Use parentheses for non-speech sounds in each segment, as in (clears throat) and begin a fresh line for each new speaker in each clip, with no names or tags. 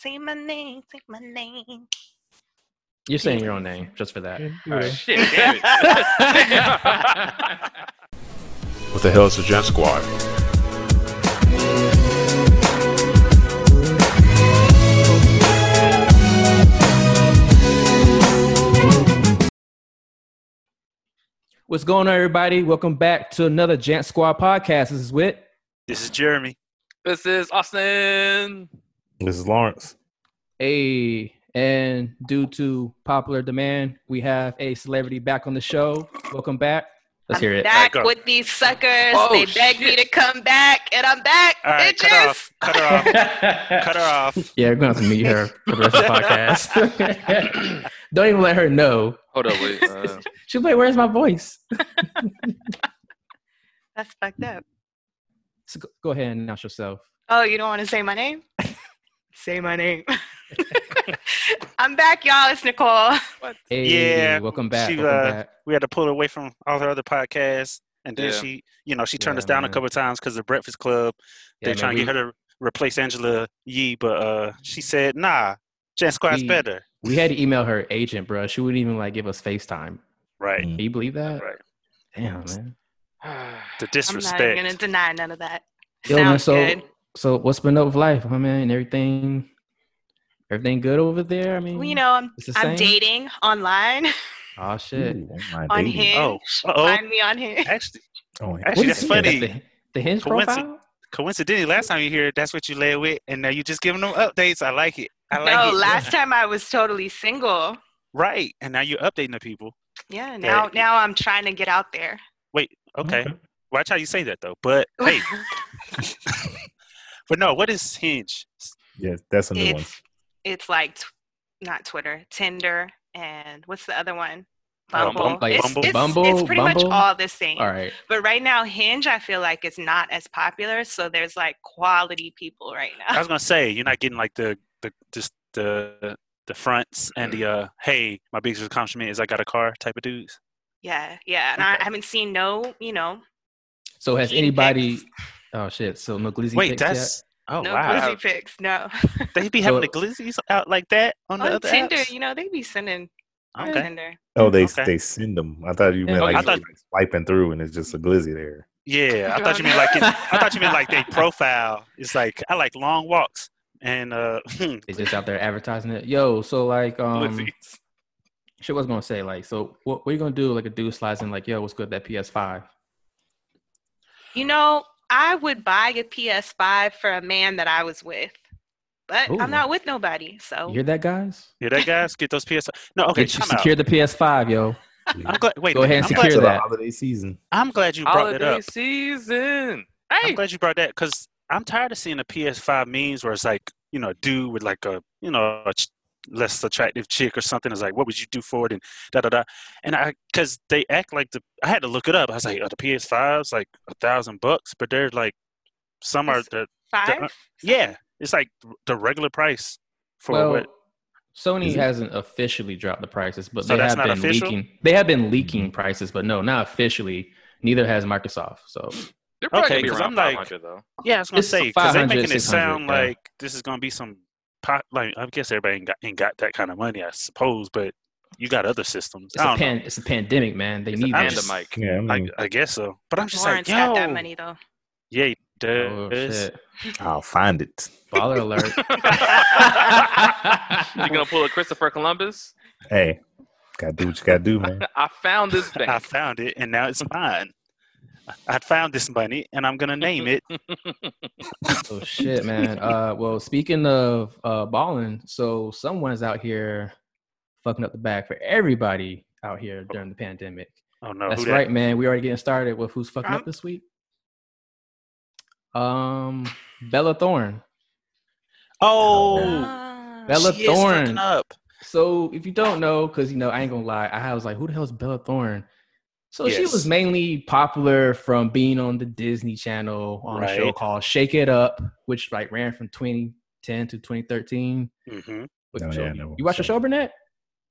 Say my name, say my name.
You're saying your own name just for that.
Shit, damn
(laughs)
it.
What the hell is the Gen Squad?
What's going on, everybody? Welcome back to another Jant Squad podcast. This is Wit.
(laughs) This is Jeremy.
this is Austin.
This is Lawrence.
Hey, and due to popular demand, we have a celebrity back on the show. Welcome back. Let's hear
I'm
it.
back
All right, go.
with these suckers.
Oh,
they begged me
shit.
to come back, and I'm back,
All right, cut her
bitches.
off. Cut her off. cut her off.
Yeah, we're gonna have to mute her for the rest of the
(laughs)
podcast. (laughs) Don't even let her know.
Hold up, (laughs) wait. Uh,
She's like, "Where's my voice?"
That's fucked up.
So go- go ahead and announce yourself.
Oh, you don't want to say my name? (laughs) say my name. (laughs) I'm back, y'all. It's Nicole.
Hey,
Yeah,
welcome back.
she,
welcome
uh,
back.
We had to pull her away from all her other podcasts, and then
Yeah.
she, you know, she turned
Yeah,
us down
man.
a couple of times because the Breakfast Club.
Yeah,
They're
man,
trying
we-
to get her to replace Angela Yee, but uh, she said, "Nah, Jan Squad's
We-
better."
We had to email her agent, bro. She wouldn't even like give us FaceTime.
Right.
Can you believe that?
Right.
Mm-hmm. Damn, man.
The
I'm not even gonna
disrespect.
deny none of that.
Yo, man,
Sounds
so-
good.
So what's been up with life, huh, man? And everything, everything good over there? I mean,
Well, you know, I'm
it's the
I'm
same?
dating online
Oh shit.
on Hinge.
Oh, uh-oh.
Find me on Hinge.
Actually,
What
Oh,
actually, that's
is that?
funny.
The, the Hinge
Coincidence.
profile.
Coincidentally, last time you hear, that's what you led with, and now you just giving them updates. I like it. I like
no,
it.
last time I was totally single.
right, and now you're updating the people.
Yeah, now now I'm trying to get out there.
Okay. Watch how you say that though. But
(laughs)
hey, but no, what is Hinge?
Yes, that's a new one.
it's it's like t- not Twitter, Tinder, and what's the other one?
Oh,
Bumble.
Bumble.
it's,
Bumble.
It's,
Bumble,
it's pretty
Bumble.
much all the same.
All right.
But right now, Hinge, I feel like is not as popular. So there's like quality people right
I
now.
was gonna say you're not getting like the the just the the fronts and the uh hey, my biggest accomplishment is I got a car type of dudes.
(laughs) Yeah, yeah. And I haven't seen no, you know,
So has
Hinge
anybody?
pics.
Oh shit. So no glizzy.
Wait,
pics yet?
that's oh
no
wow.
glizzy pics, no.
They be having
So-
the glizzies out like that on the
On
other
Tinder,
apps?
you know, they be sending on
Okay.
Tinder.
Oh, they
Okay.
they send them. I thought you meant
Yeah,
like,
I thought-
like swiping through, and it's just a glizzy there.
Yeah, I thought you meant
(laughs)
like in, I thought you meant
(laughs)
like they profile. It's like I like long walks and uh (laughs)
It's just out there advertising it. Yo, so like, um,
glizzies.
shit. Was gonna say like, so what? What you gonna do? Like a dude slides in, like, yo, what's good? That PS Five.
You know, I would buy a PS5 for a man that I was with, but
Ooh.
I'm not with nobody. So
You hear that, guys?
Yeah, that guys get those PS. No, okay,
Get you
time out.
secure the PS Five, yo.
I'm glad. Wait,
Go ahead and
I'm
secure
glad,
Till the
that.
holiday season.
I'm glad you brought that
holiday
up.
season.
I'm
Hey,
glad you brought that because I'm tired of seeing the PS5 memes where it's like, you know, a dude with like a, you know, a ch- less attractive chick or something is like, what would you do for it? And da da da. And I, because they act like the, I had to look it up. I was like, are the PS5s like a thousand bucks? But they're like, some are,
It's-
the,
five?
yeah, it's like the regular price for
well,
what?
Sony
Is it-
hasn't officially dropped the prices, but
So
they
that's
have
not
been
official?
leaking. They have been leaking prices, but no, not officially. Neither has Microsoft. So
they're probably
Okay,
gonna be
'cause
around
I'm like-
500 though.
Yeah, I was gonna
It's
say because they're
500,
making it
600,
sound
yeah.
like this is gonna be some pot. Like I guess everybody ain't got, ain't got that kind of money, I suppose. But you got other systems.
it's
I
a
don't know.
pan, it's a pandemic, man. They
It's
need
a
that.
panda
just-
mic.
Yeah, I mean,
Hmm.
I, I guess so. But I'm just
Lawrence
like, yo,
got that money though.
yeah, he
Oh
does.
shit!
I'll find it.
Baller
(laughs)
alert! (laughs)
You gonna pull a Christopher Columbus?
Hey, gotta do what you gotta do,
(laughs)
man.
I found
(laughs)
this thing.
I found it, and now it's mine. I found this money, and I'm gonna name it.
oh shit, man. Uh, well, speaking of uh, balling, so someone's out here fucking up the bag for everybody out here during the pandemic.
Oh no,
That's
who that?
right, man. We already getting started with who's fucking up
Um,
this week. Um, Bella Thorne.
Oh,
That Bella
she is fucking
Thorne.
up.
So if you don't know, because you know, I ain't gonna lie, I was like, who the hell's Bella Thorne? So she
Yes.
was mainly popular from being on the Disney Channel on a show
Right.
called Shake It Up, which like ran from 2010 to 2013.
hmm
What
Oh,
show
yeah, I
you-
know what
you watch the
you're
show,
saying.
Burnett?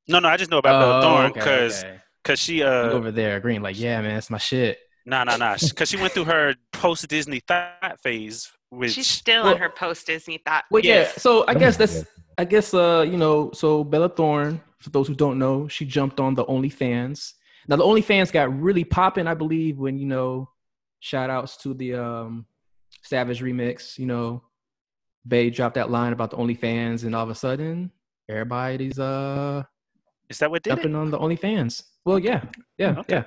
No, no, I just know about Bella
Oh,
Thorne
okay,
because
okay.
she
You
uh
over there agreeing like, yeah, man, that's my shit.
no no no because she went through her post Disney thought phase, which
She's still
Well-
in her post Disney thought.
Well, yeah.
Yes.
So I
Come
guess
on,
that's
man.
I guess uh, you know, so Bella Thorne, for those who don't know, she jumped on the OnlyFans. Now the OnlyFans got really popping, I believe, when you know, shout outs to the um Savage remix, you know, Bay dropped that line about the OnlyFans and all of a sudden everybody's uh
Is that what did it?
jumping on the OnlyFans. Well, yeah, yeah,
Okay.
yeah.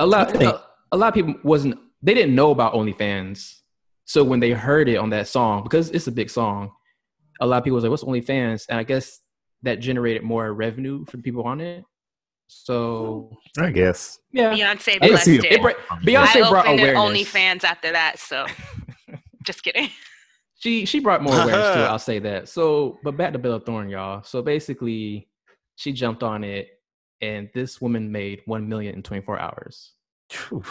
A lot,
I think-
a, a lot of people wasn't. They didn't know about OnlyFans, so when they heard it on that song, because it's a big song, a lot of people was like, "What's OnlyFans?" And I guess that generated more revenue for the people on it. So
I guess.
yeah,
Beyonce
I can
blessed
see
it.
it br-
I
Beyonce brought
opened an
awareness.
OnlyFans after that, so just kidding.
she she brought more awareness to it. I'll say that. So, but back to Bella Thorne, y'all. So basically, she jumped on it, and this woman made one million in twenty four hours.
Phew.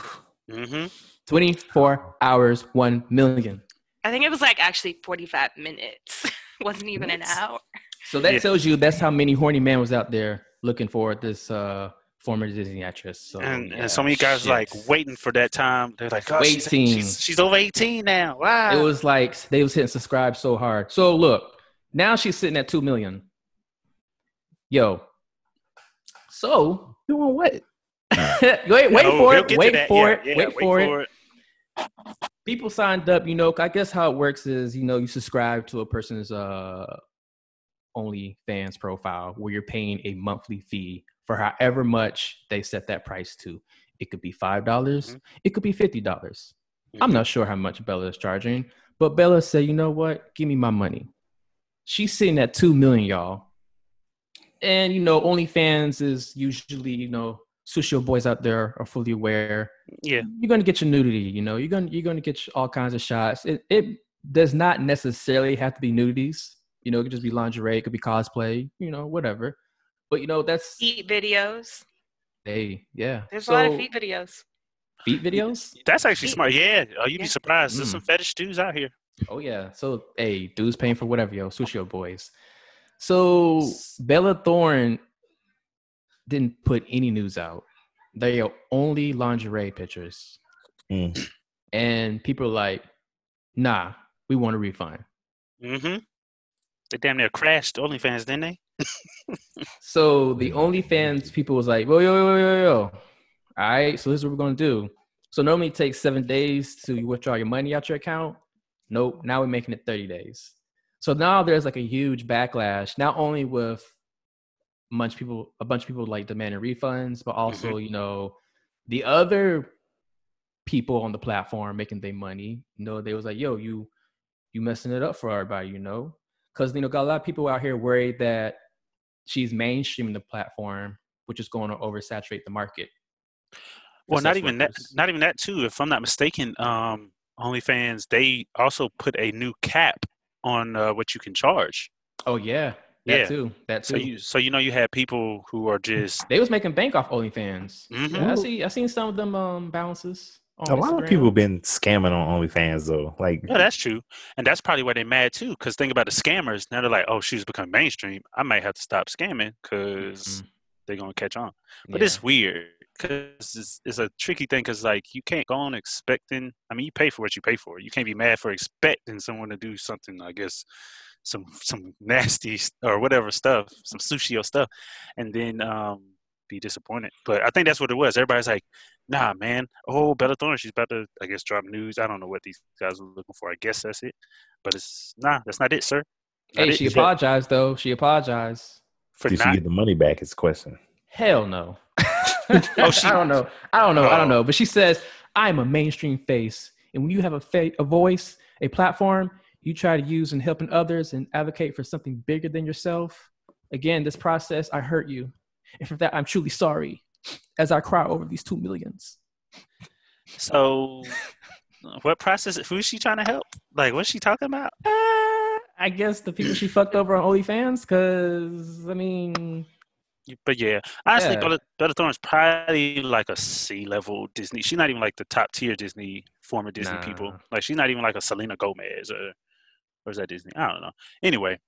Mm-hmm.
24 hours, 1 million.
I think it was like actually 45 minutes. (laughs) Wasn't even an
What?
hour.
So that
Yeah.
tells you that's how many horny men was out there looking for this uh, former Disney actress. So,
and,
Oh, yeah,
and so many guys
shit.
like waiting for that time. They're like, oh, she's,
18.
she's, she's over 18 now. Wow.
It was like they was hitting subscribe so hard. So look, now she's sitting at 2 million. Yo. So,
Doing what?
(laughs) wait, wait
Oh,
for
we'll
it.
get to
Wait
that.
for
Yeah,
it.
yeah,
Wait for it. people signed up you know i guess how it works is you know you subscribe to a person's uh only fans profile where you're paying a monthly fee for however much they set that price to it could be five dollars
Mhm.
Mm-hmm.
it could be fifty dollars i'm not sure how much bella is charging but bella said you know what give me my money she's sitting at two million y'all and you know OnlyFans is usually you know social boys out there are fully aware
Yeah.
you're gonna get your nudity. You know, you're gonna you're gonna get all kinds of shots. It it does not necessarily have to be nudities. You know, it could just be lingerie, it could be cosplay. You know, whatever. But you know, that's
Feet videos.
hey, yeah.
There's a lot of
So,
feet videos.
feet videos.
That's actually smart. Yeah. Oh, you'd
Yeah.
be surprised. There's
Mm.
some fetish dudes out here.
Oh yeah. So hey, dudes paying for whatever, yo. Sushio boys. So Bella Thorne didn't put any news out. They are only lingerie pictures.
Mm.
And people are like, nah, we want a refund.
Mm-hmm. They damn near crashed OnlyFans, didn't they?
So the OnlyFans people was like, "Yo, yo, yo, yo, yo! All right, so this is what we're gonna do. So normally it takes seven days to withdraw your money out your account. Nope, now we're making it thirty days. So now there's like a huge backlash, not only with a bunch of people, a bunch of people like demanding refunds, but also you know the other people on the platform making their money. You know, they was like, "Yo, you you messing it up for everybody," you know, because you know got a lot of people out here worried that she's mainstreaming the platform, which is going to oversaturate the market.
Well,
for
not
sex
even
workers.
that. Not even that too. If I'm not mistaken, um, OnlyFans they also put a new cap on uh, what you can charge.
Oh yeah, that
Yeah.
too. That too.
So you, so you know, you had people who are just
they was making bank off OnlyFans.
Mhm.
Yeah, I see. I seen some of them um, balances. On
A lot of
Instagram.
people been scamming on OnlyFans though. Like
yeah, that's true, and that's probably why they're mad too. Because think about the scammers. Now they're like, oh, she's become mainstream. I might have to stop scamming because
Mhm.
they're gonna catch on. But
Yeah.
it's weird because it's, it's a tricky thing because like you can't go on expecting. I mean, you pay for what you pay for. You can't be mad for expecting someone to do something. I guess some some (laughs) nasty s- or whatever stuff, some sushi or stuff, and then um, be disappointed. But I think that's what it was. Everybody's like, "Nah, man. Oh, Bella Thorne, she's about to, I guess, drop news. I don't know what these guys were looking for. I guess that's it. But it's nah, that's not it, sir. Not
Hey,
it
she
shit.
apologized though. She apologized.
for
did she
not.
get the money back is the question.
(laughs)
Hell no.
Oh, she-
(laughs) I don't know. I don't know. I don't
Oh.
know. But she says, I'm a mainstream face. And when you have a, fa- a voice, a platform, you try to use in helping others and advocate for something bigger than yourself. Again, this process, I hurt you. And for that, I'm truly sorry as I cry over these two millions.
So, (laughs) what process? Who is she trying to help? Like, what's she talking about?
Uh, I guess the people she fucked over on OnlyFans, because, I mean,
You- But yeah, honestly,
Yeah.
Bella, Bella Thorne's probably like a C level Disney. She's not even like the top tier Disney former Disney people.
Nah.
Like she's not even like a Selena Gomez or or is that Disney? I don't know. Anyway,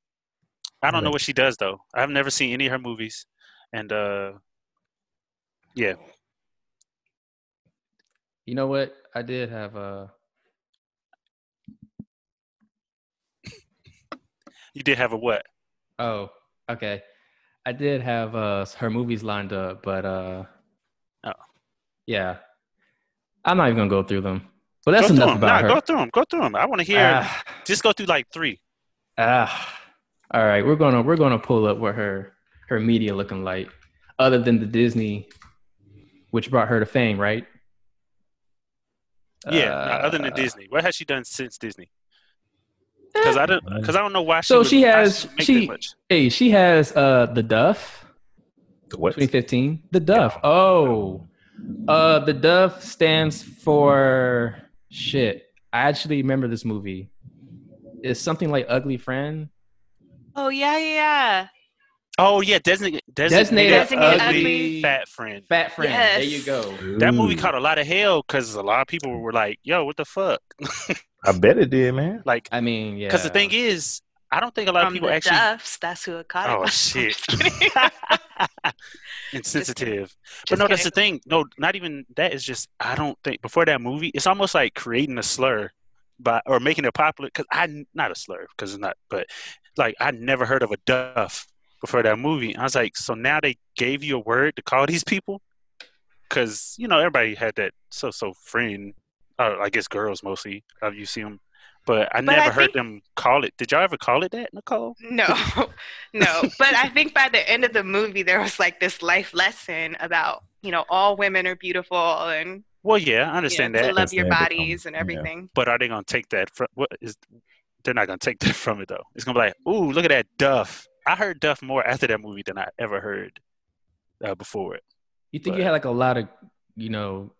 I don't know
Right.
what she does though. I've never seen any of her movies, and uh, yeah,
you know what? I did uh, have a.
You did have a what?
Oh, okay. I did have uh her movies lined up, but uh
Oh.
Yeah. I'm not even gonna go through them. But that's
go through
enough
'em. nah,
about her.
Go through them. Go through them. I want to hear.
Ah,
Just go through like three.
ah. All right, we're gonna we're gonna pull up what her her media looking like, other than the Disney, which brought her to fame, right?
Yeah. nah, other than
Uh,
Disney, what has she done since Disney? Because I don't. Because I don't know why. She
So
would-
she
why
has-
she'd make
she-
That much.
Hey, she has uh the Duff.
What?
2015. The Duff. Oh. Uh the Duff stands for shit. I actually remember this movie. It's something like Ugly Friend.
Oh yeah, yeah.
Oh yeah, designated designated,
Designated
Designated
ugly,
Ugly-
fat friend.
Fat Friend. There you
Yes.
go.
That movie
Ooh.
caught a lot of hell because a lot of people were like, "Yo, what the fuck?"
I bet it did, man.
Like,
I mean, yeah.
because the thing is, I don't think a lot
From
of people
the
actually.
Duffs, that's who it (laughs) caught it.
Oh
by.
shit!
Just kidding. (laughs)
Insensitive.
Just
but no, that's the
kidding.
thing. No, not even that is just I don't think before that movie, it's almost like creating a slur by or making it popular because I not a slur because it's not, but like I never heard of a duff before that movie. I was like, so now they gave you a word to call these people because you know everybody had that so so friend. Uh, I guess girls mostly. Uh, you see them, but I
But I
never heard
think-
them call it. Did y'all ever call it that, Nicole?
No, no. But I think by the end of the movie, there was like this life lesson about, you know, all women are beautiful and
Well, yeah, I
you
understand
know,
that.
to love your
Understand that. um,
bodies and
Yeah.
everything.
But are they gonna take that from what is? They're not gonna take that from it though. It's gonna be like, ooh, look at that Duff. I heard Duff more after that movie than I ever heard uh, before it.
you think you had like a lot of, you know,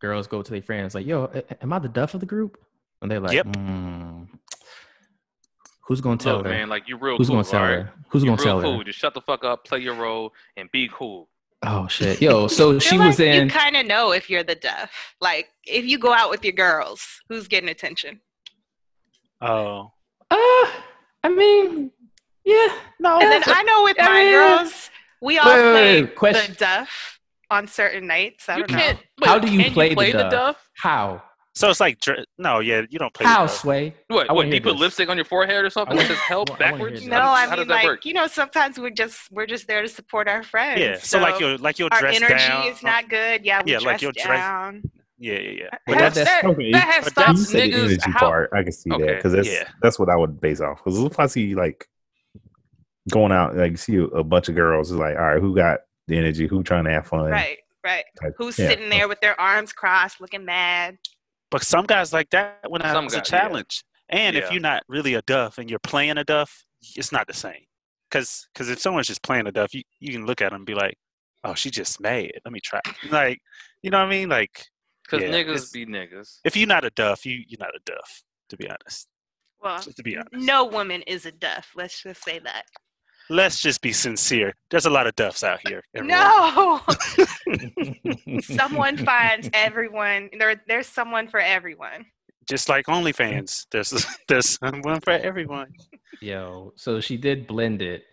girls go to their friends like, "Yo, a- am I the Duff of the group?" And they're like,
Yep.
"Hmm, Who's going to tell
Look,
her?
Oh, man, like you real
Who's
cool,
going to tell
all right?
her? Who's
You
going to
real
tell
cool.
her?"
Just shut the fuck up, play your role, and be cool.
Oh shit. Yo, so
I
she
feel
was
like
in
You kind of know if you're the Duff. Like if you go out with your girls, who's getting attention?
Oh
Uh, I mean, yeah. No.
And then I know with
I
my
mean-
girls, we all
Oh, Wait, wait,
play
wait, question.
the Duff on certain nights. I
You
don't know.
can't.
How
wait,
do you
can
play the
play
Duff? how?
so it's like dr- no, yeah, you don't play. with
How,
Duff.
Sway?
What?
I
what
wanna
do
hear
you put
this.
lipstick on your forehead or something
wanna-
that says help
I wanna hear
backwards?
this.
No,
how, does-
I
how
mean
does that
like
work?
you know, sometimes we're just we're just there to support our friends.
Yeah, so, like you'll like you'll
our
dress
energy
down.
is not good. Yeah, we
Yeah, like
dress
you'll dress-
down.
Yeah, yeah, yeah.
But
Have
that's-
that,
okay.
that has
But that's-
you
stopped
said the
niggas.
energy
How,
part. I can see that
Okay,
because that's
yeah.
that's what I would base off. Because if I see like going out, like you see a, a bunch of girls, it's like, all right, who got the energy? Who trying to have fun?
Right, right.
Type-
Who's
Oh, yeah.
sitting there with their arms crossed, looking mad?
But some guys like that when I
Some
was a
guys, yeah.
challenge. And if
Yeah.
you're not really a duff and you're playing a duff, it's not the same. Because if someone's just playing a duff, you, you can look at them and be like, oh, she just made it. Let me try. Like, you know what I mean? Like,
Because
Yeah, it's-
niggas be niggas.
if you're not a duff, you, you're not a duff, to be honest.
Well,
Just to be honest.
no woman is a duff. Let's just say that.
Let's just be sincere. There's a lot of duffs out here. everyone.
(laughs)
No, someone finds everyone. There, there's someone for everyone.
Just like OnlyFans, there's, (laughs) there's someone for everyone.
Yo, so she did blend it.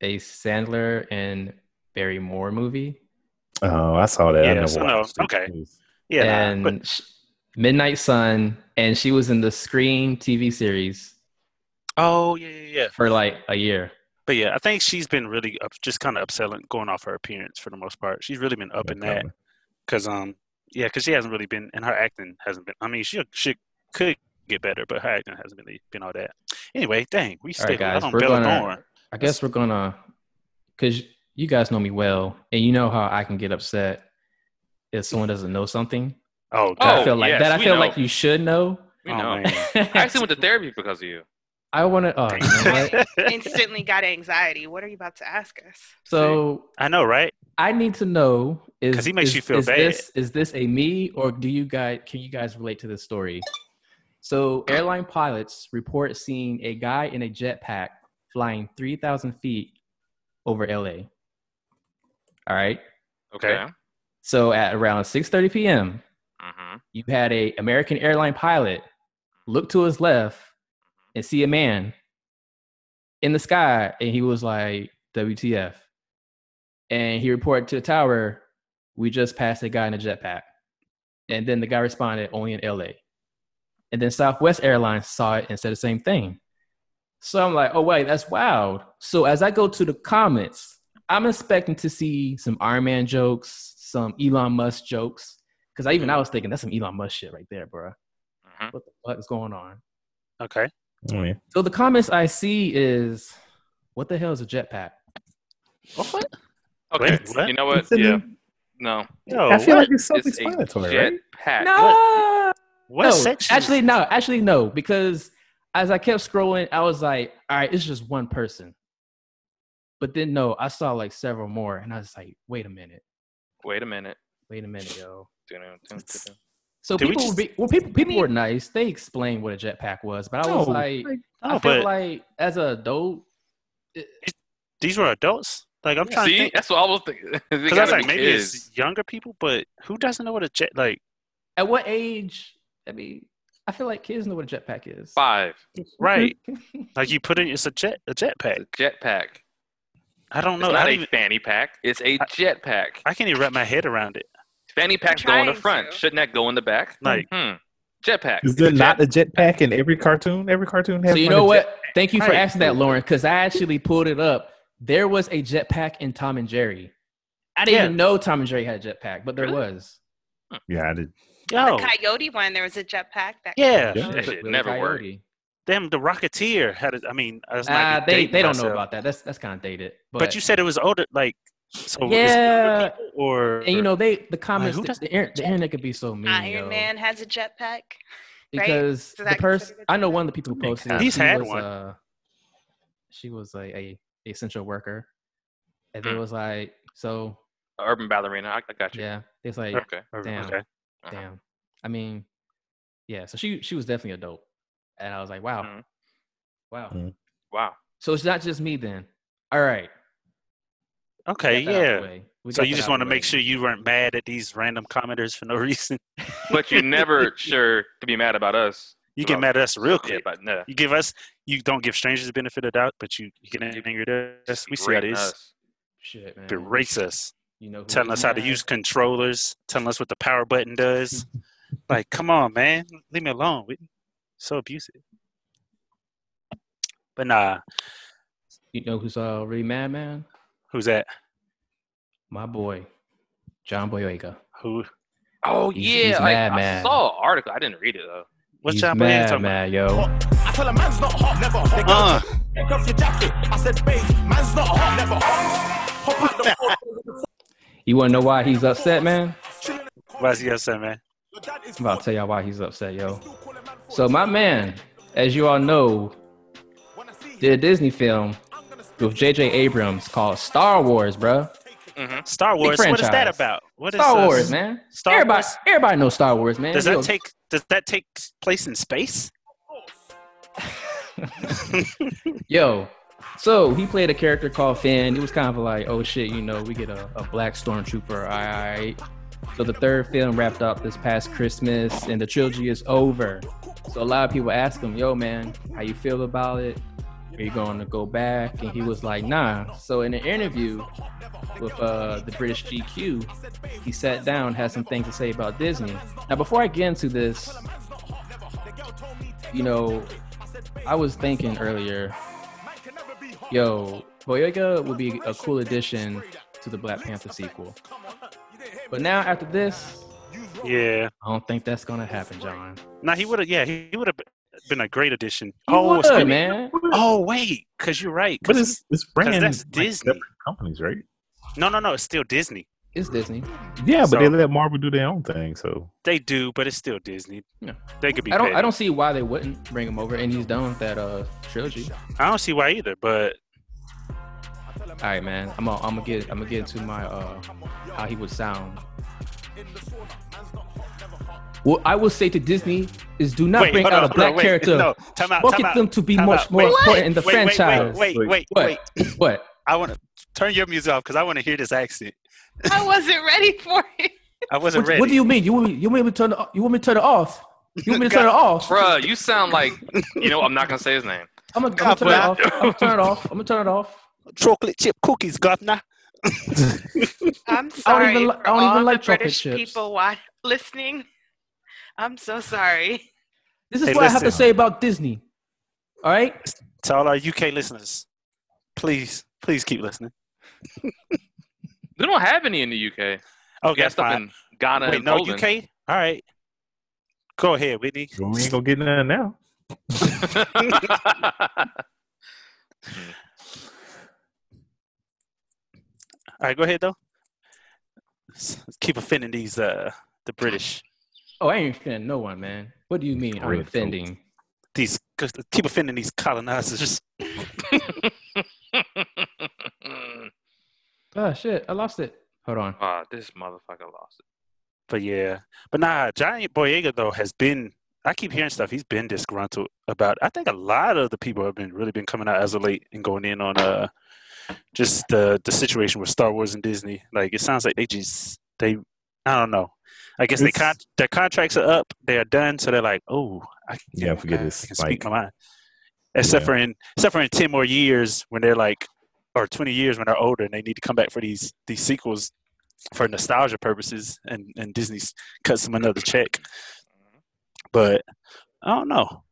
A Sandler and Barry Moore movie,
Oh, I saw that.
Yeah,
I never
so no,
watched it.
okay.
It was-
Yeah. nah,
and
but
sh- Midnight Sun, and she was in the Scream TV series
oh, yeah, yeah, yeah.
for like a year.
But yeah, I think she's been really up, just kind of upselling, going off her appearance for the most part. She's really been up in that because um yeah, because she hasn't really been and her acting hasn't been. I mean, she she could get better, but her acting hasn't really been all that. Anyway, dang, we
All right,
stayed
guys,
out on
we're
Bella
gonna.
Thorne.
I guess we're gonna, cause you guys know me well, and you know how I can get upset if someone doesn't know something.
Oh,
that I
God.
feel like
yes,
that. I
we
feel
know.
like you should know.
We
Oh,
know.
man.
(laughs) I
(laughs)
actually went to therapy because of you.
I want to. Oh, you know
(laughs)
what?
Instantly got anxiety. What are you about to ask us?
so
I know, right?
I need to know is
'Cause he makes
is-
you feel
is
bad.
This, is this a me or do you guys can you guys relate to this story? So airline pilots report seeing a guy in a jetpack flying three thousand feet over LA. All right.
Okay.
So at around six thirty p.m.,
Mm-hmm.
you had a American airline pilot look to his left and see a man in the sky, and he was like, "WTF?" And he reported to the tower, "We just passed a guy in a jetpack," and then the guy responded, "Only in LA." And then Southwest Airlines saw it and said the same thing. So I'm like, oh wait, that's wild. So as I go to the comments, I'm expecting to see some Iron Man jokes, some Elon Musk jokes, because I even I was thinking that's some Elon Musk shit right there, bro.
Mhm.
What the fuck is going on?
Okay.
I mean,
So the comments I see is, what the hell is a jetpack?
What?
Okay.
Wait, what?
You know what?
It's in
Yeah.
the-
No.
Yo,
I feel
what?
like it's
It's a
self-explanatory, right?
jetpack.
No.
what
no,
section?
actually no, actually no, because as I kept scrolling, I was like, all right, it's just one person. But then no, I saw like several more, and I was like, wait a minute,
Wait a minute.
wait a minute, yo. So
Did we
people,
just-
be, well, people, people were nice. They explained what a jetpack was, but I was
No,
like, I
no,
feel
oh, but
like as a adult,
these were adults. Like I'm trying to
See,
think.
that's what I was thinking. (laughs)
Because I was like, maybe it's younger people, but who doesn't know what a jet like?
at what age? I mean, I feel like kids know what a jetpack is.
five.
(laughs)
Right? like you put in, it's a jet, a jetpack.
It's a jetpack.
I don't
It's
know. I,
not
don't
a
even,
fanny pack. It's a
I-
jetpack.
I can't even wrap my head around it.
Fanny packs go in the
trying
front.
to.
Shouldn't that go in the back?
Like,
Hmm. Jetpack.
Is
It's
there
a
not
jet-
a jetpack in every cartoon? Every cartoon has.
So you
like,
know
a
what?
jet-
Thank you for
Right.
asking that, Lauren, because I actually pulled it up. There was a jetpack in Tom and Jerry. I didn't
Yeah.
even know Tom and Jerry had a jetpack, but there was.
Yeah, I did.
Oh.
yo,
The coyote one, there was a jetpack that
Yeah.
Yeah.
That
Oh,
shit
With a
never worked.
coyote.
damn, the Rocketeer had. A, I mean, I was
Ah,
not
they they don't know about that. That's that's kind of dated. But,
But, you said it was older, like so. it's
Yeah.
older people or
and you know they the comments
who
the-
does-
the, air- the internet could be so mean.
Iron
yo,
Man has a jetpack. right?
because
So
the
that
person
considered a
I know
jetpack?
one of the people who
Nick
posted. it,
He's
she
had
was,
one.
Uh, she was like a essential worker, and they
Hmm.
Mm.
was like so
Urban ballerina. I, I got you.
yeah. It's like
Okay.
or-
damn.
Hmm, okay.
Uh-huh.
damn. I mean, yeah. So she she was definitely a dope, and I was like,
Hmm.
wow,
Mhm.
wow.
Mhm.
Wow.
So it's not just me then. All right.
Okay,
got that out the
yeah.
way. We
So
got
you
that
just
out
want to
the
make
way.
sure you weren't mad at these random commenters for no (laughs) reason.
But you're
(laughs)
never sure to be mad about us.
You get
about-
mad at us real
Yeah,
quick.
but no.
You give us, you don't give strangers the benefit of the doubt, but you, you get
You
angry at us. We see how it
Rating
is.
us.
shit, man.
Berates us,
You know, who
telling
we
us how to
are.
use controllers, telling us what the power button
(laughs)
does. like, come on, man, leave me alone. We, so abusive. But nah,
You know who's uh, really mad, man?
who's that?
My boy, John Boyega.
Who?
Oh
He's-
yeah,
he's
like,
mad,
I
man.
saw an article. I didn't read it though.
What's
He's
John Boyega
mad,
talking about?
man, yo.
I tell a man's not hot, never hot.
Uh,
Take off your jacket. I said, babe, man's not hot, never hot. Hop out the floor.
You want to know why he's upset, man?
chillin' in the
why is he upset, man?
Your dad is
I'm about to tell y'all why he's upset, yo.
still call a man for
So my man, as you all know,
When I see him,
did a Disney film
I'm gonna spit
with J.J. Abrams called Star Wars, bruh.
Star Wars. What is that
franchise.
about? What is
Star
uh,
Wars, man.
Star
everybody,
Wars?
everybody knows Star Wars, man.
Does that
Yo,
take? Does that take place in space?
yo? So he played a character called Finn. It was kind of like, oh shit, you know, we get a, a black stormtrooper. All right. So the third film wrapped up this past Christmas, and the trilogy is over. So a lot of people ask him, yo, man, how you feel about it? Are you going to go back? And he was like, nah. So in an interview with uh, the British GQ, he sat down, had some things to say about Disney. Now, before I get into this, you know, I was thinking earlier, yo, Boyega would be a cool addition to the Black Panther sequel. But now after this,
Yeah.
I don't think that's gonna happen, John.
Now he would have. Yeah, he, he would have been a great addition.
He
oh,
would,
it's gonna-
man.
Oh wait, because you're right.
But
'cause-
it's it's
'cause
brand
that's
like,
Disney.
separate companies, right?
No, no, no. It's still Disney.
It's Disney.
Yeah, but they
So-
let Marvel do their own thing. So
They do, but it's still Disney.
Yeah.
They could be.
I don't.
better.
I don't see why they wouldn't bring him over, and he's done with that uh trilogy.
I don't see why either. But
All right, man. I'm. i I'm gonna get. I'm gonna get into my uh how he would sound. Well, I will say to Disney is do not
wait,
bring
hold
out
on,
a
hold
black
on, wait,
character.
No, time out.
Look
time
at
out.
them to be
time
much
out.
more
Wait,
important in the
wait, wait,
franchise.
Wait, wait, wait,
What?
wait.
What?
I want to turn your music off because I want to hear this accent.
I wasn't ready for it.
I wasn't
What,
ready.
what do you mean? You want me, you want me to turn? it off- You want me to turn it off? You want me to
(laughs)
turn it off?
Bruh, you sound like you know. I'm not gonna say his name.
I'm gonna, I'm gonna turn it
God,
off. I'm gonna turn it off. I'm gonna turn it off.
chocolate chip cookies, governor?
I'm sorry.
even li-
for
I don't even
all
like
the
chocolate
British
chips.
people wa- listening. I'm so sorry.
This is
Hey,
what I have to
listen.
say about Disney. All right,
To all our UK listeners, please, please keep listening.
They don't have any in the UK.
Okay,
Got
that's
stuff
fine.
in Ghana
Wait,
and
no
Poland.
UK. All right, go ahead, Whitney.
Well, we ain't gonna get none now.
(laughs) All right, go ahead though. S- Keep offending these uh the British.
Oh, I ain't offending no one, man. What do you mean I'm
Great folks.
offending?
These keep offending these colonizers.
Oh shit, I lost it. Hold on.
(laughs) Ah, this motherfucker lost it.
But yeah, but nah, Giant Boyega though has been. I keep hearing stuff. He's been disgruntled about. I think a lot of the people have been really been coming out as of late and going in on uh just the the situation with Star Wars and Disney. Like it sounds like they just they I don't know. I guess they
It's-
con- their contracts are up. They are done. So they're like, oh, I can,
Yeah, I forget
I
this,
can
like-
speak my mind. Except
Yeah.
for in except for in ten more years when they're like, or twenty years when they're older and they need to come back for these these sequels for nostalgia purposes, and and Disney's cuts them another check. But I don't know.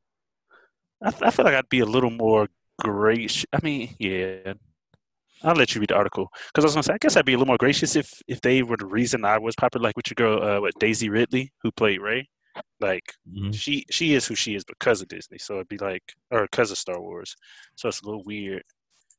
I, I feel like I'd be a little more gracious. I mean, yeah. I'll let you read the article because I was gonna say I guess I'd be a little more gracious if if they were the reason I was popular, like with your girl, uh, with Daisy Ridley, who played Ray. Like
Mm-hmm.
she she is who she is because of Disney, so it'd be like or because of Star Wars. So it's a little weird.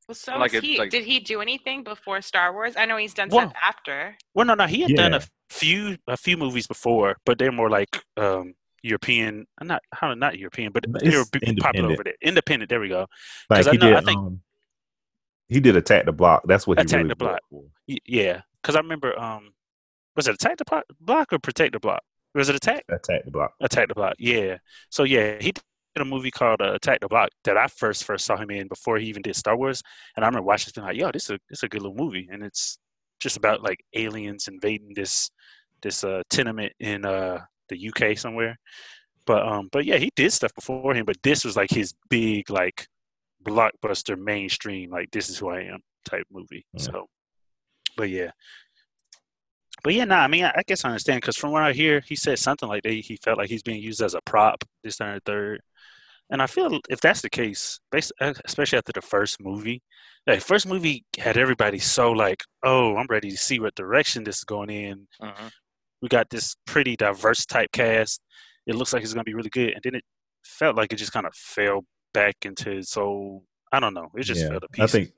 Well, so
Like
is
it-
he,
like-
did he do anything before Star Wars? I know he's done
Well-
stuff after.
Well, no, no, he had done a
Yeah.
few a few movies before, but they're more like um European, uh, not how not European, but they were
It's
b- popular
independent.
over there. Independent. There we go.
Like
'Cause I
he
know-
did.
I think-
um, he did attack the block. That's what
Attack
he really
the Block.
built for.
Y- yeah, because I remember um was it attack the Plo- block or protect the block? Was it attack?
Attack the block.
Attack the Block. Yeah. So yeah, he did a movie called uh, Attack the Block that I first first saw him in before he even did Star Wars, and I remember watching this being like, "Yo, this is a this is a good little movie," and it's just about like aliens invading this this uh, tenement in uh, the UK somewhere. But um, but yeah, he did stuff before him, but this was like his big like blockbuster mainstream like this is who I am type movie.
Yeah.
So, but yeah. But yeah, no, nah, I mean, I, I guess I understand because from what I hear, he said something like that. He felt like he's being used as a prop, this, that, and the third. And I feel if that's the case, based, especially after the first movie, like first movie had everybody so like, oh, I'm ready to see what direction this is going in.
Uh-huh.
We got this pretty diverse type cast. It looks like it's going to be really good. And then it felt like it just kind of fell back into its old, I don't know. It just
Yeah,
fell to
I
pieces.
think.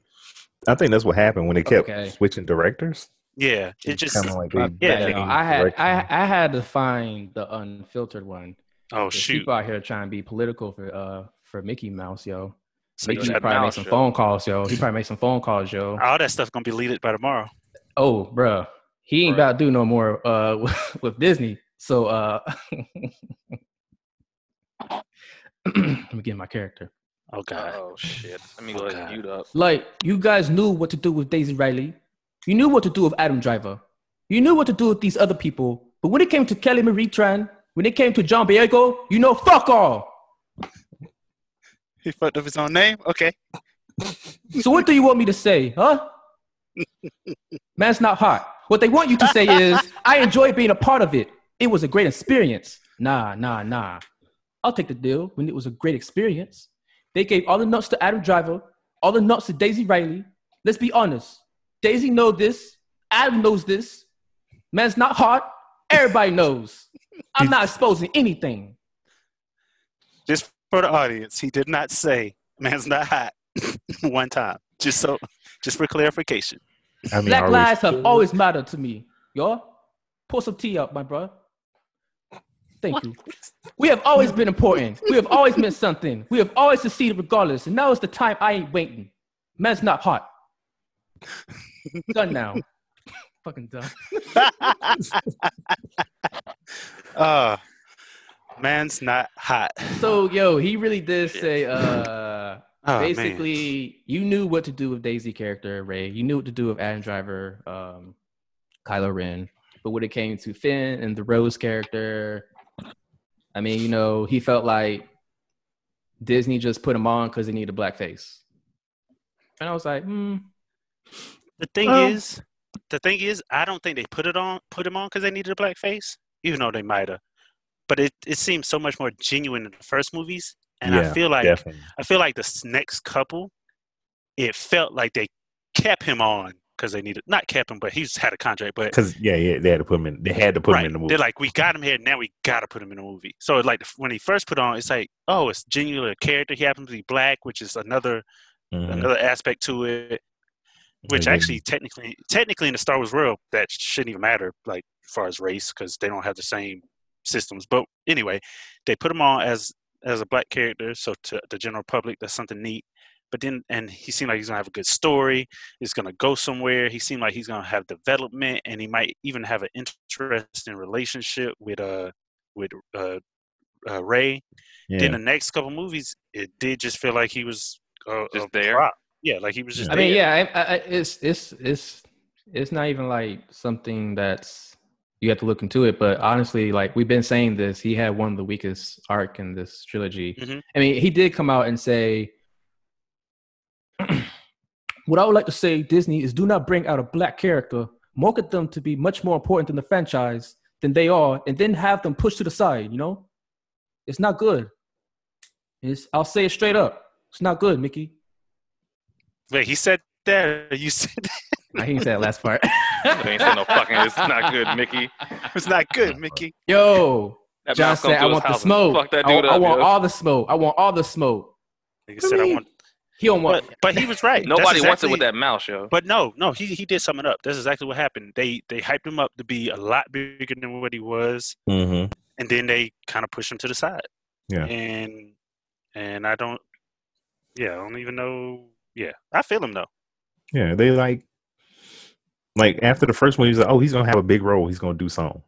I think that's what happened when they kept
Okay.
switching directors.
yeah, it just,
kind of like
My
they-
yeah,
bad,
they-
y'all. uh, I had I,
direction.
I had to find the unfiltered one.
oh,
There's
shoot.
People out here trying to be political for uh for Mickey Mouse, yo.
So you
Mickey
got-
that
probably made
mouse,
some
yo.
phone calls, yo. He probably made some phone calls, yo.
all that stuff going to be deleted by tomorrow.
Oh, bruh. He ain't
Bruh.
about to do no more uh (laughs) with, with Disney. So uh (laughs) let me get my character.
Oh, God.
Oh shit. Let me
Oh,
go ahead
God.
and mute up.
Like you guys knew what to do with Daisy Riley. You knew what to do with Adam Driver. You knew what to do with these other people. But when it came to Kelly Marie Tran, when it came to John Biego, you know fuck all.
He fucked up his own name. Okay.
So what do you want me to say, huh? Man's not hot. What they want you to say
(laughs)
is, I enjoyed being a part of it. It was a great experience. Nah, nah, nah. I'll take the deal when it was a great experience. They gave all the nuts to Adam Driver, all the nuts to Daisy Riley. Let's be honest. Daisy know this. Adam knows this. Man's not hot. Everybody knows. I'm not exposing anything.
Just for the audience, he did not say "man's not hot" (laughs) one time. Just so, just for clarification. (laughs)
I mean,
Black
are we
lives have
still-
always mattered to me. Y'all, pour some tea up, my brother. Thank you. We have always been important. We have always meant something. We have always succeeded regardless. And now is the time I ain't waiting. Man's not hot. Done now. Fucking done.
uh, man's not hot.
So, yo, he really did say, uh,
Oh, man.
basically, you knew what to do with Daisy character Ray. You knew what to do with Adam Driver, um, Kylo Ren. But when it came to Finn and the Rose character, I mean, you know, he felt like Disney just put him on because they needed blackface. And I was like, hmm.
the thing
Well-
is, the thing is, I don't think they put it on, put him on because they needed a black face, even though they might have. But it, it seems so much more genuine in the first movies, And I
Yeah,
feel like
Definitely.
I feel like this next couple, it felt like they kept him on because they needed not kept him, but he's had a contract, but
Because yeah, yeah, they had to put him in. They had to put him in the movie.
They're like, we got him here. Now we gotta put him in a movie. So like the- when he first put on, it's like, oh, it's genuinely a character. He happens to be black, which is another
Mhm.
another aspect to it. uh, Which
Yeah, they-
actually, technically, technically in the Star Wars world, that shouldn't even matter, like as far as race, because they don't have the same systems. But anyway, they put him on as as a black character, so to the general public, that's something neat. But then, and he seemed like he's gonna have a good story. He's gonna go somewhere. He seemed like he's gonna have development, and he might even have an interesting relationship with uh with uh, uh Ray.
yeah.
Then the next couple movies, it did just feel like he was uh,
Just
a
there.
prop. Yeah, like he was just.
I mean,
there.
yeah, I, I, I- it's it's it's it's not even like something that's you have to look into it. But honestly, like we've been saying this, he had one of the weakest arc in this trilogy.
Mhm.
I mean, he did come out and say, (clears throat) "What I would like to say, Disney, is do not bring out a black character, market them to be much more important than the franchise than they are, and then have them pushed to the side. You know, it's not good. It's I'll say it straight up. It's not good, Mickey.
Wait, he said that. or You (laughs) said that.
I didn't say that last part.
(laughs) I ain't saying no fucking. It's not good, Mickey.
It's not good, Mickey.
Yo,
That
John
mouse gonna
said,
do
I
his
want the
house.
smoke.
Fuck that
I,
dude
I
up,
want
yo.
all the smoke. I want all the smoke.
Nigga said, I want,
He don't want.
but, but he was right. That's
Nobody wants it with
exactly-
that mouse, yo.
But no, no, he, he did sum it up. That's exactly what happened. They they hyped him up to be a lot bigger than what he was,
Mhm.
and then they kind of pushed him to the side.
Yeah.
And and I don't. Yeah, I don't even know. Yeah, I feel him though.
Yeah, they like like after the first one, he's like, oh, he's gonna have a big role. He's gonna do something.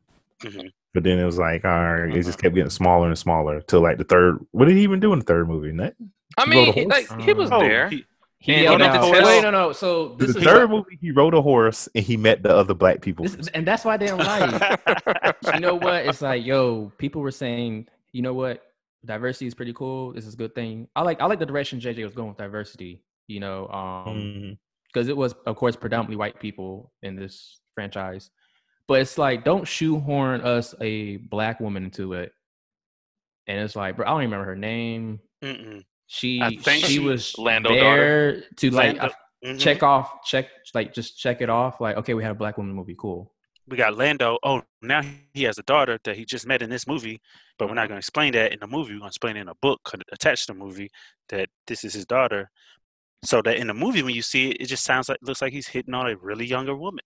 Mhm.
But then it was like, all right, it
Uh-huh.
just kept getting smaller and smaller till like the third. What did he even do in the third movie? Nothing.
I
He rode a
mean,
horse?
like he was there.
Oh, he-
he
and
yelled
he
out.
didn't
Wait,
tell-
wait, no, no. So this
the
is
third movie, he rode a horse and he met the other black people.
This, and that's why I didn't like. it. you know what? It's like, yo, people were saying, you know what? Diversity is pretty cool. This is a good thing. I like. I like the direction JJ was going with diversity. You know, um,
Mm.
Mhm.
because it was, of course, predominantly white people in this franchise. But it's like, don't shoehorn us a black woman into it. And it's like, bro, I don't even remember her name.
(laughs) Mm-mm.
She,
I think
she,
she-
was
Lando
there to like uh,
Lando- Mhm.
check off, check like just check it off. Like, okay, we had a black woman movie, cool.
we got Lando. Oh, now he has a daughter that he just met in this movie, but we're not going to explain that in the movie. We're going to explain it in a book con- attached to the movie that this is his daughter. So that in the movie, when you see it, it just sounds like looks like he's hitting on a really younger woman.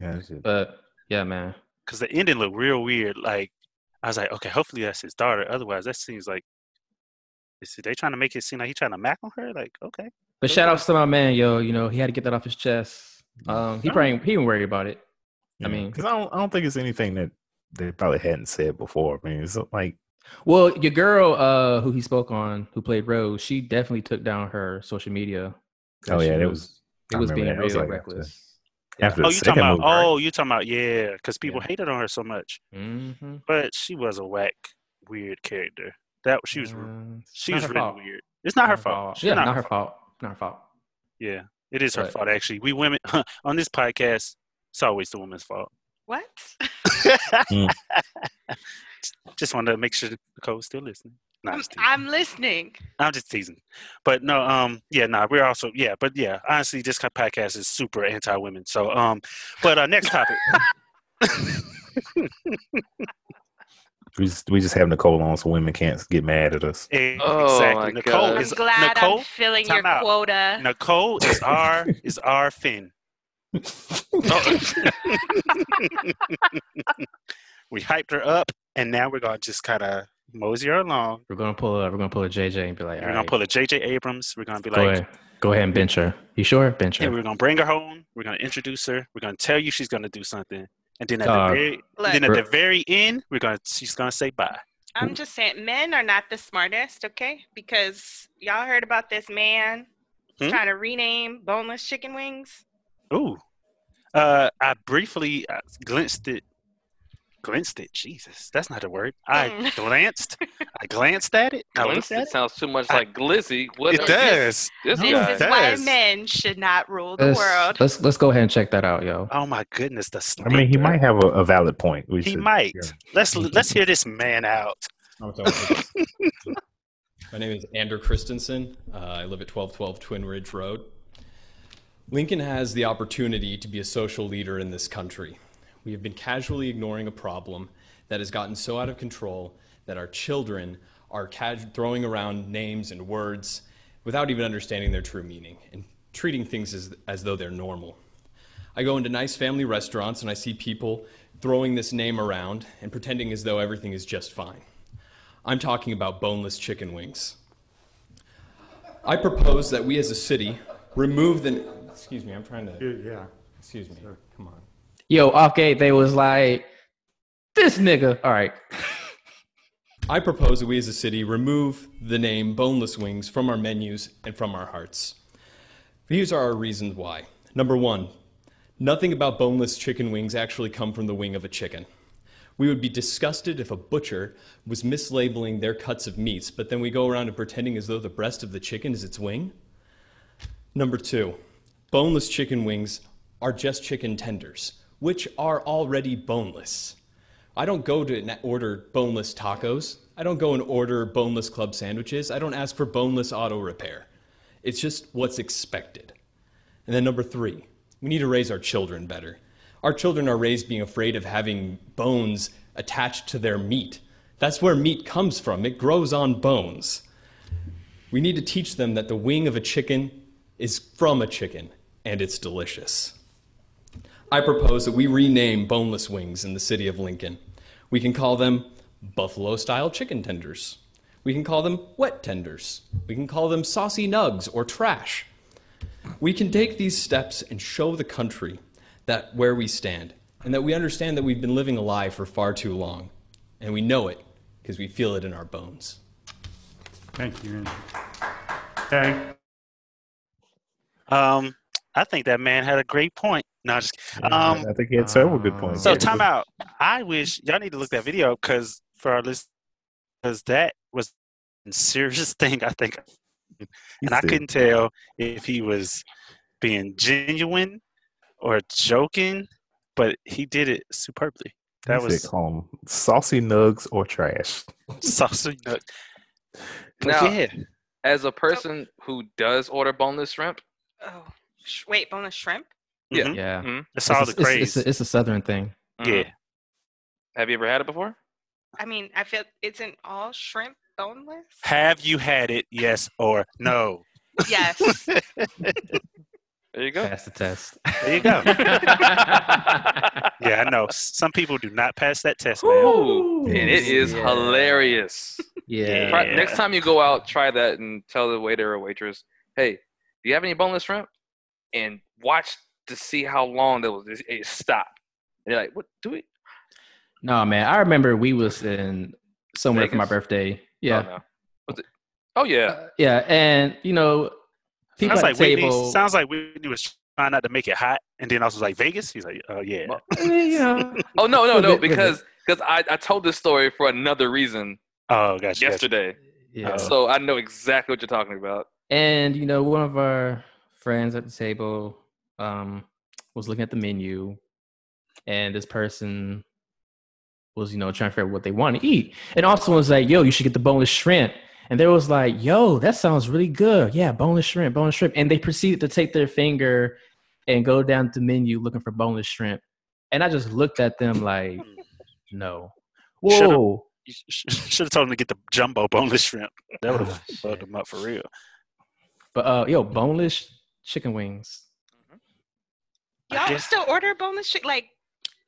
Yeah, that shit.
But yeah, man,
Because the ending looked real weird. Like I was like, okay, hopefully that's his daughter. Otherwise, that seems like is they trying to make it seem like he's trying to mack on her. Like okay,
but shout outs to my man, yo. You know, he had to get that off his chest. Um, he probably he didn't worry about it. I
Yeah.
mean-
'Cause I don't, I don't think it's anything that they probably hadn't said before. I mean, it's like
Well, your girl, uh, who he spoke on, who played Rose, she definitely took down her social media.
Oh, yeah,
She
that
it
I
was being
remember that. It
real
was like after-
reckless.
after the
oh you
second
talking about
movie. right?
oh you talking about yeah because people
Yeah.
hated on her so much,
Mm-hmm.
but she was a whack weird character. That she was She
Mm-hmm. not
was
her
really
fault.
weird. It's not her fault. She's
Yeah, not, her fault. Not her fault.
Yeah, it is her
But-
fault actually. We women (laughs) on this podcast, it's always the woman's fault.
What? (laughs)
Just wanted to make sure Nicole's still listening. No,
I'm,
I'm,
(laughs)
just teasing. I'm,
I'm listening.
just teasing. But no, um, yeah, no, we're also yeah, but yeah, honestly, this kind of podcast is super anti-women. So, um, but uh,
(laughs)
next topic.
We just we just have Nicole on, so women can't get mad at us. (laughs)
E-
Oh,
exactly.
my
Nicole
God.
I'm
is
glad
Nicole.
I'm (laughs) filling
time
your
out.
quota.
Nicole is our is our Finn.
(laughs)
Oh. (laughs) we hyped her up, and now we're gonna just kind of mosey her along.
We're gonna pull a we're gonna pull a JJ and be like,
We're
all
gonna
right,
pull a JJ Abrams. We're gonna be
go
like,
ahead, go ahead and bench her. You sure? Bench
yeah,
her.
we're gonna bring her home. We're gonna introduce her. We're gonna tell you she's gonna do something, and then at
Dog.
the very,
Look,
then at the very end, we're gonna she's gonna say bye.
I'm just saying, men are not the smartest, okay? Because y'all heard about this man
Hmm?
trying to rename boneless chicken wings.
Ooh, uh, I briefly uh, glimpsed it. Glimpsed it. Jesus, that's not a word. I
Mm.
glanced. I glanced at it. I looked
Glizzy
at it.
sounds too much
I-
like Glizzy. What
It
is
does.
This,
This
this guy.
is why
Yes.
men should not rule the
Let's,
world.
let's let's go ahead and check that out, yo.
Oh my goodness, the.
I mean, he
slander.
might have a, a valid point. We
He
should-
might.
yeah.
Let's let's hear this man out.
My name is Andrew Christensen. Uh, I live at 1212 Twin Ridge Road. Lincoln has the opportunity to be a social leader in this country. We have been casually ignoring a problem that has gotten so out of control that our children are cas- throwing around names and words without even understanding their true meaning and treating things as, as though they're normal. I go into nice family restaurants and I see people throwing this name around and pretending as though everything is just fine. I'm talking about boneless chicken wings. I propose that we as a city remove the. Excuse me, I'm trying to.
Yeah.
Excuse me. Come on.
Yo, off gate, they was like, this nigga. All right.
I propose that we as a city remove the name boneless wings from our menus and from our hearts. These are our reasons why. Number one, nothing about boneless chicken wings actually come from the wing of a chicken. We would be disgusted if a butcher was mislabeling their cuts of meats, but then we go around and pretending as though the breast of the chicken is its wing. Number two, boneless chicken wings are just chicken tenders, which are already boneless. I don't go to na- order boneless tacos. I don't go and order boneless club sandwiches. I don't ask for boneless auto repair. It's just what's expected. And then number three, we need to raise our children better. Our children are raised being afraid of having bones attached to their meat. That's where meat comes from, it grows on bones. We need to teach them that the wing of a chicken is from a chicken and it's delicious. I propose that we rename boneless wings in the city of Lincoln. We can call them buffalo style chicken tenders. We can call them wet tenders. We can call them saucy nugs or trash. We can take these steps and show the country that where we stand and that we understand that we've been living a lie for far too long. And we know it because we feel it in our bones.
Thank you. Andrew. Thank.
Um, I think that man had a great point. No, I'm just kidding. um,
I think he had several good points.
So
Yeah.
time out. I wish y'all need to look that video up because for our list, because that was a serious (laughs) thing. I think,
He
and I
said,
couldn't tell if he was being genuine or joking, but he did it superbly. (laughs)
he
That
said,
was
call 'em saucy nugs or trash.
sausage nut. But
Now-
yeah,
As a person who does order boneless shrimp,
Oh, sh- wait, boneless shrimp?
Yeah.
mhm.
Yeah.
it's all
It's-
the
it's-
craze.
It's, a, it's a southern thing.
yeah,
Mm.
mhm. Have you ever had it before?
I mean, I feel isn't all shrimp boneless?
have you had it? Yes or no?
Yes.
There you go.
Pass the test.
There you go.
(laughs)
Yeah, I know. Some people do not pass that test, man.
Ooh, and it is
Yeah.
hilarious.
(laughs) Yeah.
Try-
Yeah.
Next time you go out, try that and tell the waiter or waitress, "Hey, do you have any boneless shrimp?" And watch to see how long that was. It- It stop. And you're like, "What do we?" Oh,
No, man. I remember we was in somewhere for my
Vegas?
birthday. Yeah.
Oh, no. Was it- oh, yeah.
Uh, yeah. And, you know, people
Sounds
at
like
the table.
Whitney.
(laughs)
Sounds like Whitney was trying not to make it hot, and then I was like Vegas. He's like, oh yeah.
Well-
I mean, Eh, you know,
Oh no no
With
no
it- with it.
because because I, I told this story for another reason
Oh, gotcha. gotcha.
yesterday,
yeah.
Oh.
so I know exactly what you're talking about.
And you know, one of our friends at the table um, was looking at the menu, and this person was, you know, trying to figure out what they want to eat. And also was like, "Yo, you should get the boneless shrimp." And they was like, "Yo, that sounds really good. Yeah, boneless shrimp, boneless shrimp." And they proceeded to take their finger and go down the menu looking for boneless shrimp. And I just looked at them like, "No."
Should've-
Whoa.
Should have told him to get the jumbo boneless shrimp. That would have fucked him up for real.
But uh, yo, boneless chicken wings.
I
y'all
guess-
still order boneless chicken? Like,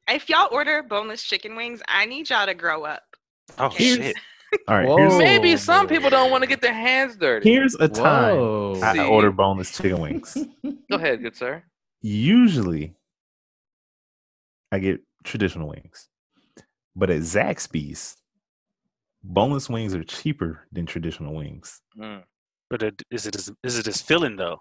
if y'all order boneless chicken wings, I need y'all to grow up.
Oh
Here's-
shit!
All right.
Whoa.
Here's,
Oh,
Maybe some people don't want to get their hands dirty.
here's a time
Whoa.
I
See.
order boneless chicken (laughs)
(laughs)
wings.
Go ahead, good sir.
Usually, I get traditional wings, but at Zaxby's, boneless wings are cheaper than traditional wings.
Mm.
But it, is it is, is it this feeling though?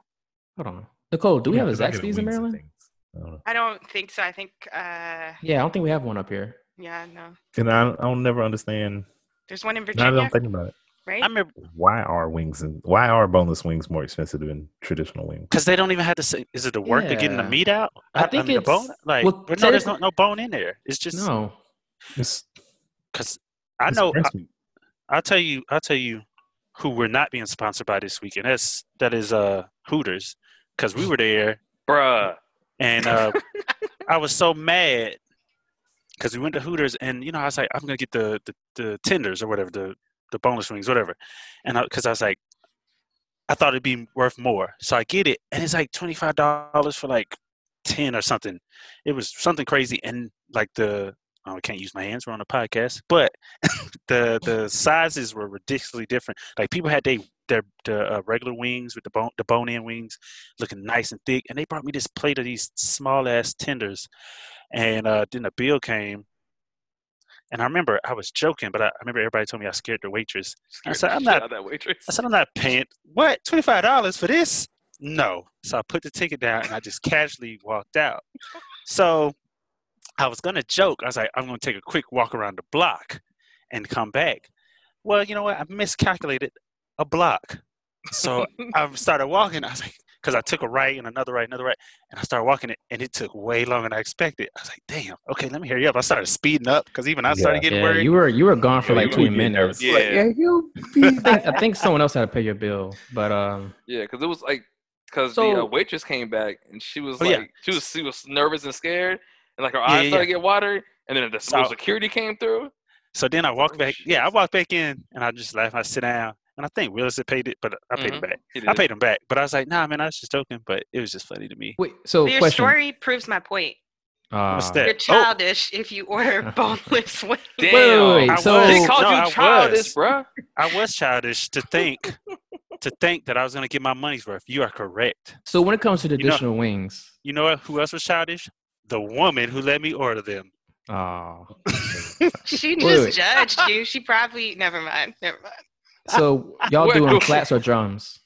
Hold on. Nicole, do we have a
Because I get
Zaxby's
wings and
in Maryland?
things. I don't know.
I don't think so. I think, uh,
Yeah, I don't think we have one up here.
yeah, no.
And I, don't- I don't never understand.
There's one in
Now that I'm
Virginia,
thinking about it,
right?
I remember
why are wings and why are boneless wings more expensive than traditional wings?
because they don't even have to say. Is it the work of getting the
Yeah.
meat out?
I think
mean, the
it's-
bone. Like,
well,
but no, there's
technically-
no, no bone in there. It's just
No.
It's,
because I
it's
know.
uh,
breast meat.
I, will tell you. I'll tell you. who were not being sponsored by this week, and that's that is uh Hooters, because we were there
Bruh.
and uh, I was so mad because we went to Hooters, and you know, I was like, I'm gonna get the the, the tenders or whatever, the the boneless wings, whatever, and because I, was like, I thought it'd be worth more, so I get it, and it's like twenty five dollars for like ten or something. It was something crazy, and like the oh, I can't use my hands. We're on a podcast, but (laughs) the the sizes were ridiculously different. Like people had they their the uh, regular wings with the bone the bone in wings looking nice and thick. And they brought me this plate of these small ass tenders. And uh, then the bill came. And I remember I was joking, but I, I remember everybody told me I scared the waitress. I said, I'm not-
Shout out that waitress.
I said, I'm not paying. What? $25 for this? No. So I put the ticket down and I just casually walked out. So I was going to joke. I was like, I'm going to take a quick walk around the block and come back. Well, you know what? I miscalculated a block. So I started walking. I was like, because I took a right and another right, another right, and I started walking it, and it took way longer than I expected. I was like, damn, okay, let me hurry up. I started speeding up because even I started getting
Yeah,
worried.
you were you were gone for
Yeah,
like
you
twenty
were getting
minutes.
nervous.
Like,
Yeah.
yeah, you. you think- I think someone else had to pay your bill, but um,
Yeah, because it was like, because the uh,
So-
waitress came back and she was
Oh,
like,
yeah.
she was she was nervous and scared, and like her
Yeah,
eyes
yeah,
started to get watery, and then the
So-
security came through.
So then I walked back.
shit.
Yeah, I walked back in and I just laughed. I sit down and I think Willis had paid it, but I paid him
Mhm.
back.
He
I
did.
paid him back, but I was like, nah, man, I was just joking. But it was just funny to me.
wait. So
Your
question.
story proves my point.
Uh,
What's that?
You're
(laughs) Oh.
childish if you
(laughs)
order boneless wings.
Wait,
Damn,
wait, wait,
I
so-
was.
they called
No, I
you childish,
was.
bro.
I was childish to think to think that I was going to get my money's worth. You are correct.
So when it comes to the
You know-
additional wings,
You know what- who else was childish? The woman who let me order them.
oh,
(laughs) She
Wait,
just
wait.
judged you. She probably never mind. Never mind.
so y'all
Wait,
doing
wait.
flats or drums?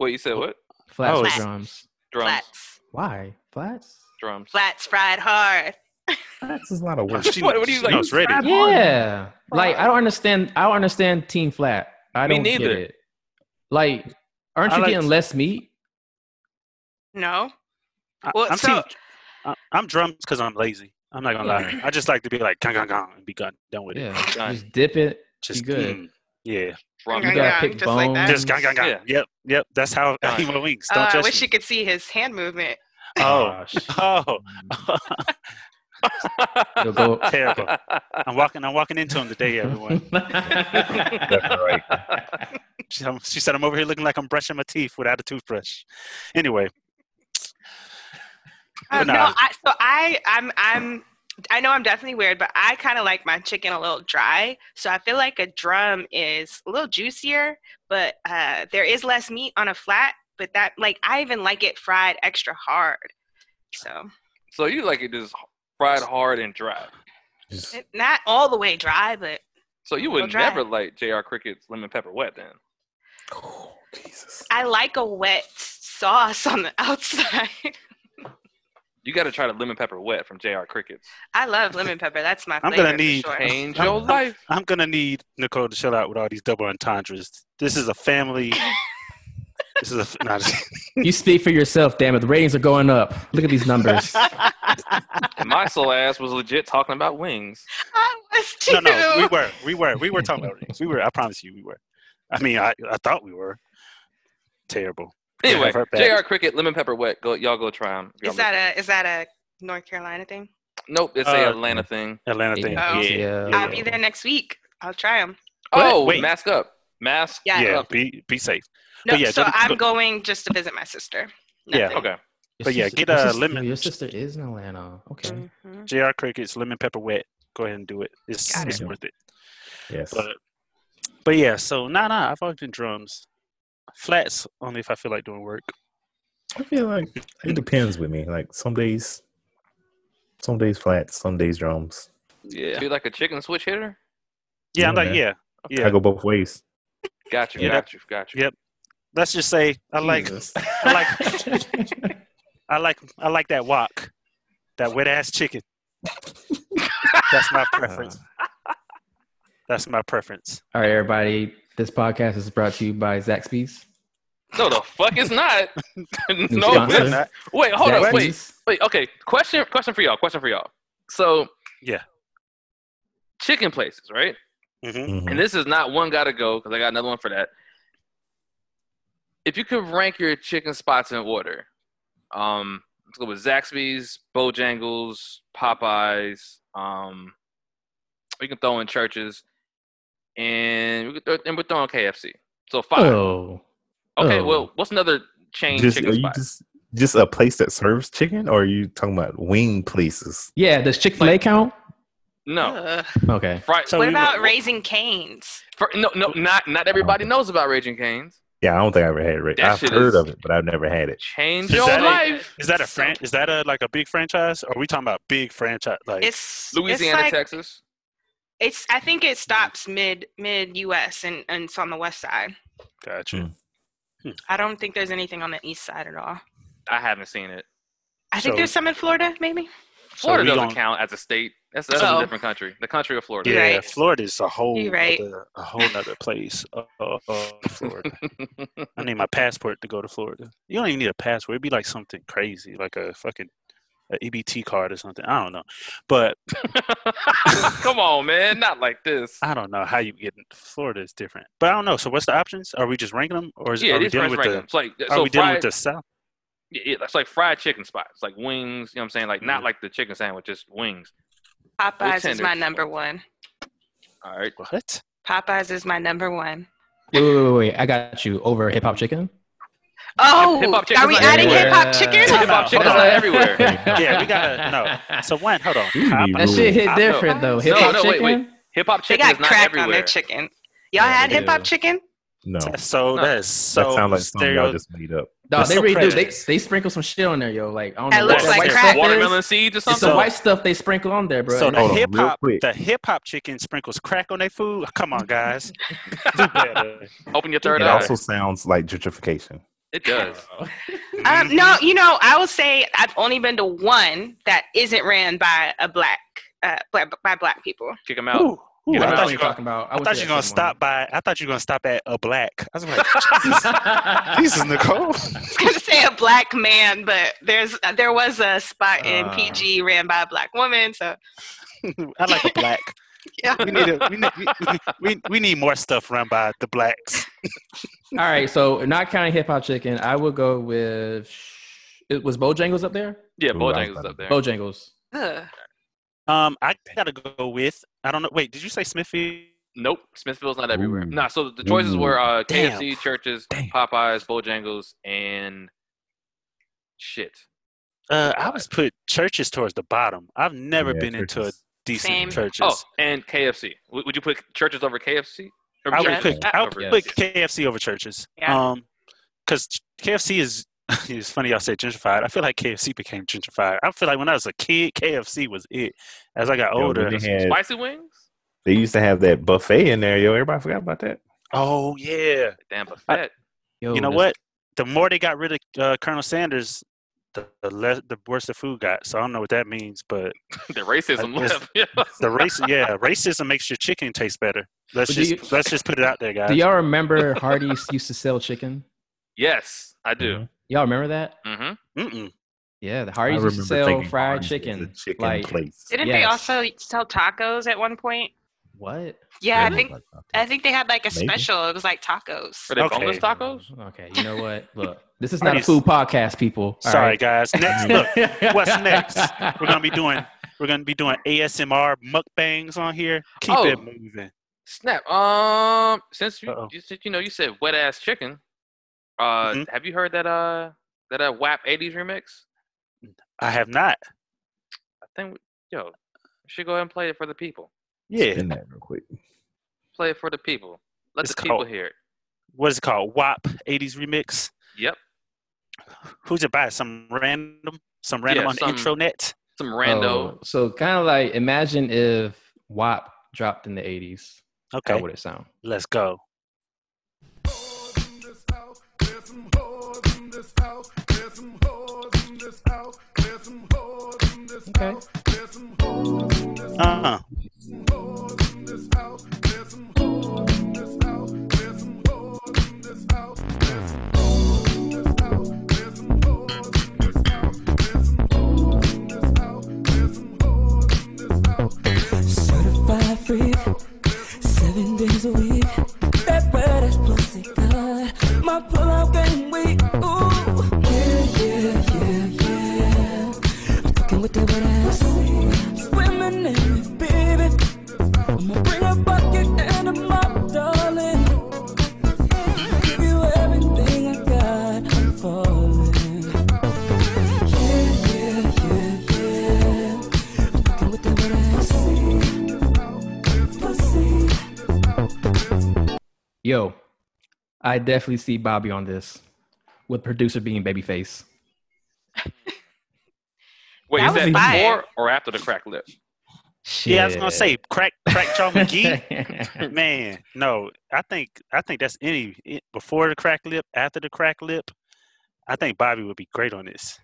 Wait, you said what?
Flats
Oh,
or
it's-
drums?
Drums,
Flats.
Why flats?
drums.
Flats fried hard.
That's a lot of work.
She,
What- what do you
she
like?
knows ready.
Yeah, like I don't understand. I don't understand team flat. I
Me
don't
neither.
get it. Like, aren't
I
you
like-
getting less meat?
No.
I-
Well,
I'm,
so-
team- I, am drums because I'm lazy. I'm not gonna lie. I just like to be like gong gong gong and be gone done with
Yeah,
it.
Done.
just dip it.
Just
good.
mm, yeah.
Drums.
You
Gang,
gotta
(laughs)
gang,
pick
just
bones.
like that.
Just gong
(laughs)
gong gong.
Yeah.
Yep, yep. That's how I
Done.
eat my wings.
Oh,
Don't
I
judge
wish
me.
you could see his hand movement.
(laughs)
Oh, (laughs) oh.
You'll go-
Terrible. I'm walking. I'm walking into him today, everyone. (laughs)
right.
She, um, she said I'm over here looking like I'm brushing my teeth without a toothbrush. Anyway,
Um,
Nah.
no, I, so I, I'm, I'm, I know I'm definitely weird, but I kind of like my chicken a little dry. So I feel like a drum is a little juicier, but uh, there is less meat on a flat. But that, like, I even like it fried extra hard. So
(laughs) so you like it just fried hard and dry.
(laughs) Just-
it- not all the way dry, but
So you would
Well, dry.
never like J.R. Cricket's lemon pepper wet then.
oh, Jesus.
I like a wet sauce on the (laughs) outside.
You got to try the lemon pepper wet from J.R.
(laughs)
Cricket's.
I love lemon pepper. That's my.
I'm
flavor
gonna
for
need-
sure.
Change your life.
I'm gonna need Nicole to chill out with all these double entendres. This is a family. this is a. Nah, (laughs) just-
(laughs) you speak for yourself, damn it. The ratings are going up. Look at
(laughs)
these numbers.
And my soul ass was legit talking about wings.
(laughs) I was too.
no, no,
(laughs)
we were, we were, we were talking about rings. We were. I promise you, we were. I mean, I, I thought we were. Terrible. (laughs) Yeah,
Anyway,
I've heard that.
J.R. Cricket lemon pepper wet. Go, y'all go try them.
Is that a is that a North Carolina thing?
Nope, it's a
Uh,
Atlanta thing.
Atlanta thing.
Oh.
Yeah.
I'll be there next week. I'll try them.
Oh,
Wait.
mask up. Mask
Yeah.
Yeah.
up.
Be be safe.
No,
But yeah,
so
don't-
I'm
don't-
going just to visit my sister.
Yeah,
Nothing.
Okay.
Your
But yeah,
sister-
get
your
a
sister-
lemon-
Your sister is in Atlanta. Okay.
Mhm.
Jr. Crickets lemon pepper wet. Go ahead and do it. It's
Got
it's
it.
worth it.
Yes.
But but yeah, so nah nah, I've always been drums. Flats only if I feel like doing work.
I feel like it depends with me. Like some days, some days flats, some days drums.
Yeah.
Be like a chicken switch hitter.
Yeah, I'm
Yeah,
like,
man.
yeah. Yeah.
I go both ways.
Got you.
Yeah.
Got you. Got you.
Yeah. Let's just say I like I like I like I like that wok. That wet ass chicken. That's my preference. That's my preference.
(laughs) All right, everybody. This podcast is brought to you by Zaxby's.
No, the fuck
(laughs)
is not.
New
no,
sponsor.
it's not. Wait, hold on. Wait,
Zaxby's.
wait. Okay. Question. Question for y'all. Question for y'all. So.
Yeah.
Chicken places, right?
Mhm.
Mhm.
and this is not one gotta go because I got another one for that. If you could rank your chicken spots in order, um, let's go with Zaxby's, Bojangles, Popeyes. Um, we can throw in churches, and we could throw, and we're throwing KFC. So five.
Oh,
okay,
oh.
well, what's another chain
Just, are
chicken
you
spot?
just just a place that serves chicken, or are you talking about wing places?
yeah. Does Chick Fil A count?
No,
Ugh.
Okay.
fri-
So
what
we
about
would-
raising canes?
fri- no, no, not not everybody knows about Raging Canes.
Yeah, I don't think I ever had it.
That
I've
shit
heard
is-
of it, but I've never had it.
Change
Is
your
that a-
life.
Is that a fran- Is that a like a big franchise? Or are we talking about big franchise? Like
It's
Louisiana,
it's like,
Texas.
It's I think it stops mid mid U.S. and and it's on the west side.
gotcha.
Mm.
I don't think there's anything on the east side at all.
I haven't seen it.
I think
So-
there's some in Florida, maybe.
Florida
we
doesn't
gon-
count as a state. That's, that's
Oh.
a different country. The country of Florida.
Yeah,
right.
Florida is a whole
You're right.
other, a whole other place. Uh, uh, uh, Florida. I need my passport to go to Florida. You don't even need a passport. It'd be like something crazy, like a fucking a EBT card or something. I don't know, but
(laughs) Come on, man. Not like this.
I don't know how you get. Florida is different, but I don't know. So what's the options? Are we just ranking them, or is,
yeah,
are we
these
dealing
French
with the?
randoms. Like,
Are
so
we dealing
fried,
with the South?
yeah, yeah, it's like fried chicken spots, like wings. You know what I'm saying? Like
Mm.
not like the chicken sandwich, just wings.
Popeyes is
tenders?
my number one.
All right.
What?
Popeyes is my number one.
Wait, wait, wait, wait. I got you. Over hip hop chicken.
Oh,
hip-hop chicken's
are we
not
adding
everywhere.
hip hop chicken?
Hold
Hip hop
on,
chicken's
hold
not
on.
everywhere.
(laughs)
Yeah, we gotta-
(laughs)
no. So one, hold on.
You need
Popeye-
That
rules.
shit hit
I know.
different though.
No,
Hip hop
no, wait,
chicken.
wait. Hip hop
They
chicken
got
is not
crack on
everywhere.
their chicken. Y'all
Yeah,
had
they
hip hop
do.
chicken?
No,
That's so
No.
that's so
that sounds like something
stereo-
y'all just made up.
No,
That's
they
so
really do. They,
precious.
they sprinkle some shit on there, yo. Like I don't
That
know
looks
what that
like
white
crack.
stuff
Watermelon
is.
seeds or
It's
something.
some
So-
white stuff they sprinkle on there, bro.
So
And
the
Hold on,
hip
real
hop,
quick.
the hip hop chicken sprinkles crack on their food. Come on, guys. Do better.
(laughs)
Open your third
It
eye.
also sounds like gentrification.
it does.
(laughs)
Um, no, you know, I will say I've only been to one that isn't ran by a black, uh, by, by black people. (laughs)
Kick them
Ooh,
out.
ooh,
Yeah,
I
I
thought
know
you
you
were
talking about.
I
went
thought
to
you were
that
gonna
same
stop by. I thought you were gonna stop at a black. I
(laughs)
was like,
one.
Jesus, Nicole.
I was gonna say a black man, but there's uh, there was a spot in
Ah.
PG ran by a black woman, so
I like a black.
Yeah.
We need a, we, need, we, we, we need more stuff run by the blacks.
All right, so not counting hip hop chicken, I would go with. It was Bojangles up there.
(laughs)
Ooh, I
Yeah,
was
Bojangles
about
up there.
Bojangles.
ugh.
Um, I gotta go with. I don't know. Wait, did you say Smithfield?
Nope, Smithville's not everywhere.
Ooh.
Nah, so the choices were uh,
Damn.
KFC, churches,
Damn.
Popeyes, Bojangles, and shit.
Uh, I was put churches towards the bottom. I've never
Yeah,
been into a
churches.
decent
Same.
churches.
Oh, and KFC. W- would you put churches over KFC? Or
I would
Yes.
churches
pick, I would
over-
pick
yeah.
KFC over churches.
Yeah.
Um, because KFC is (laughs) it's funny y'all say gentrified. I feel like KFC became gentrified. I feel like when I was a kid, KFC was it. As I got
Yo,
older,
they, had,
Spicy wings?
they used to have that buffet in there, yo. Everybody forgot about that.
oh yeah.
Damn buffet. (laughs)
Yo,
you know
this-
what? The more they got rid of uh, Colonel Sanders, the, the less the worse the food got. So I don't know what that means, but
the racism
I just-
(laughs) left. Yeah.
the race,
(laughs)
yeah, racism makes your chicken taste better. Let's
But do
just
you-
let's just put it out there, guys.
Do y'all remember Hardee's used to sell chicken?
Yes, I do.
Y'all remember that?
Mm-hmm.
Mm-mm.
Yeah, the
I
Hardee's used
remember
to sell
thinking
fried
Hardee's was a
chicken.
chicken
like
place.
Didn't they
Yes.
also sell tacos at one point?
what?
Yeah, I
Really?
think I think they had like a
Maybe.
special. It was like tacos.
Are they
Okay.
boneless tacos?
Okay, you know
(laughs)
what? Look, this is not a
Hardee's-
food podcast, people. (laughs) All
Sorry,
right?
guys. Next, look, what's next? We're gonna be doing we're gonna be doing ASMR mukbangs on here. Keep
Oh.
it moving.
Snap. Um, since you,
Uh-oh.
you since you know you said wet ass chicken, uh,
Mhm.
have you heard that uh that uh WAP '80s remix?
I have not.
I think we- yo, we should go ahead and play it for the people.
Yeah.
Spin that real quick.
Play it for the people. Let
It's
the people
called-
hear it.
What is it called? WAP 80s remix.
Yep.
Who's it by? Some random some random
Yeah,
on
some-
the intranet.
Some rando.
(laughs) Oh, so kind of like imagine if WAP dropped in the '80s. How
Okay.
would it sound?
Let's go.
Okay.
Uh-huh.
Certified freak, seven
Yo, I definitely see Bobby on this, with producer being Babyface.
Wait,
That was
is that
fire.
before or after the crack lip?
Yeah, I was gonna
Shit.
say crack crack John
(laughs)
McGee. Man, no, I think I think that's any it- before the crack lip, after the crack lip. I think Bobby would be great on this.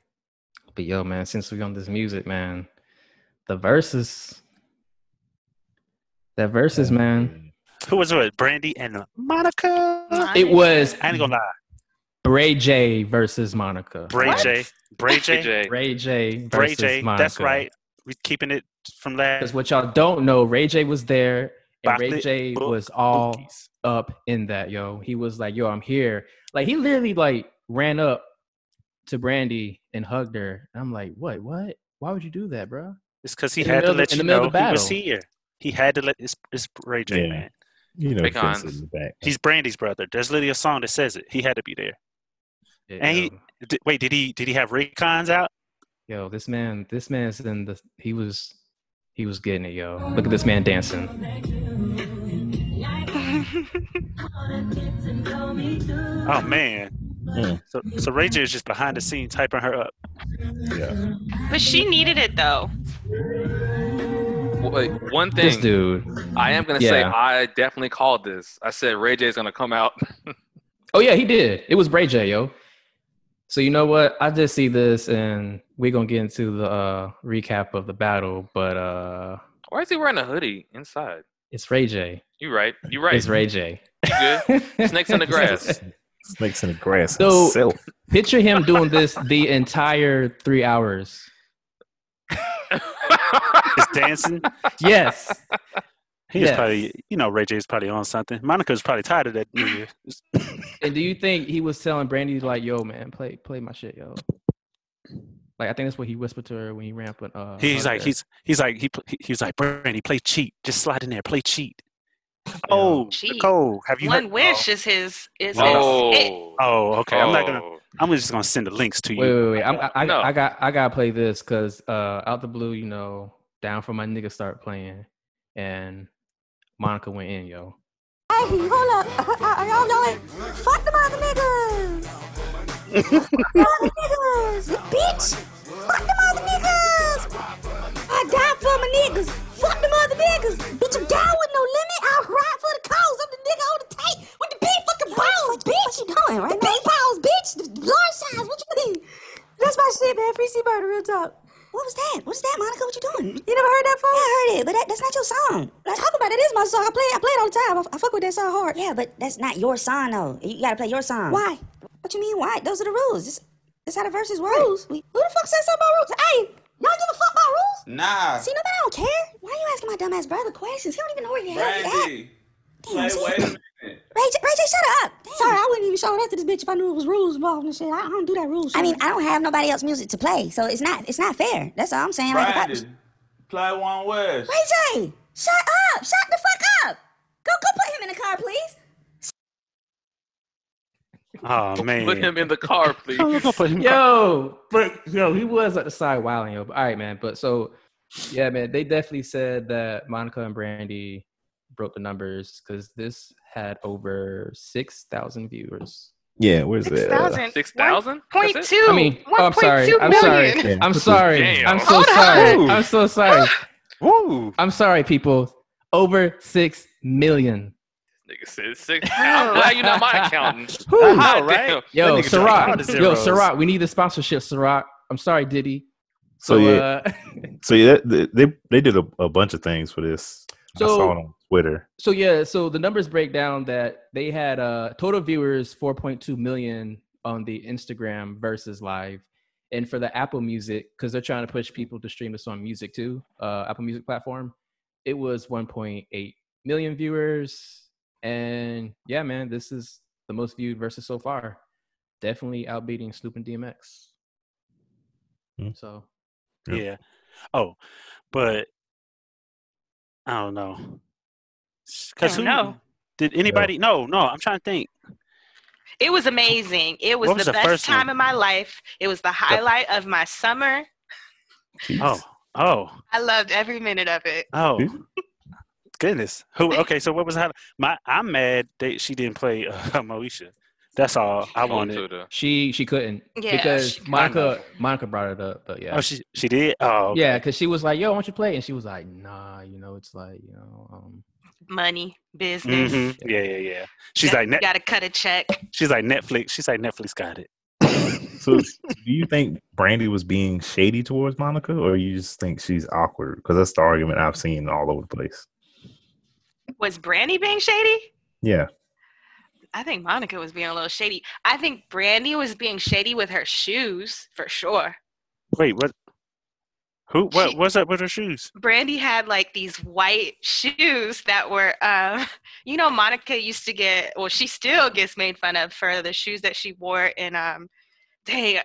But yo, man, since we on this music, man, the verses, that verses, man.
Who was it? Brandy and Monica.
It was
I ain't gonna lie,
Bray J versus Monica.
Bray
What?
J, Bray J,
AJ.
Ray J versus
Bray J.
Monica.
That's right. We keeping it from
Because
last.
what y'all don't know, Ray J was there, and Ray
Chocolate
J
book
was all
Bookies.
up in that, yo. He was like, yo, I'm here. Like he literally like ran up to Brandy and hugged her. And I'm like, what, what? Why would you do that, bro?
It's because he
in the
had to
middle of-
let
in
you
the middle
know
of
he
the
was
battle.
here. He had to let. It's, it's Ray J,
Yeah.
man.
You know,
Big
fence it
Hans.
in the back.
He's Brandy's brother. There's literally a song that says it. He had to be there.
Yeah,
he-
yo.
Did, wait, did he? Did he have Raycons out?
yo, this man, this man's in the he was he was getting it, yo. Look at this man dancing.
Oh man.
Mm.
So, so Ray J is just behind the scenes hyping her up.
Yeah.
But she needed it though.
Wait, uh, one
This
thing
dude.
I am gonna say,
Yeah.
I definitely called this. I said Ray J's gonna come out. (laughs)
Oh yeah, he did. It was Bray J, yo. So you know what? I just see this and we're gonna get into the uh recap of the battle, but uh
Why is he wearing a hoodie inside?
it's Ray J.
You right. You right.
It's Ray J.
You good? (laughs)
(laughs)
Snakes in the grass.
Snakes in the grass.
So-
itself.
(laughs) Picture him doing this the entire three hours.
(laughs)
Just
(laughs)
dancing.
Yes.
He was
Yes.
probably, you know, Ray J is probably on something. Monica's probably tired of that. nigga.
And do you think he was telling Brandy like, "Yo, man, play play my shit, yo"? Like I think that's what he whispered to her when he ran up. and, Uh,
he's
hugged
like,
her.
he's he's like, he pl- he he was like, Brandy, play cheat. Just slide in there, play cheat. Oh,
Cheat.
Nicole, have you
One
heard?
wish is his is
oh.
his it.
Oh, okay. I'm not gonna.
Oh.
I'm just gonna send the links to you.
Wait, wait, wait! I'm, I, I,
No.
I got, I gotta play this because uh, out the blue, you know, down for my nigga start playing, and Monica went in, yo.
Hey, hold up. Uh, y'all know it. Fuck the mother niggas. mother niggas. Bitch. Fuck the mother niggas. I die for my niggas. Fuck the mother niggas. Bitch, I'm down with no limit. I'll ride for the cause. I'm the nigga on the tape with the big fucking balls, bitch. What you doing right the now? Big balls, bitch. The large size. What you mean? That's my shit, man. Free C murder, real talk. What was that? What's that, Monica? What you doing? You never heard that before? Yeah, I heard it, but that, that's not your song. Like, talk about it. It is my song. I play, I play it all the time. I, f- I fuck with that song hard. Yeah, but that's not your song, though. You gotta play your song. Why? What you mean, why? Those are the rules. This, this how the verses work. Rules? We, who the fuck said something about rules? Hey, y'all give a fuck about rules?
(laughs) Nah,
See, nobody don't care. Why are you asking my dumbass brother questions? He don't even know where the hell he at.
Brandy.
Damn,
Wait,
see?
wait a minute.
Ray J, Ray J, shut up. Sorry, I wouldn't even show that to this bitch if I knew it was rules involved and shit. I, I don't do that rules. I mean, I don't have nobody else music to play, so it's not it's not fair. That's all I'm saying.
Brandy. Play one word.
Ray J, shut up! Shut the fuck up! Go go put him in the car, please.
Oh man.
Put him in the car,
(laughs)
please.
I'm gonna put him.
Yo, but yo, he was at the side wilding, yo. But, all right, man. But so, yeah, man, they definitely said that Monica and Brandy broke the numbers because this had over six thousand viewers.
Yeah, where's
Six
that? uh,
thousand.
Six thousand?
Point two.
I mean, oh, I'm
1.2
sorry. I'm
million.
sorry.
Yeah.
I'm sorry.
Damn.
I'm so
Hold
sorry.
on.
I'm so sorry.
Woo.
I'm sorry, people. Over six million.
Nigga said six.
(laughs)
I'm glad you're not my accountant.
I
(laughs)
know,
God
right?
damn.
Yo,
That nigga took all the
Syrah. Yo,
zeros.
Syrah. We need the sponsorship, Syrah. I'm sorry, Diddy.
So, yeah,
uh,
so yeah, th- they they did a, a bunch of things for this. I
So-
saw it on Twitter.
so yeah, so the numbers break down that they had uh total viewers 4.2 million on the Instagram versus live. And for the Apple Music, because they're trying to push people to stream this on music too, uh, Apple Music platform, it was 1.8 million viewers. And yeah, man, this is the most viewed versus so far. Definitely outbeating Snoop and DMX.
Hmm.
So
Yeah.
Yeah. Oh, but I don't know. Because
Don't
who
know.
did anybody? No, no. I'm trying to think.
It was amazing. It was,
What was
the
the
best
first one?
time of my life. It was the highlight of my summer.
Oh, oh,
I loved every minute of it.
oh.
Jeez.
goodness. Who? Okay, so what was how? My I'm mad that she didn't play uh, (laughs) Moesha. That's all I wanted.
She she couldn't
Yeah,
because
she-
Monica Monica brought it up, but yeah.
Oh, she she did. Oh, okay.
Yeah, because she was like, "Yo, why don't you play?" And she was like, "Nah, you know, it's like, you know, um,
Money, business.
Mhm. Yeah, yeah, yeah. She's
Got-
like net,
gotta cut a check.
she's like Netflix. She's like Netflix got it.
So, do you think Brandy was being shady towards Monica, or you just think she's awkward? Because that's the argument I've seen all over the place.
Was Brandy being shady?
Yeah,
I think Monica was being a little shady. I think Brandy was being shady with her shoes for sure.
Wait, what? Who? What? what's up with her shoes?
Brandy had like these white shoes that were, um, (laughs) you know, Monica used to get, well, she still gets made fun of for the shoes that she wore in, um, dang,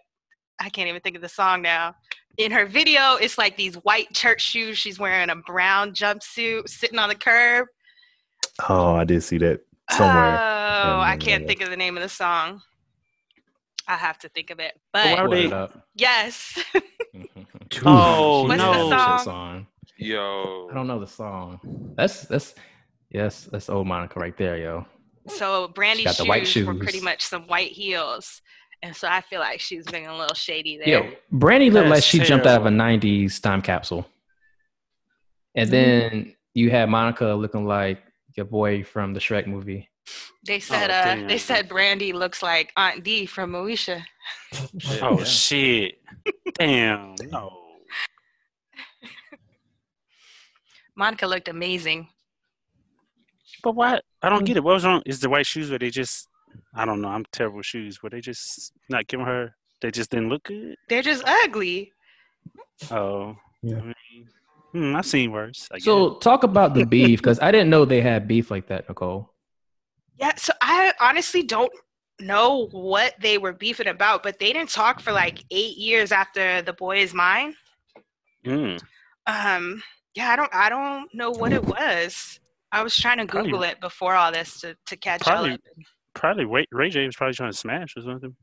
I can't even think of the song now. In her video, it's like these white church shoes. She's wearing a brown jumpsuit, sitting on the curb.
Oh, I did see that
Oh,
somewhere.
I
remember
can't
that.
think of the name of the song. I have to think of it.
why
But
would they- Pull it up.
yes,
(laughs)
(laughs)
Oh,
What's the
no.
song?
Yo.
I don't know the song. That's that's yes, that's old Monica right there, yo.
so Brandy's
got
shoes,
the white
were pretty
shoes.
much some white heels, and so I feel like she was being a little shady there.
Yo, Brandy looked like
That's
she jumped out of a '90s time capsule, and
Mm-hmm.
then you had Monica looking like your boy from the Shrek movie.
They said,
Oh,
uh,
damn.
they said Brandy looks like Aunt D from Moesha.
Oh shit! Damn. (laughs) No.
Monica looked amazing.
But why? I don't get it. What was wrong? Is the white shoes? Were they just? I don't know. I'm terrible with shoes. Were they just not giving her? They just didn't look good.
They're just ugly.
Oh. Yeah. I mean, hmm, I've seen worse. I guess.
So talk about the beef
(laughs)
because I didn't know they had beef like that, Nicole.
Yeah, so I honestly don't know what they were beefing about, but they didn't talk for like eight years after the boy is mine.
Hmm.
Um, yeah, I don't, I don't know what it was. I was trying to
Probably-
Google it before all this to, to catch
probably,
up.
probably wait, Ray J was probably trying to smash or something.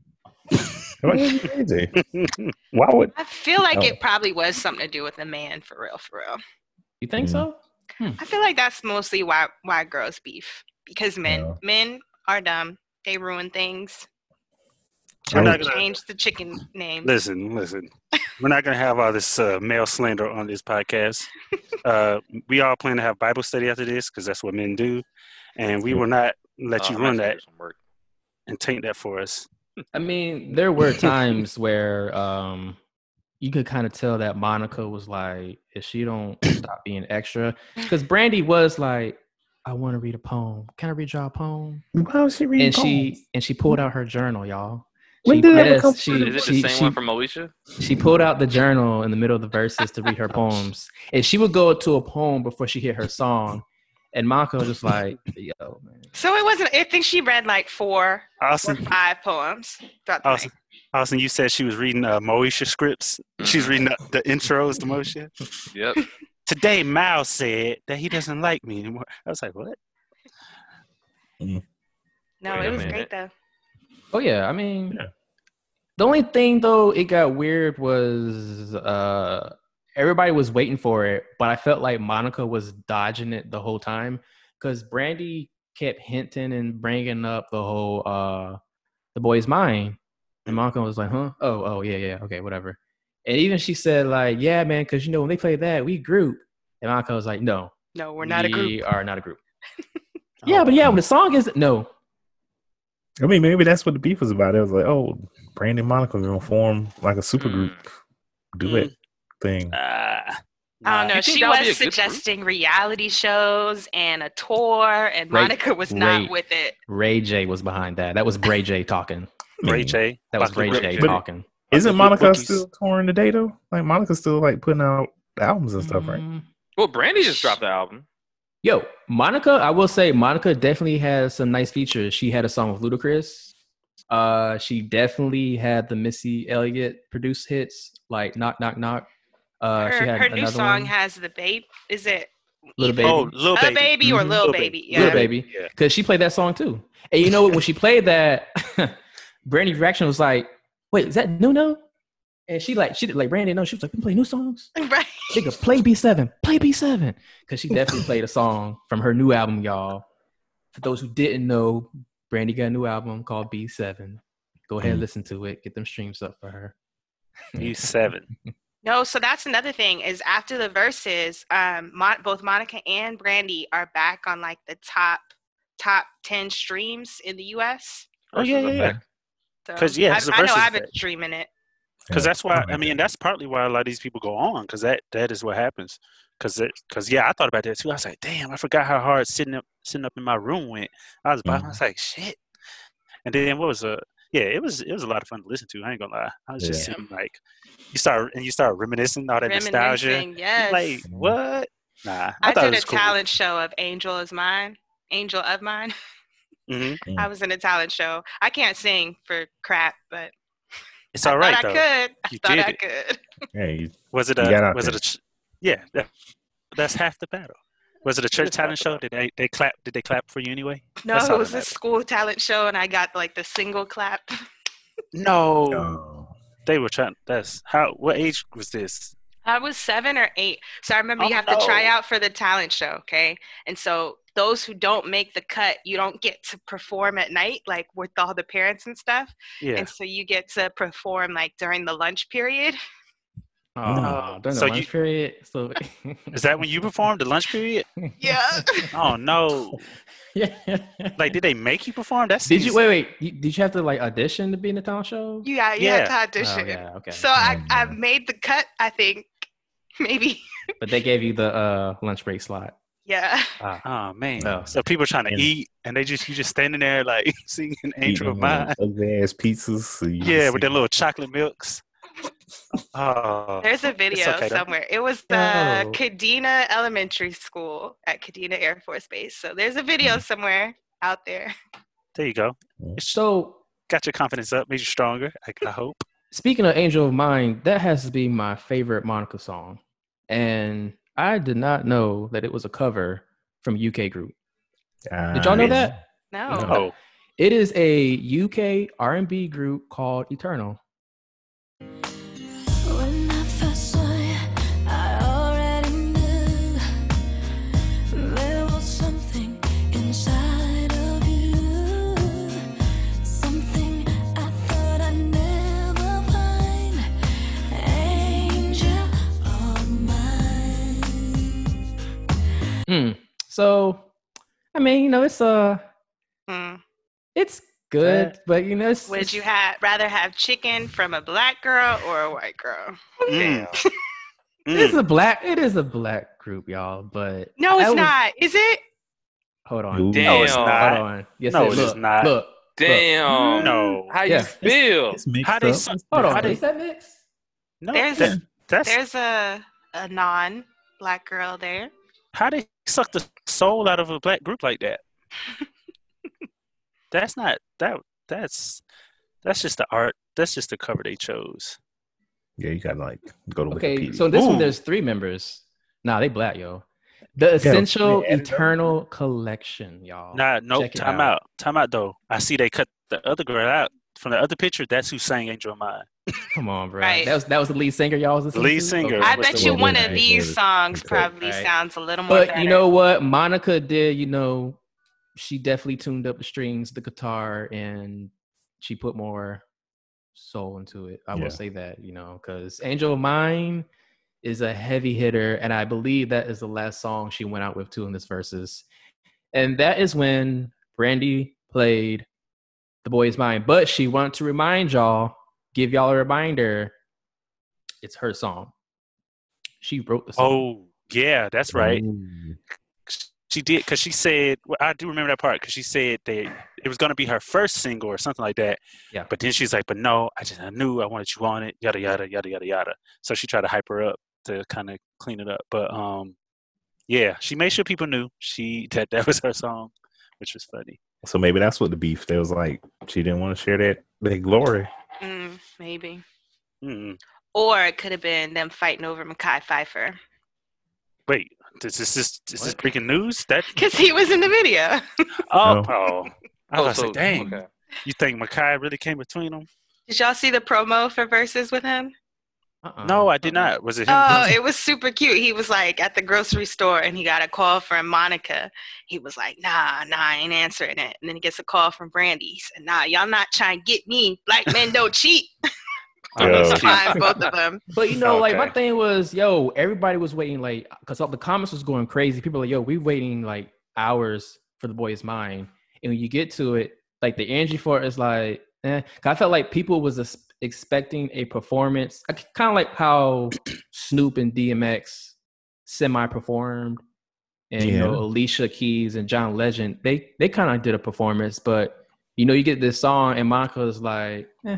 Why would?
I feel like
Oh.
it probably was something to do with the man, for real, for real.
You think so?
I feel like that's mostly why why girls beef because men
Yeah.
men are dumb. They ruin things. Trying
I'm not
to
gonna-
change the chicken name.
Listen, listen. (laughs) We're not going to have all this uh, male slander on this (laughs) podcast. Uh, we all plan to have Bible study after this because that's what men do, and we will not let
Uh,
you
I'm
run
actually
that
doing some work.
and taint that for us.
I mean, there were times where um you could kind of tell that Monica was like, if she don't stop being extra, because Brandy was like, I want to read a poem. Can I read y'all a poem?
Why was she reading
and she and she pulled out her journal, y'all.
When
she
did that become
she,
Is it the
she,
same
she,
one from Moesha?
she pulled out the journal in the middle of the verses to read her poems, and she would go to a poem before she hit her song. And Monica was just like, yo, man.
So it wasn't. I think she read like four
Awesome.
or five poems throughout the
Oh,
Austin,
night.
Austin, you said she was reading uh, Moesha scripts. She's reading the, the intros to Moesha. (laughs)
Yep.
Today, Miles said that he doesn't like me anymore. I was like, what?
No,
Wait
it
a
was
minute.
great though.
Oh yeah, I mean, the only thing though it got weird was uh everybody was waiting for it, but I felt like Monica was dodging it the whole time because Brandy kept hinting and bringing up the whole uh the boy's mind, and Monica was like, "Huh? Oh, oh yeah, yeah, okay, whatever." And even she said like, "Yeah, man, because you know when they play that, we group," and Monica was like, "No,
No, we're not a
We
group.
are not
(laughs)
a group." yeah, but yeah, when the song is no,
I mean, maybe that's what the beef was about. It was like, oh, Brandy and Monica are gonna form like a supergroup
Mm.
duet thing.
Uh, Ah,
I don't know.
You think
She
that would be a
was
good group?
suggesting reality shows and a tour, and
Ray-
Monica was not
Ray-
with it.
Ray J was behind that. That was Bray J talking.
Ray J.
That was
Fucking
Ray
Ray
J
J.
talking.
Isn't
Like,
Monica
Wookiees.
still touring today though? Like Monica's still like putting out albums and stuff,
Mm.
right?
Well, Brandy just dropped the album.
Mm. Yo, Monica, I will say Monica definitely has some nice features. She had a song with Ludacris. Uh, she definitely had the Missy Elliott produced hits like Knock Knock Knock. Uh, she
Her,
had
her
another
new song
one,
has the babe. Is it
Little Baby.
Oh, Lil
a
Baby.
baby or
Mm-hmm.
Mhm.
little
Lil
baby? Yeah.
Little Baby, because she played that song too. And (laughs) you know what? when she played that, Brandy's reaction was like, "Wait, is that Nuno?" And she like she did like Brandy. No, she was like, "We play new songs."
(laughs) Right.
Nigga, play B seven, play B seven, because she definitely played a song from her new album, y'all. For those who didn't know, Brandy got a new album called B seven. Go ahead, listen to it. Get them streams up for her.
B
(laughs)
seven.
No, so that's another thing is after the verses, um, Mon- both Monica and Brandy are back on like the top top ten streams in the U.S.
Oh yeah, yeah, yeah. 'Cause, yeah, it's
I,
the
I know
Versus
I've been
that-
streaming it.
Because that's why I mean that's partly why a lot of these people go on because that that is what happens. Because because yeah, I thought about that too. I was like, damn, I forgot how hard sitting up sitting up in my room went. I was by I was like, shit. And then what was uh yeah, it was it was a lot of fun to listen to. I ain't gonna lie. I was just
Yeah.
sitting like you start and you start reminiscing all that nostalgia.
Reminiscing, yes.
Like what? Nah, I,
I,
thought
did
it
a
was cool.
talent show of Angel is Mine, Angel of Mine.
Mhm.
I was in a talent show. I can't sing for crap, but
It's all right
thought
though.
I could. I
You
thought
did
I
it.
could.
Hey, you-
Was it
you got
a
out
was it
there.
a ch- yeah? that- that's half the battle. Was it a church talent show? Did they they clap? Did they clap for you anyway?
No,
That's all
it was
that
a school talent show, and I got like the single clap.
No. They were trying. That's how. What age was this?
I was seven or eight. So I remember you
Oh,
have to try
no.
out for the talent show, okay? And so those who don't make the cut, you don't get to perform at night, like with all the parents and stuff.
Yeah.
And so you get to perform like during the lunch period. (laughs)
Oh,
No.
during the
So
lunch
you-
period. So (laughs)
Is that when you performed the lunch period?
Yeah.
Oh no.
(laughs) Yeah.
Like, did they make you perform? That's
did you wait? Wait, you- did you have to like audition to be in the talent show?
You got you had to
Yeah.
audition.
Oh, yeah, okay.
So I I
Mm-hmm.
made the cut, I think. (laughs) Maybe.
But they gave you the uh, lunch break slot.
Yeah.
oh man.
Oh.
So people trying to eat, and they just you just standing there like (laughs) singing "Angel of Mine."
Ugly ass pizzas. so you can
(laughs) Yeah,
see-
with their little chocolate milks. Oh.
There's a
it's
video
okay, though.
somewhere. It was the
No.
Kadena Elementary School at Kadena Air Force Base. So there's a video
Mm-hmm.
somewhere out there.
There you go.
So
got your confidence up, made you stronger. I, I hope.
Speaking of Angel of Mine, that has to be my favorite Monica song. And I did not know that it was a cover from UK group. Did y'all know
Nice.
that?
No.
No.
It is a UK R&B group called Eternal.
When I first saw you, I already knew there was something inside of you, something I thought I'd never find. Angel of mine.
Mm. So, I mean, you know, it's uh,
Mm.
it's good, but you know, it's,
Would you ha- rather have chicken from a black girl or a white girl?
Mm.
(laughs) it's a black, it is a black group, y'all. But
No, it's
I was-
not. Is it?
Hold on.
Ooh. No, it's
Hold
not.
on. Yes,
No,
it is.
it is
Look,
not.
Look.
Damn.
No.
How
Yeah.
you feel?
How they?
up.
su-
Hold
how
on,
they-
is that mixed?
no.
There's-
that- that's
There's a a non black girl there.
how they suck the soul out of a black group
(laughs)
like that. that's not that. That's that's just the art. That's just the cover they chose.
Yeah, you gotta like go to
Okay,
Wikipedia.
so this one
Ooh.
there's three members. Nah, they black, yo. The
but
Essential
they added up.
Eternal Collection, y'all.
Nah, no,
Oh, Check it
time out. time out though. I see they cut the other girl out from the other picture. That's who sang "Angel of Mine."
Come on, bro.
Right.
That was that was the lead singer, y'all was listening
Lead
to?
singer.
Okay.
I
What's
bet
the
you
word?
one of
Right.
these songs probably
Right.
sounds a little more.
But
better.
you know what? Monica did, you know, she definitely tuned up the strings, the guitar, and she put more soul into it. I
Yeah.
will say that, you know, because Angel of Mine is a heavy hitter, and I believe that is the last song she went out with too in this verses. And that is when Brandy played The Boy Is Mine. But she wanted to remind y'all, give y'all a reminder, it's her song. She wrote the song.
Oh yeah, that's right. She did because she said well, I do remember that part because she said that it was gonna be her first single or something like that.
Yeah.
But then she's like, "But no, I just I knew I wanted you on it." Yada yada yada yada yada. So she tried to hype her up to kind of clean it up. But um, yeah, she made sure people knew she that that was her song, which was funny.
So maybe that's what the beef. They was like she didn't want to share that that glory.
Mm, maybe.
Mm.
Or it could have been them fighting over Mackay Pfeiffer
Wait, is this is this is breaking news? That
because he was in the video. (laughs)
oh, oh. I
Oh,
was
so-
like, dang,
okay.
you think Makai really came between them?
Did y'all see the promo for Versus with him?
Oh,
Uh-uh. Uh,
No, I did not. Was it him?
Oh, it was super cute. He was like at the grocery store and he got a call from Monica. He was like, nah, nah, I ain't answering it. And then he gets a call from Brandy. He said, nah, y'all not trying to get me. Black men don't cheat.
Oh,
Yeah.
Fine, both of them.
But you know, like my
Okay.
thing was, yo, everybody was waiting, like, cause all the comments was going crazy. People were like, yo, we waiting like hours for the boy's mind, and when you get to it, like the energy for it is like, eh. 'Cause I felt like people was ex- expecting a performance, kind of like how Snoop and DMX semi performed, and you know
Yeah.
Alicia Keys and John Legend, they they kind of did a performance, but you know, you get this song, and Monica's like, eh,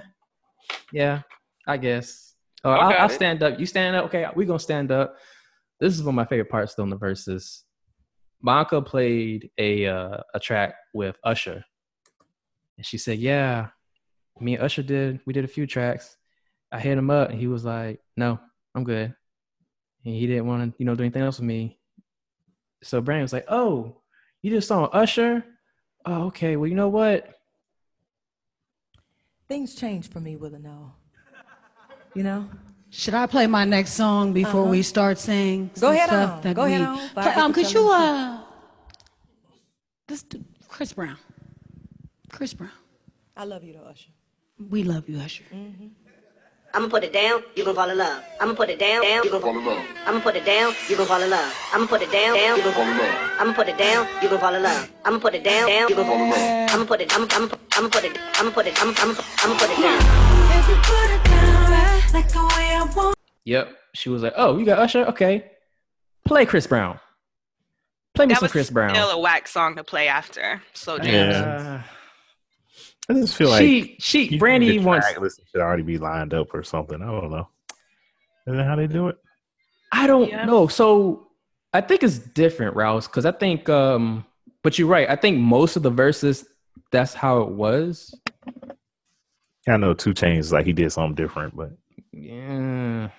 yeah, I guess. Or I'll-
Okay.
I'll, stand up. You stand up. Okay, we're gonna stand up. This is one of my favorite parts though in the verses. Monica played a uh, a track with Usher, and she said, "Yeah, me and Usher did. We did a few tracks. I hit him up, and he was like, "No, I'm good." And he didn't want to, you know, do anything else with me. So Brandon was like, "Oh, you just saw Usher? Oh, okay. Well, you know what?
Things change for me with a no. You know?
Should I play my next song before we
Uh-huh.
start saying?
Go
some
ahead
stuff
on.
that
Go ahead
we-
on.
Play-
Barbara
um,
could
could
tell
you
us
uh, this dude, Chris Brown, Chris Brown,
I love you though, Usher.
we love you, Usher.
Mm-hmm. I'ma put it down, you gon' fall in love. I'ma put it down, down, you gon' fall in love. I'ma put it down, you gon' fall in love. I'ma put it down, down, you gon' fall in love. I'ma put it down, you gon' fall in love. I'ma put it down, down, you gon' fall in love. I'ma put it, I'ma, I'ma, I'ma put it, I'ma put it, I'ma, I'ma, I'ma put it down.
If you put it down right, like the way I want.
Yep. She was like, "Oh, you got Usher? Okay, play Chris Brown. Play me
That
some
was
Chris Brown."
still a whack song to play after. Slow jams.
Yeah. I just feel like
She- she-
you-
Brandy
the
wants-
track list should already be lined up or something. I don't know. Is that how they do it?
I don't know. So I think it's different, Rouse, because I think um but you're right. I think most of the verses that's how it was.
I know two chains like he did something different, but
Yeah.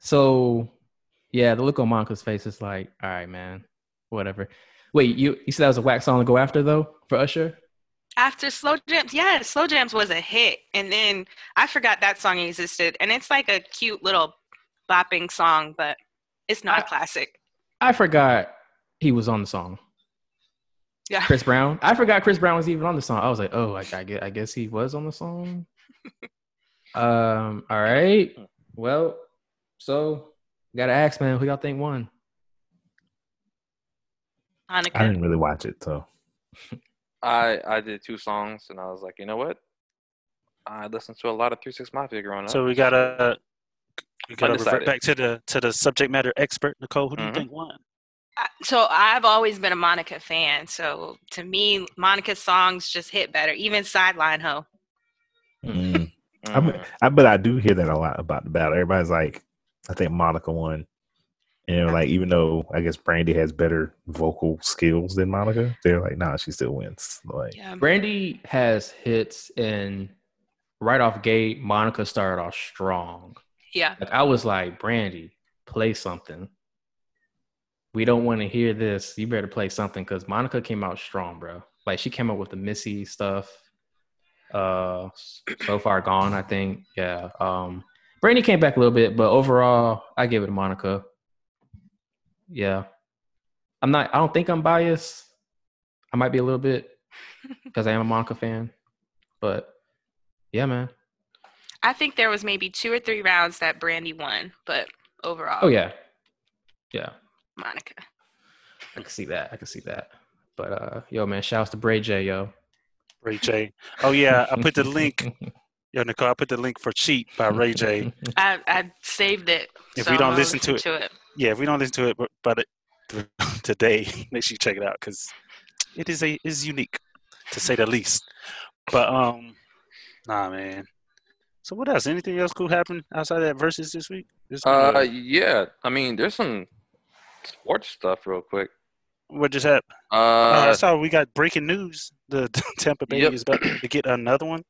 So yeah, the look on Monica's face is like, all right, man, whatever. Wait, you you said that was a wax song to go after though for Usher?
After Slow Jams, yeah, Slow Jams was a hit. And then I forgot that song existed. And it's like a cute little bopping song, but it's not a classic.
I forgot he was on the song.
Yeah.
Chris Brown. I forgot Chris Brown was even on the song. I was like, oh, I, I guess, I guess he was on the song. um. All right. Well, so gotta ask, man, who y'all think won?
Monica.
I didn't really watch it, so
I I did two songs and I was like, you know what? I listened to a lot of Three Six Mafia growing up.
So we gotta we gotta revert
Undecided.
back to the to the subject matter expert, Nicole. Who do
Mm-hmm.
you think won?
So I've always been a Monica fan. So to me, Monica's songs just hit better, even Sideline Ho.
Mm-hmm. I'm- (laughs) I but I do hear that a lot about the battle. Everybody's like, I think Monica won, and like even though I guess Brandy has better vocal skills than Monica, they're like, nah, she still wins. Like,
Brandy has hits, and right off gate, Monica started off strong.
Yeah.
Like I was like, Brandy, play something. We don't want to hear this. You better play something because Monica came out strong, bro. Like she came up with the Missy stuff. Uh, so far gone, I think. Yeah. Um, Brandy came back a little bit, but overall, I gave it to Monica. Yeah. I'm not. I don't think I'm biased. I might be a little bit because I am a Monica fan, but yeah, man.
I think there was maybe two or three rounds that Brandy won, but overall,
Oh yeah, yeah.
Monica.
I can see that. I can see that. But uh, yo, man, shouts to Bray J, yo.
Ray J. Oh yeah, I put the
(laughs)
link. Yo, Nicole, I put the link for "Cheat" by Ray
(laughs)
J.
I, I saved it.
If
so
we
I'm
don't
gonna
listen to it,
to it.
yeah, if we don't listen to it, but, but it, (laughs) today, make sure you check it out because it is a is unique, to say the least. But um, nah, man. So what else? Anything else cool happened outside of that versus this week? This
Uh, yeah. I mean, there's some sports stuff real quick.
What just happened?
Uh,
I saw we got breaking news. The (laughs) Tampa Bay
Yep.
is about to get another one.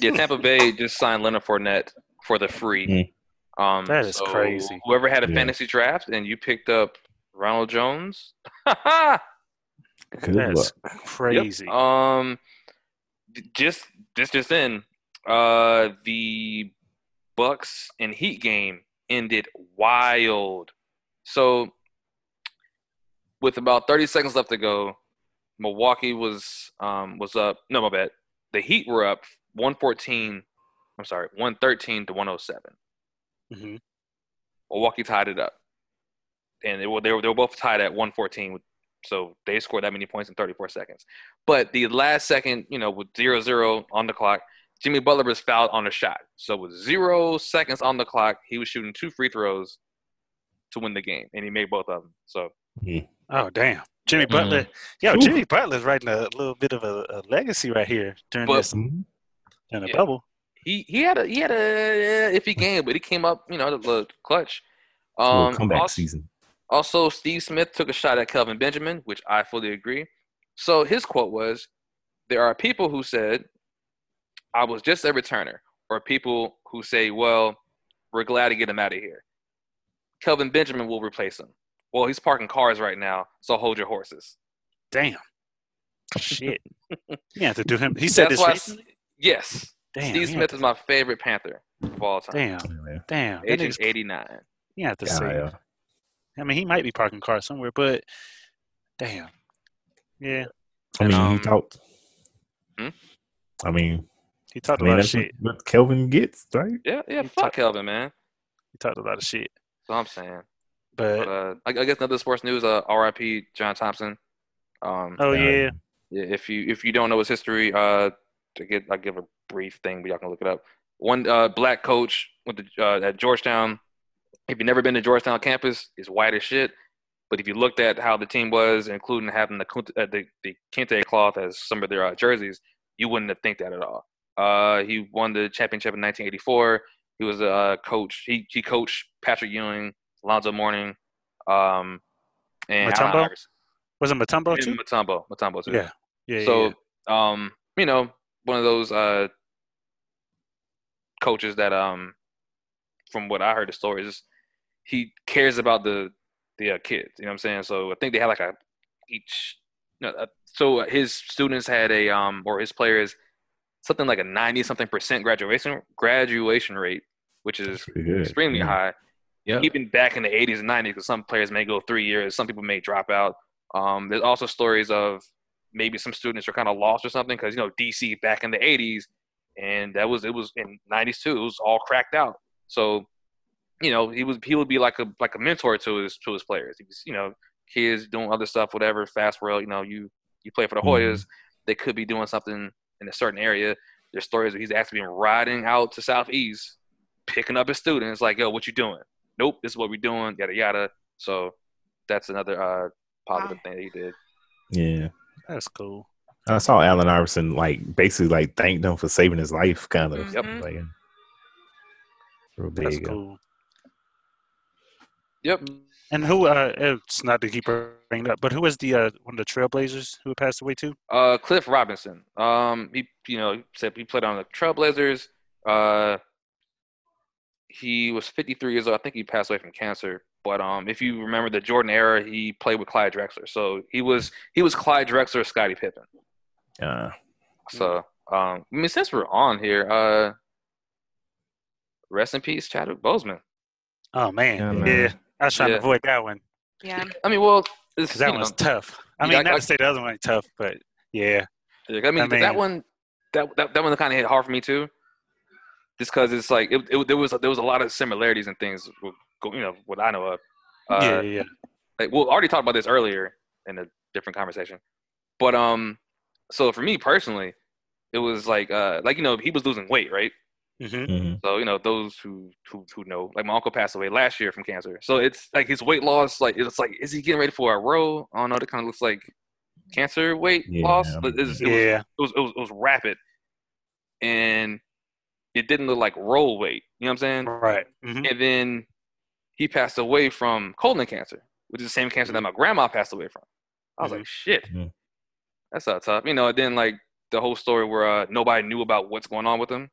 yeah, Tampa Bay just signed Leonard Fournette for the free. Um,
That is
so
crazy.
Whoever had a
Yeah.
fantasy draft and you picked up Ronald Jones, (laughs)
Good
That's
luck.
Yep. Oh.
crazy.
Um, d- just this just in, uh, the Bucks and Heat game ended wild. So with about 30 seconds left to go, Milwaukee was um, was up. No, my bad. The Heat were up 114. I'm sorry, 113 to 107.
Mm-hmm.
Milwaukee tied it up, and they were they were, they were both tied at 114. So they scored that many points in 34 seconds. But the last second, you know, with zero zero on the clock, Jimmy Butler was fouled on a shot. So with zero seconds on the clock, he was shooting two free throws to win the game, and he made both of them. So
Oh damn, Jimmy
Mm-hmm.
Butler. Yo, Jimmy Butler's writing a little bit of a, a legacy right here during
But-
this
mm-hmm.
during the
Yeah.
bubble.
he he had a he had a iffy game, but he came up, you know, the, the clutch.
Little
Um,
comeback
also,
season.
also, Steve Smith took a shot at Kelvin Benjamin, which I fully agree. So his quote was, "There are people who said I was just a returner, or people who say, well, we're glad to get him out of here. Kelvin Benjamin will replace him. Well, he's parking cars right now, so hold your horses."
Damn. Shit. Yeah, to do him. He said
That's
this.
why I
recently?
s- yes.
Damn,
Steve
yeah.
Smith is my favorite Panther of all time.
Damn. Damn. That
Age
nigga's,
of 89.
yeah, to
Yeah,
say. I mean, he might be parking cars somewhere, but damn. Yeah.
I mean, he talked.
Um, Hmm?
I mean,
he talked
I mean,
about
that's what-
shit.
What Kelvin gets right.
Yeah, yeah. Fuck Kelvin, man.
He talked a lot of shit.
That's what I'm saying.
But,
uh, I, I guess another sports news. Uh, R.I.P. John Thompson. Um,
Oh, yeah.
yeah. If you if you don't know his history, uh, to get I give a brief thing, but y'all can look it up. One uh, black coach went to, uh, at Georgetown. If you've never been to Georgetown campus, it's white as shit. But if you looked at how the team was, including having the Kunta- uh, the, the kente cloth as some of their uh, jerseys, you wouldn't have think that at all. Uh, he won the championship in 1984. He was a uh, coach. He he coached Patrick Ewing, Alonzo Mourning, um, and Allen
Mutombo?
Iverson.
Was it Matumbo too?
And Mutombo, Mutombo too.
Yeah. Yeah, yeah,
So, um, you know, one of those uh coaches that um, from what I heard the stories, is he cares about the the uh, kids. You know what I'm saying? So I think they had like a each. No, uh, so his students had a um or his players something like a 90 something percent graduation graduation rate, which is
pretty good.
extremely
Yeah.
high.
Yeah.
Even back in the 80s and 90s, because some players may go three years, some people may drop out. Um, there's also stories of maybe some students are kind of lost or something because you know DC back in the 80s, and that was it was in 90s too. It was all cracked out. So, you know, he was he would be like a like a mentor to his to his players. He was, you know, kids doing other stuff, whatever. Fast world, you know, you you play for the Hoyas, they could be doing something in a certain area. There's stories where he's actually been riding out to Southeast, picking up his students, like, yo, what you doing? Nope, this is what we're doing, yada yada. So that's another uh, positive thing that he did.
Yeah.
That's cool.
I saw Allen Iverson like basically like thanked him for saving his life, kind
Mm-hmm.
of.
Yep.
Like, real
That's
big.
cool.
Yep.
And who? Uh, it's not to keep bringing it up, but who was the uh, one of the Trailblazers who passed away too?
Uh, Cliff Robinson. Um, he you know he said he played on the Trailblazers. Uh, he was 53 years old. I think he passed away from cancer. But um, if you remember the Jordan era, he played with Clyde Drexler. So he was he was Clyde Drexler, Scottie Pippen.
Uh,
Hmm.
So um, I mean, since we're on here, uh, rest in peace, Chadwick Boseman.
Oh man, yeah,
Yeah, man.
I was trying
Yeah.
to avoid that one
Yeah.
I mean, well,
because that one's tough. I mean, not to say the other one ain't tough, but yeah,
Yeah, I mean,
I mean-
that one, that that, that one kind of hit hard for me too, just because it's like it, it, there was there was a lot of similarities and things, with- you know, what I know of. Uh,
yeah, yeah, yeah.
Like, we already talked about this earlier in a different conversation, but um, so for me personally, it was like uh, like you know, he was losing weight, right?
Mm-hmm.
So you know those who who who know, like my uncle passed away last year from cancer. So it's like his weight loss, like it's like is he getting ready for a row? I don't know. That kind of looks like cancer weight
Yeah,
loss,
I'm-
but it's- it,
Yeah.
was, it was it was it was rapid, and it didn't look like roll weight. You know what I'm saying?
Right. Mm-hmm.
And then he passed away from colon cancer, which is the same cancer that my grandma passed away from. I was like, shit, that's how tough. You know, and then like the whole story where uh, nobody knew about what's going on with him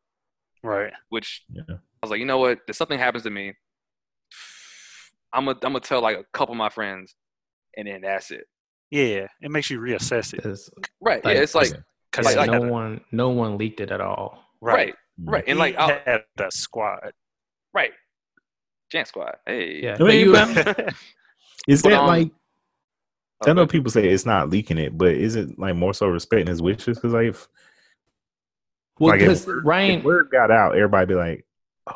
Right.
which I was like, you know what? If something happens to me, I'm gonna I'm gonna tell like a couple of my friends, and then that's it.
Yeah, it makes you reassess it.
Right. yeah. It's like
because
like, like-
no one, no one leaked it at all.
right, right, and like oh,
I had a squad. (laughs)
Right. Jam Squad. Hey.
Yeah.
Wait,
you-
but- Mm-hmm. Is
But,
that
um,
like?
oh,
I know people say it's not leaking it, but is it like more so respecting his wishes? Because like, if,
Well,
like if
'cause
word- if
Ryan-
word got out, everybody be like,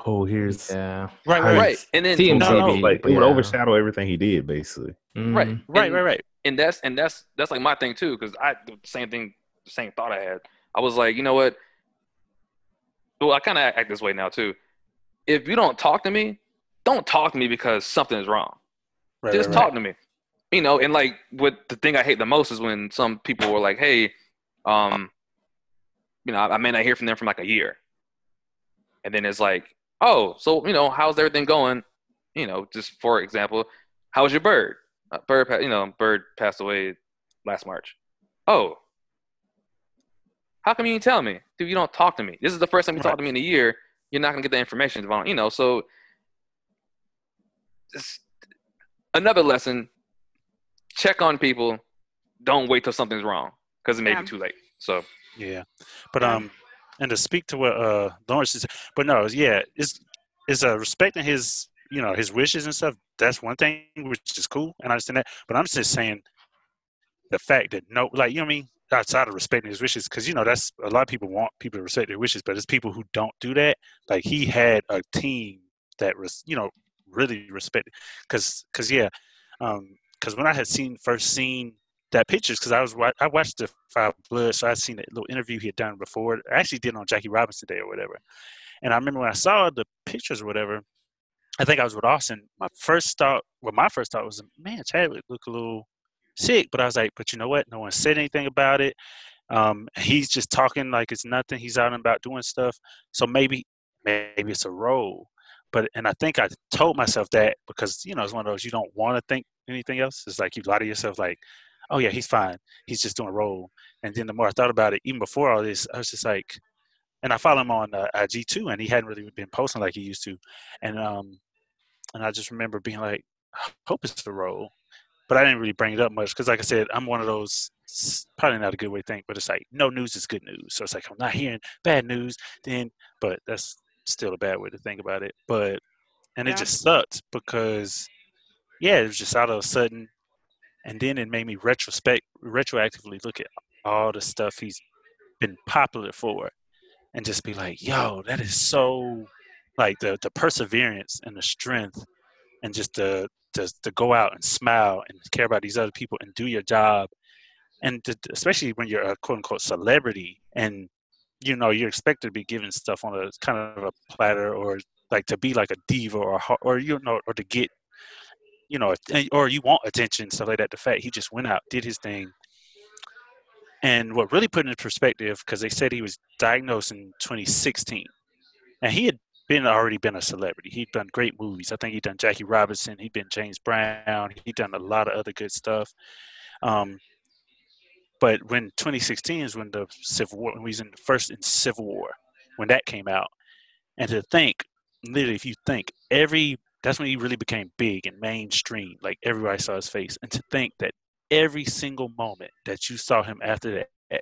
"Oh, here's
yeah,
Right, right, right.
And then-
TMZ,
No, no,
like
but
it would
yeah.
overshadow everything he did, basically.
mm,
Right.
Right,
and,
right, right.
And that's and that's that's like my thing too, because I the same thing, the same thought I had. I was like, you know what? Well, I kind of act this way now too. If you don't talk to me, don't talk to me because something is wrong.
Right,
Just
right,
talk
right.
to me. You know, and like what the thing I hate the most is when some people were like, hey, um, you know, I, I may not hear from them from like a year. And then it's like, oh, so you know, how's everything going? You know, just for example, how's your bird? Uh, bird, pa- you know, bird passed away last March. Oh, how come you didn't tell me, dude? You don't talk to me. This is the first time you talk to me in a year. You're not gonna get the information, Devon. You know, so just another lesson: check on people. Don't wait till something's wrong because it may
Yeah.
be too late. So
Yeah, but um, and to speak to what uh Lawrence is, but no, it's- yeah, it's it's uh respecting his you know his wishes and stuff. That's one thing which is cool, and I understand that. But I'm just saying the fact that no, like you know what I mean, outside of respecting his wishes, because you know that's a lot of people want people to respect their wishes, but it's people who don't do that. Like he had a team that was you know really respected, because because yeah, um, because when I had seen first seen that pictures because I was wa- I watched the Five Blood, so I'd seen that little interview he had done before. I actually did it on Jackie Robinson Day or whatever. And I remember when I saw the pictures or whatever, I think I was with Austin. My first thought, well, my first thought was, man, Chadwick look a little sick, but I was like, but you know what? No one said anything about it. Um, he's just talking like it's nothing. He's out and about doing stuff. So maybe, maybe it's a role. But and I think I told myself that because you know it's one of those you don't want to think anything else. It's like you lie to yourself, like, oh yeah, he's fine. He's just doing a role. And then the more I thought about it, even before all this, I was just like, and I follow him on uh, IG too, and he hadn't really been posting like he used to, and um, and I just remember being like, I hope it's a role, but I didn't really bring it up much because, like I said, I'm one of those s- probably not a good way to think, but it's like no news is good news, so it's like I'm not hearing bad news, then but that's still a bad way to think about it, but and
Yeah.
it just sucked because yeah, it was just out of a sudden, and then it made me retrospect retroactively look at all the stuff he's been popular for and just be like, yo, that is so like the the perseverance and the strength and just to to, to go out and smile and care about these other people and do your job and to, especially when you're a quote unquote celebrity and you know you're expected to be given stuff on a kind of a platter or like to be like a diva or a ho- or you know or to get you know atten- or you want attention stuff like that the fact he just went out did his thing and what really put it in perspective because they said he was diagnosed in 2016 and he had been already been a celebrity he'd done great movies i think he'd done jackie robinson he'd been james brown he'd done a lot of other good stuff um, but when 2016 is when the civil war when we was in first in civil war when that came out and to think literally if you think every that's when he really became big and mainstream like everybody saw his face and to think that every single moment that you saw him after that eh,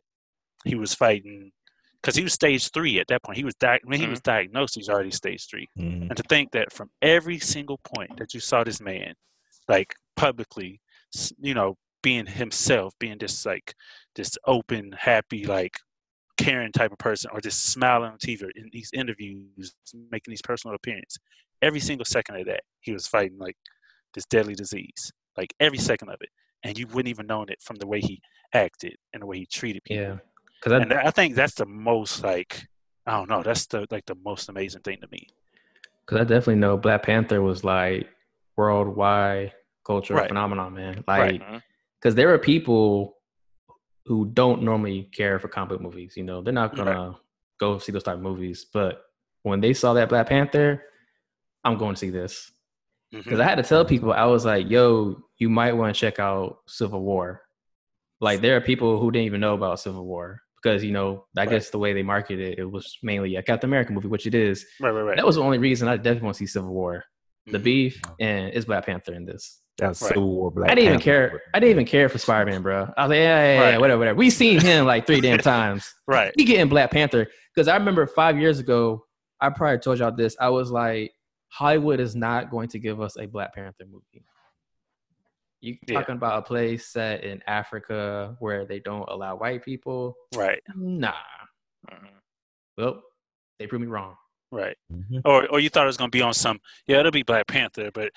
he was fighting because he was stage three at that point he was di- when he was diagnosed he's already stage 3
Mm-hmm.
and to think that from every single point that you saw this man like publicly s- you know being himself being this like this open happy like Karen type of person or just smiling on TV or in these interviews, making these personal appearances. Every single second of that, he was fighting like this deadly disease, like every second of it. And you wouldn't even known it from the way he acted and the way he treated people.
Yeah.
Cause
'Cause I-
and I think that's the most like, I don't know, that's the like the most amazing thing to me.
Because I definitely know Black Panther was like worldwide culture
Right.
phenomenon, man.
Right.
Like,
Mhm.
because there are people who don't normally care for comic book movies. You know, they're not
Right.
gonna go see those type of movies. But when they saw that Black Panther, I'm going to see this
Mm-hmm.
because I had to tell people I was like, "Yo, you might want to check out Civil War." Like, there are people who didn't even know about Civil War because you know, I guess the way they marketed it, it was mainly a Captain America movie, which it is.
Right, right, right.
That was the only reason I definitely want to see Civil War, the beef, and it's Black Panther in this.
That was Civil War Black
I didn't even
Panther.
care. I didn't even care for Spider Man, bro. I was like, yeah, yeah, yeah,
Right.
whatever, whatever. We seen him like three damn times.
(laughs)
right.
He getting Black Panther because I remember five years ago. I probably told y'all this. I was like, Hollywood is not going to give us a Black Panther movie. You're
Yeah.
talking about a place set in Africa where they don't allow white people.
Right.
Nah.
Mm-hmm.
Well, they proved me wrong.
Right.
Mm-hmm.
Or or you thought it was gonna be on some yeah, it'll be Black Panther, but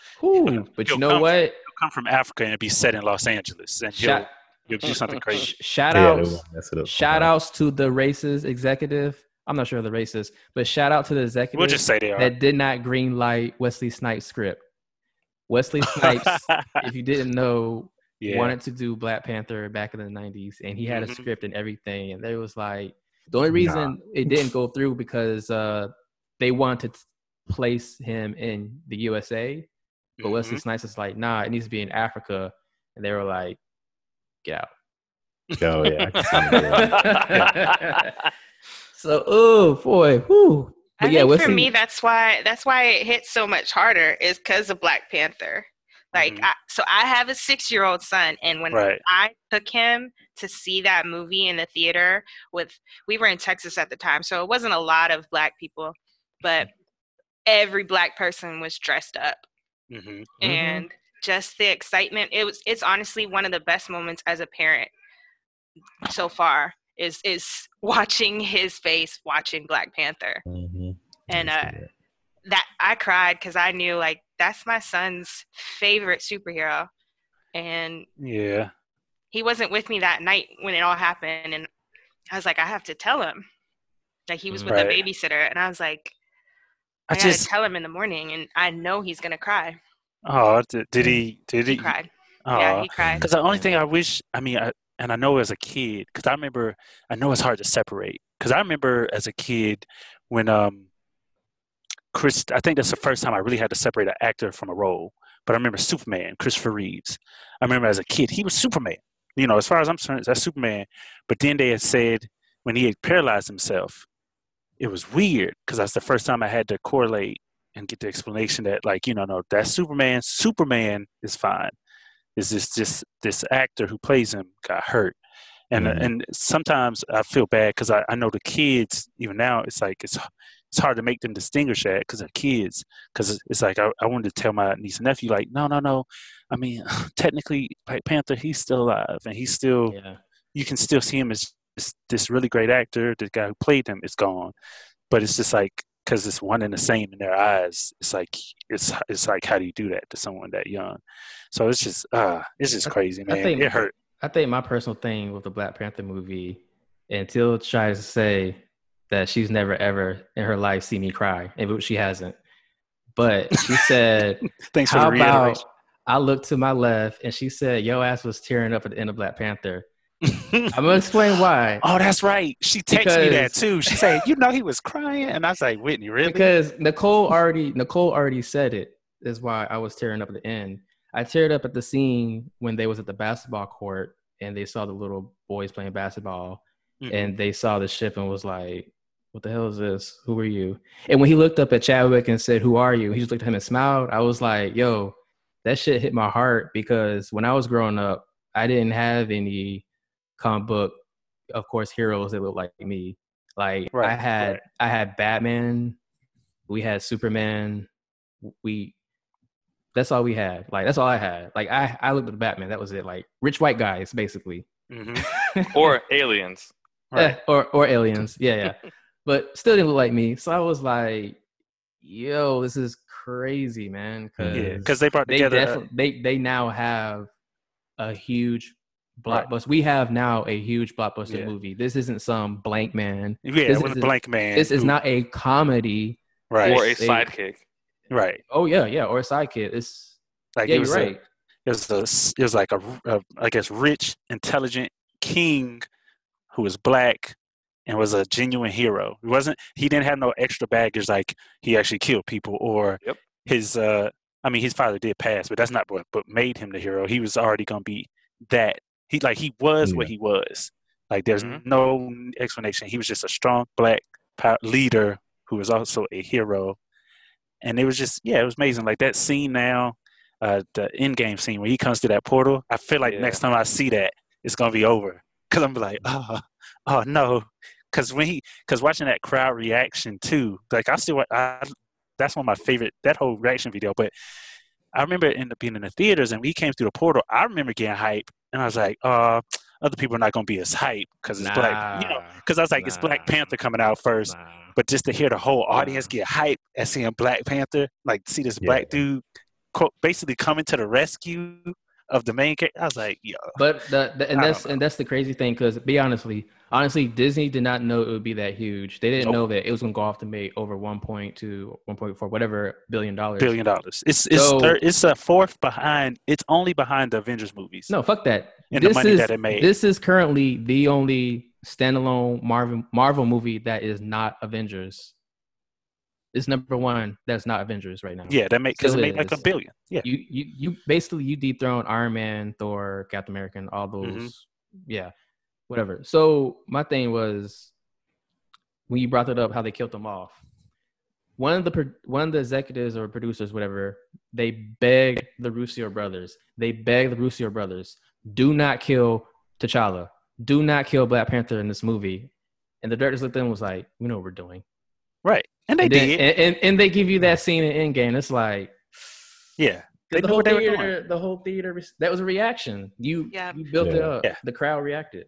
but
you
know what? It'll
come from Africa and it'll be set in Los Angeles and
Shout-
you'll, you'll do something
(laughs)
crazy.
Shout outs, shout outs to the racist executive. I'm not sure the racist, but shout out to the executive
just say they are.
that did not green light Wesley Snipes' script. Wesley
(laughs)
Snipes, if you didn't know,
Yeah.
wanted to do Black Panther back in the 90s, and he had
Mhm.
a script and everything. And they was like, the only reason it didn't go through because uh, they wanted to place him in the USA. But Wesley
Mhm.
Snipes is like, nah, it needs to be in Africa. And they were like, get out.
Oh yeah. I can see
(laughs) so, oh boy, whew.
I
But yeah,
think
Wesley,
for me, that's why that's why it hits so much harder is because of Black Panther. Like,
Mm-hmm.
I, so I have a six-year-old son, and when
Right.
I took him to see that movie in the theater with, we were in Texas at the time, so it wasn't a lot of black people, but every black person was dressed up,
Mm-hmm.
and just the excitement. It was. It's honestly one of the best moments as a parent so far. Is is (laughs) watching his face watching Black Panther
Mm-hmm.
and uh that i cried because i knew like that's my son's favorite superhero and
Yeah.
he wasn't with me that night when it all happened and i was like i have to tell him like he was with a
Right.
babysitter and i was like
I
i, gotta
just-
tell him in the morning and i know he's gonna cry
Oh, did, did he? Did he?
he cried yeah he cried
Because the only thing I wish, I mean, I, and I know as a kid, because I remember, I know it's hard to separate. Because I remember as a kid when um, Chris, I think that's the first time I really had to separate an actor from a role. But I remember Superman, Christopher Reeves. I remember as a kid, he was Superman. You know, as far as I'm concerned, that's Superman. But then they had said when he had paralyzed himself, it was weird because that's the first time I had to correlate and get the explanation that, like, you know, no, that's Superman. Superman is fine. Is this just this actor who plays him got hurt? And
Mhm.
and sometimes I feel bad because I, I know the kids even now it's like it's it's hard to make them distinguish that because they're kids because it's like I, I wanted to tell my niece and nephew like no no no I mean (laughs) technically Black Panther he's still alive and he's still you can still see him as this, this really great actor the guy who played him is gone but it's just like because it's one and the same in their eyes it's like it's it's like how do you do that to someone that young so it's just uh it's just crazy man it hurt
I think my personal thing with the Black Panther movie, until tries to say that she's never ever in her life seen me cry, and she hasn't. But (laughs) she said,
Thanks for
"How
the
about
reiteration."
I looked to my left and she said, yo ass was tearing up at the end of Black (laughs) Panther." I'm gonna explain why.
(laughs) Oh, that's right. She texted me that
Because-
too. She said, "You know, he was crying," and I was like, "Whitney, really?"
Because Nicole already Nicole already said it. Is why I was tearing up at the end. I teared up at the scene when they was at the basketball court and they saw the little boys playing basketball
Mhm.
and they saw the ship and was like, "What the hell is this? Who are you?" And when he looked up at Chadwick and said, "Who are you?" He just looked at him and smiled. I was like, "Yo, that shit hit my heart because when I was growing up, I didn't have any comic book, of course, heroes that looked like me. Like I had I had Batman, we had Superman, we that's all we had. Like that's all I had. Like I I looked at Batman, that was it. Like rich white guys basically.
Mm-hmm.
or aliens.
Eh, or or aliens. Yeah,
(laughs)
yeah. but still didn't look like me. So I was like, yo, this is crazy, man. Cause
Yeah, 'cause they brought together a-
defi- they they now have a huge blockbuster. We have now a huge blockbuster
Yeah.
movie. This isn't some blank man.
Yeah,
This
it wasn't
isn't-
Blank Man
This is
who-
not a comedy.
Right.
This
Or a
is
sidekick. right?
Oh yeah, yeah, or a sidekick. It's
Like
yeah,
it was
you're
a-
right.
it was a s- it was like a, r- a- I guess rich, intelligent king who was black and was a genuine hero. He wasn't. He didn't have no extra baggage like he actually killed people or his. uh I mean, his father did pass, but that's not what but made him the hero. He was already gonna be that. He like he was what he was. Like there's no explanation. He was just a strong black pow- leader who was also a hero and it was just yeah, it was amazing. Like that scene now, uh, the end game scene when he comes to that portal. I feel like next time I see that, it's gonna be over because I'm like, oh, oh no, because when he, because watching that crowd reaction too, like I still, wa- I that's one of my favorite that whole reaction video. But I remember it ended up being in the theaters, and we came through the portal. I remember getting hype, and I was like, uh, other people are not going to be as hype because it's black, you know. Because I was like, it's Black Panther coming out first, but just to hear the whole audience get hype at seeing Black Panther, like see this black dude, quote, basically coming to the rescue of the main character. I was like, yo,
But the, the and
I
that's and that's the crazy thing because be honestly, honestly, Disney did not know it would be that huge. They didn't know that it was gonna go off to make over 1.2, 1.4, whatever billion dollars.
billion dollars. It's it's
So-
third, it's a fourth behind. It's only behind the Avengers movies.
No, fuck that.
And the money that it made.
This is currently the only standalone Marvel Marvel movie that is not Avengers. It's number one that's not Avengers right now.
Yeah, that make- 'cause
Still
it made like a
is.
billion. Yeah.
you you you basically you dethrone Iron Man, Thor, Captain America, and all those.
Mm-hmm.
Yeah, whatever. So my thing was when you brought that up, how they killed them off. One of the pro- one of the executives or producers, whatever, they begged the Russo brothers. They begged the Russo brothers, do not kill T'Challa. Do not kill Black Panther in this movie. And the directors looked at them and was like, we know what we're doing.
Right. And they
then-
did.
And, and, and they give you that scene in Endgame. It's like,
yeah.
The
knew
whole
what they were
theater,
doing.
the whole theater, was- that was a reaction. You, you built it
Yeah.
up.
Yeah.
The crowd reacted.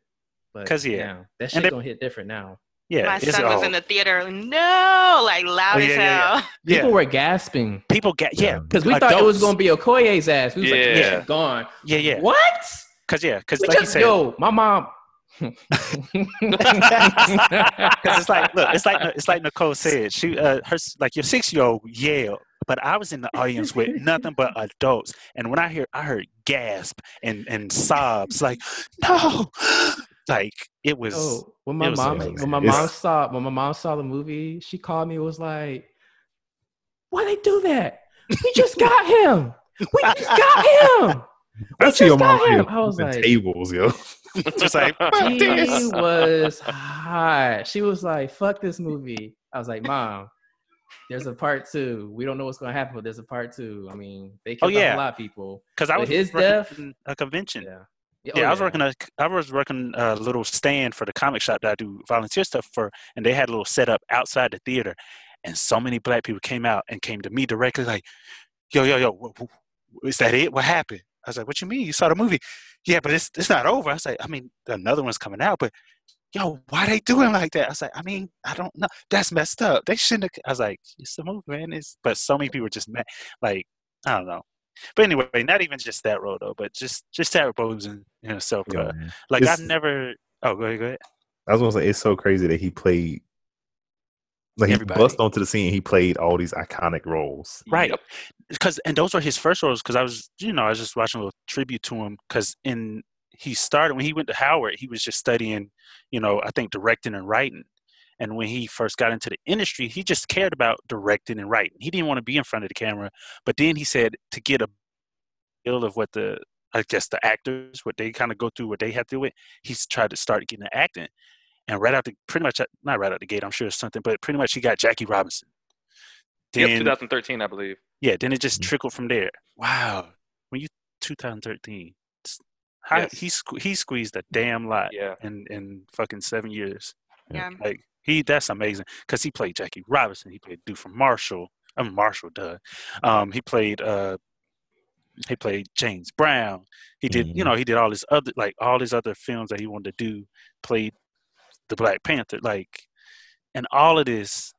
But
'Cause, yeah.
now, that
And
shit
they-
gonna hit different now.
My son was in the theater. No, like
Oh,
loud as hell.
People were gasping.
People get yeah,
because we thought it was gonna be Okoye's ass. We was like, yeah,
Yeah.
she's gone.
Yeah, yeah.
What?
Because yeah, because
We
like you
just-
said,
yo,
(laughs)
my mom. (laughs) Oh,
Because it's like, look, it's like it's like Nicole said. She, uh, her, like your six year old yelled, but I was in the audience with nothing but adults. And when I hear, I heard gasp and and sobs, like no, like it was.
Oh, when my
it was
mom,
amazing.
when my mom saw, when my mom saw the movie, she called me. and Was like, why they do that? We just got him. We just got him.
That's your
got
mom. here.
him. I was
The
like-
tables, yo.
just like (laughs)
she was hot. She was like, "Fuck this movie." I was like, "Mom, there's a part two. We don't know what's gonna happen, but there's a part two. I mean, they
Oh,
killed off
yeah.
a lot of people
because I
But
was
his
working
death.
a convention.
Yeah,
yeah,
oh,
I was
yeah.
working a I was working a little stand for the comic shop that I do volunteer stuff for, and they had a little setup outside the theater, and so many black people came out and came to me directly like, "Yo, yo, yo, wh- wh- is that it? What happened?" I was like, "What you mean? You saw the movie? Yeah, but it's it's not over." I was like, "I mean, another one's coming out, but." Yo, why they doing like that? I was like, I mean, I don't know. That's messed up. They shouldn't. Have, I was like, it's the movie, man. It's but so many people were just mad. Like, I don't know. But anyway, not even just that role though, but just just that role was in, in itself.
Yeah,
uh,
man.
like
It's-
I've never. Oh, go ahead, go ahead.
I was gonna say it's so crazy that he played like he
Everybody.
bust onto the scene. He played all these iconic roles.
Right, because and those were his first roles. Because I was, you know, I was just watching a little tribute to him. Because in he started when he went to Howard, he was just studying, you know, I think directing and writing. And when he first got into the industry, he just cared about directing and writing. He didn't want to be in front of the camera. But then he said to get a feel of what the I guess the actors what they kind of go through, what they have to do with. He's tried to start getting into acting, and right out the pretty much not right out the gate, I'm sure it's something, but pretty much he got Jackie Robinson.
Yep,
Then
2013, I believe.
yeah, then it just trickled from there. Wow, when you 2013, s- how, he sque- he squeezed a damn lot
yeah.
in in fucking seven years.
Yeah.
like he that's amazing because he played Jackie Robinson, he played dude from Marshall. I'm Marshall, duh. Um, he played uh, he played James Brown. He did you know he did all his other like all his other films that he wanted to do. Played the Black Panther like, and all of this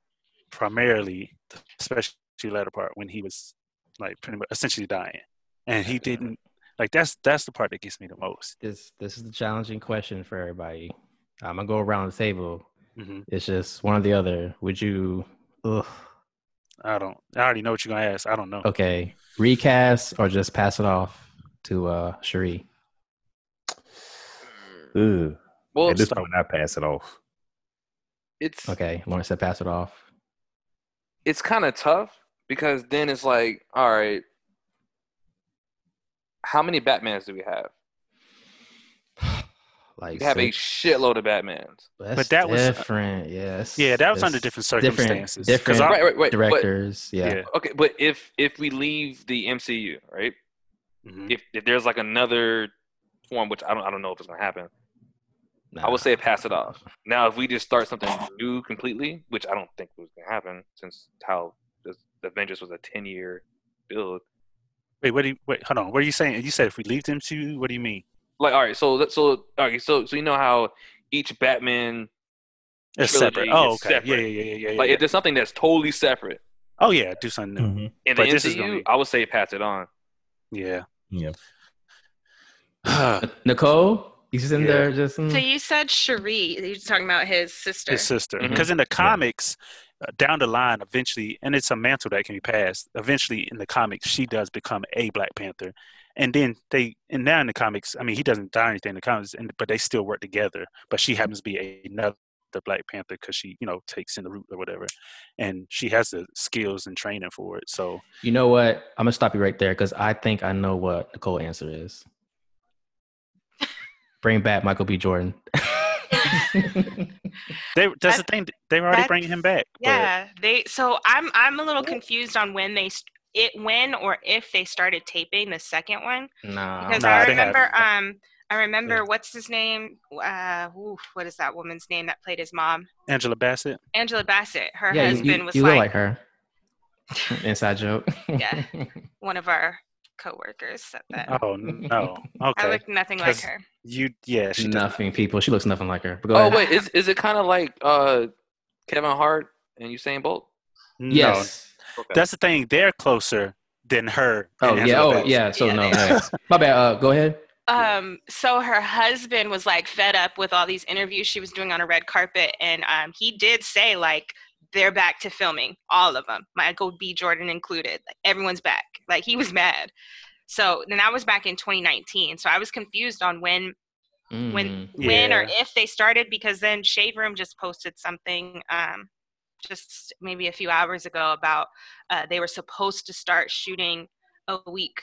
primarily, especially the latter part when he was like pretty much essentially dying, and he didn't like that's that's the part that gets me the most.
This this is the challenging question for everybody. I'm gonna go around the table.
Mhm.
It's just one or the other. Would you? Ugh.
I don't. I already know what you're gonna ask. I don't know.
Oh. Okay, recast or just pass it off to uh Cherie.
Ugh.
Well,
At this point, I pass it off.
It's
Okay, Lawrence said pass it off. (sighs)
it's kind of tough because then it's like, all right, how many Batmans do we have?
Like
we have
six.
a shitload of Batmans.
That's
But that was- uh,
different. Yes.
Yeah, that was
That's
under different
different-
circumstances. 'Cause
Different,
I-
Right, right, right, but-
directors. yeah.
Okay, but if if we leave the MCU, right?
Mm-hmm.
If if there's like another form, which I don't I don't know if it's gonna happen. I would say pass it off. Now, if we just start something new completely, which I don't think was gonna happen, since how this the Avengers was a ten year build.
Wait, what do you wait? Hold on. What are you saying? You said if we leave them to, what do you mean?
Like, all right, so that- so all right, so so you know how each Batman
It's
trilogy
separate. Oh,
is
okay. Yeah, yeah, yeah, yeah, yeah,
Like,
yeah.
if there's something that's totally separate
Oh yeah, do something new.
in
But
the
this is gonna
MCU,
be-
I would say pass it on.
Yeah.
Yeah.
(sighs)
Nicole, he's in there just. mm.
So you said Cherie. You're talking about his sister.
His sister,
Mm-hmm.
because in the comics, uh, down the line, eventually, and it's a mantle that can be passed. Eventually, in the comics, she does become a Black Panther, and then they, and now in the comics, I mean, he doesn't die or anything in the comics, and, but they still work together. But she happens to be a, another Black Panther because she, you know, takes in the root or whatever, and she has the skills and training for it. So
You know what? I'm gonna stop you right there because I think I know what Nicole's answer
(laughs)
is. Bring back Michael B. Jordan. (laughs)
they, that's the thing; they were already bringing him back. but-
Yeah, they. So I'm I'm a little confused on when they st- it when or if they started taping the second one
Nah,
because I remember um I remember what's his name uh oof, what is that woman's name that played his mom
Angela
(laughs)
Bassett.
Angela Bassett her
yeah, you-
husband
you,
was
you
like,
look
(laughs)
like her. Inside joke.
yeah one of our coworkers said that
Oh no!
I
Okay.
look nothing like
'Cause
her
You yeah, she does.
nothing. People, (laughs) she looks nothing like her. But go
Oh
ahead.
wait, is is it kind of like uh, Kevin Hart and Usain Bolt?
No.
Yes.
That's the thing. They're closer than her.
Oh
and
yeah.
Angela
Oh
Bassett.
yeah. So no. (laughs) no. My bad. Uh, go ahead.
Um, so her husband was like fed up with all these interviews she was doing on a red carpet, and um, he did say like they're back to filming, all of them, Michael B. Jordan included. Like, everyone's back. Like he was mad. So then that was back in 2019. So I was confused on when,
Mm.
when,
when, or if they started because then Shade Room just posted something. Um, just maybe a few hours ago about uh, they were supposed to start shooting a week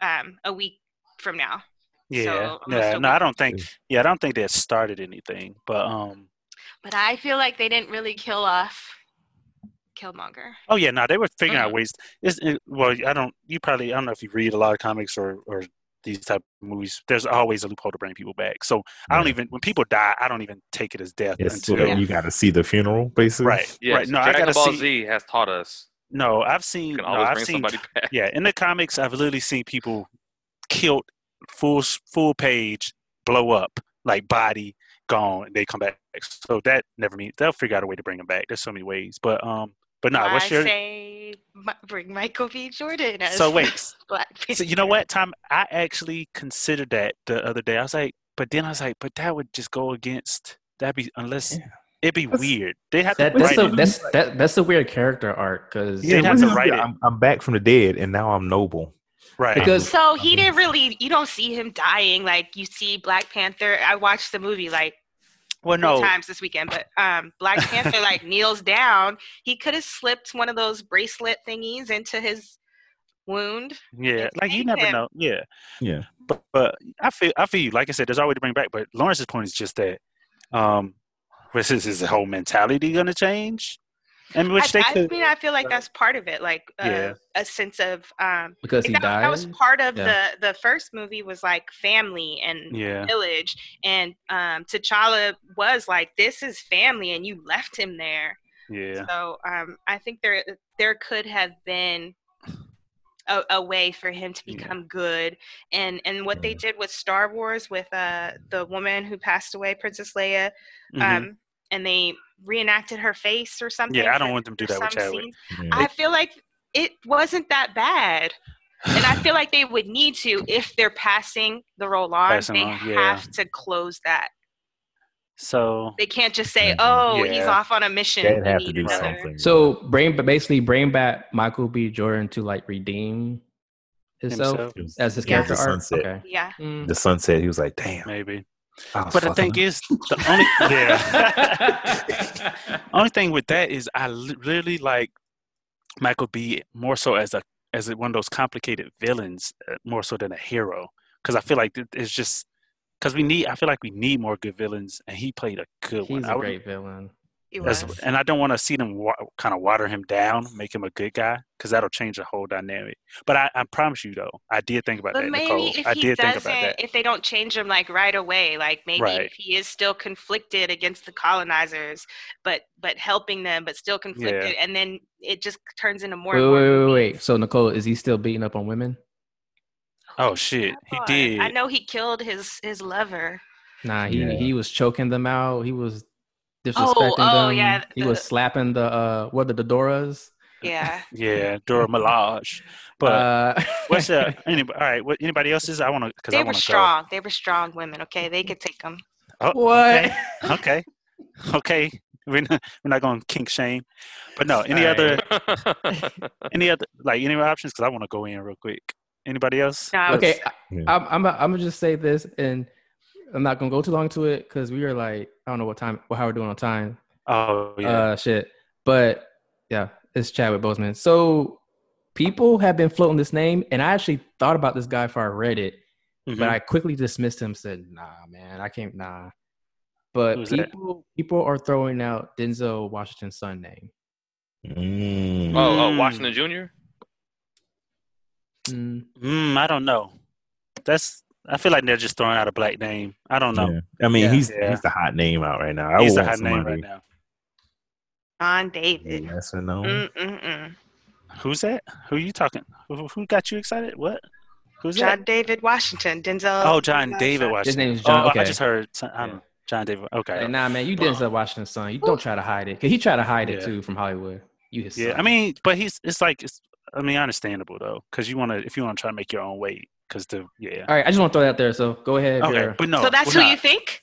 um, a week from now
Yeah.
So,
yeah. No, I don't think. Yeah, I don't think they started anything. But um.
But I feel like they didn't really kill off Killmonger.
Oh yeah. No, they were figuring
Mm-hmm.
out ways. It's, it, well, I don't. You probably. I don't know if you read a lot of comics or or these type of movies. There's always a loophole to bring people back. So I don't even. When people die, I don't even take it as death
It's
until.
you got to see the funeral, basically.
Right.
Yes,
Right. No, I
Dragon
gotta
Ball
see-
Z has taught us.
No, I've seen.
can
no,
always
I've
bring
seen.
somebody
(laughs)
back.
Yeah, in the comics, I've literally seen people killed, full s- full page, blow up, like body gone, and they come back. So that never means they'll figure out a way to bring them back. There's so many ways, but um, but nah,
I
what's your?
say Mi- bring Michael B. Jordan as
So wait,
(laughs) Black Panther.
So you know what, Tom? I actually considered that the other day. I was like, but then I was like, but that would just go against. That'd be unless it'd be weird. They have
That,
to
that's
write
a
it.
that's that, that's a weird character arc because
Yeah, They'd have to write it.
I'm, I'm back from the dead, and now I'm noble.
Right.
Because
so he didn't really. You don't see him dying. Like you see Black Panther. I watched the movie like
Well,
three
no.
times this weekend, but um, Black Panther like
(laughs)
kneels down. He could have slipped one of those bracelet thingies into his wound.
Yeah, like you never
him.
know. Yeah.
Yeah.
But but I feel I feel you. Like I said, there's always to bring back. But Lawrence's point is just that. Um, this is his whole mentality going to change, and which
I,
they
I
could.
mean, I feel like that's part of it, like uh,
Yeah.
a sense of um,
Because
if
he
that, That was
died?
part of
Yeah.
the the first movie was like family and
Yeah.
village, and um, T'Challa was like, "This is family," and you left him there.
Yeah.
So um, I think there there could have been a, a way for him to become good, and and what they did with Star Wars with uh, the woman who passed away, Princess Leia,
Mhm.
um, and they reenacted her face or something.
Yeah, I don't
for-
want them to do
for
that with
some
Chadwick.
scenes.
Yeah.
I feel like it wasn't that bad. And I feel like they would need to if they're passing the role on.
Passing
they
on, yeah.
have to close that.
So
They can't just
Mm-hmm.
say, "Oh, he's
Yeah.
off on a mission."
They'd
We
have
need
to do
another-
so bring but basically bring back Michael B. Jordan to like redeem himself,
Himself.
as his
Yeah.
character
The
arc.
sunset.
Okay.
Yeah.
The sunset. He was like, "Damn."
Maybe.
I was
But the
fucking
thing is,
(laughs)
the only
(laughs)
yeah. only thing with that is I li- really like Michael B. more so as a as one of those complicated villains, uh, more so than a hero, because I feel like it- it's just because we need. I feel like we need more good villains, and he played a good one.
He's
I
a
would-
great villain.
He
That's-
was.
and I don't want to see them wa- kind of water him down, make him a good guy, because that'll change the whole dynamic. But I, I promise you, though, I did think about
But
that,
maybe
Nicole.
if
I
he
did think
doesn't,
about that.
if they don't change him like right away, like maybe
Right.
if he is still conflicted against the colonizers, but but helping them, but still conflicted, and then it just turns into more.
Wait,
and
wait,
more.
wait, wait, wait. So Nicole, is he still beating up on women?
Oh shit, he
Come on.
did.
I know he killed his his
(laughs)
lover.
Nah, he
Yeah.
he was choking them out. He was disrespecting
Oh, oh,
them.
yeah,
He was slapping the uh what the Dodoras.
Yeah.
Yeah, Dora Milaje. But
Uh,
what's
(laughs)
up? Anybody, all right, what, anybody else's? I want to because I
They were
want to
strong. They were strong women. Okay, they could take him.
Oh,
what?
Okay, okay. okay. (laughs) We're not, we're not going to kink shame, but no. Any
All
other, any other, like any other options? Because I want to go in real quick. Anybody else?
okay, I, I'm I'm I'm gonna just say this, and I'm not gonna go too long to it because we are like I don't know what time how we're doing on time.
Oh yeah.
Uh, shit. But yeah, it's Chadwick Boseman. So people have been floating this name, and I actually thought about this guy before I read it,
Mhm.
but I quickly dismissed him. Said, "Nah, man, I can't. Nah." But
Who's that?
people, people are throwing out Denzel Washington's son name.
(laughs)
Mm.
Oh, oh, Washington Jr.
Mm.
Mm, I don't know. That's. I feel like they're just throwing out a black name. I don't know.
I mean,
Oh, Yeah.
he's
Yeah.
he's the hot name out right now. I
He's
would
the
want
hot name
somebody-
right now.
John David.
Yes or no?
Mm.
Mm-mm-mm.
Who's that? Who you talking? Who, who got you excited? What? Who's
John
that?
David Washington. Denzel.
Oh, John
Denzel
David Washington.
His name is John-
Oh,
okay.
I just heard. some- I don't know. John David. Okay.
Like, nah, man, you Denzel Washington's son. You don't try to hide it, cause he tried to hide it
Yeah.
too from Hollywood. You his
Yeah,
son.
I mean, but he's. It's like. It's. I mean, understandable though, because you want to. If you want to try to make your own weight, because the. Yeah.
All right, I just want to throw that out there. So go ahead.
Okay,
Vera.
but no,
So that's
we're
who
not-
you think?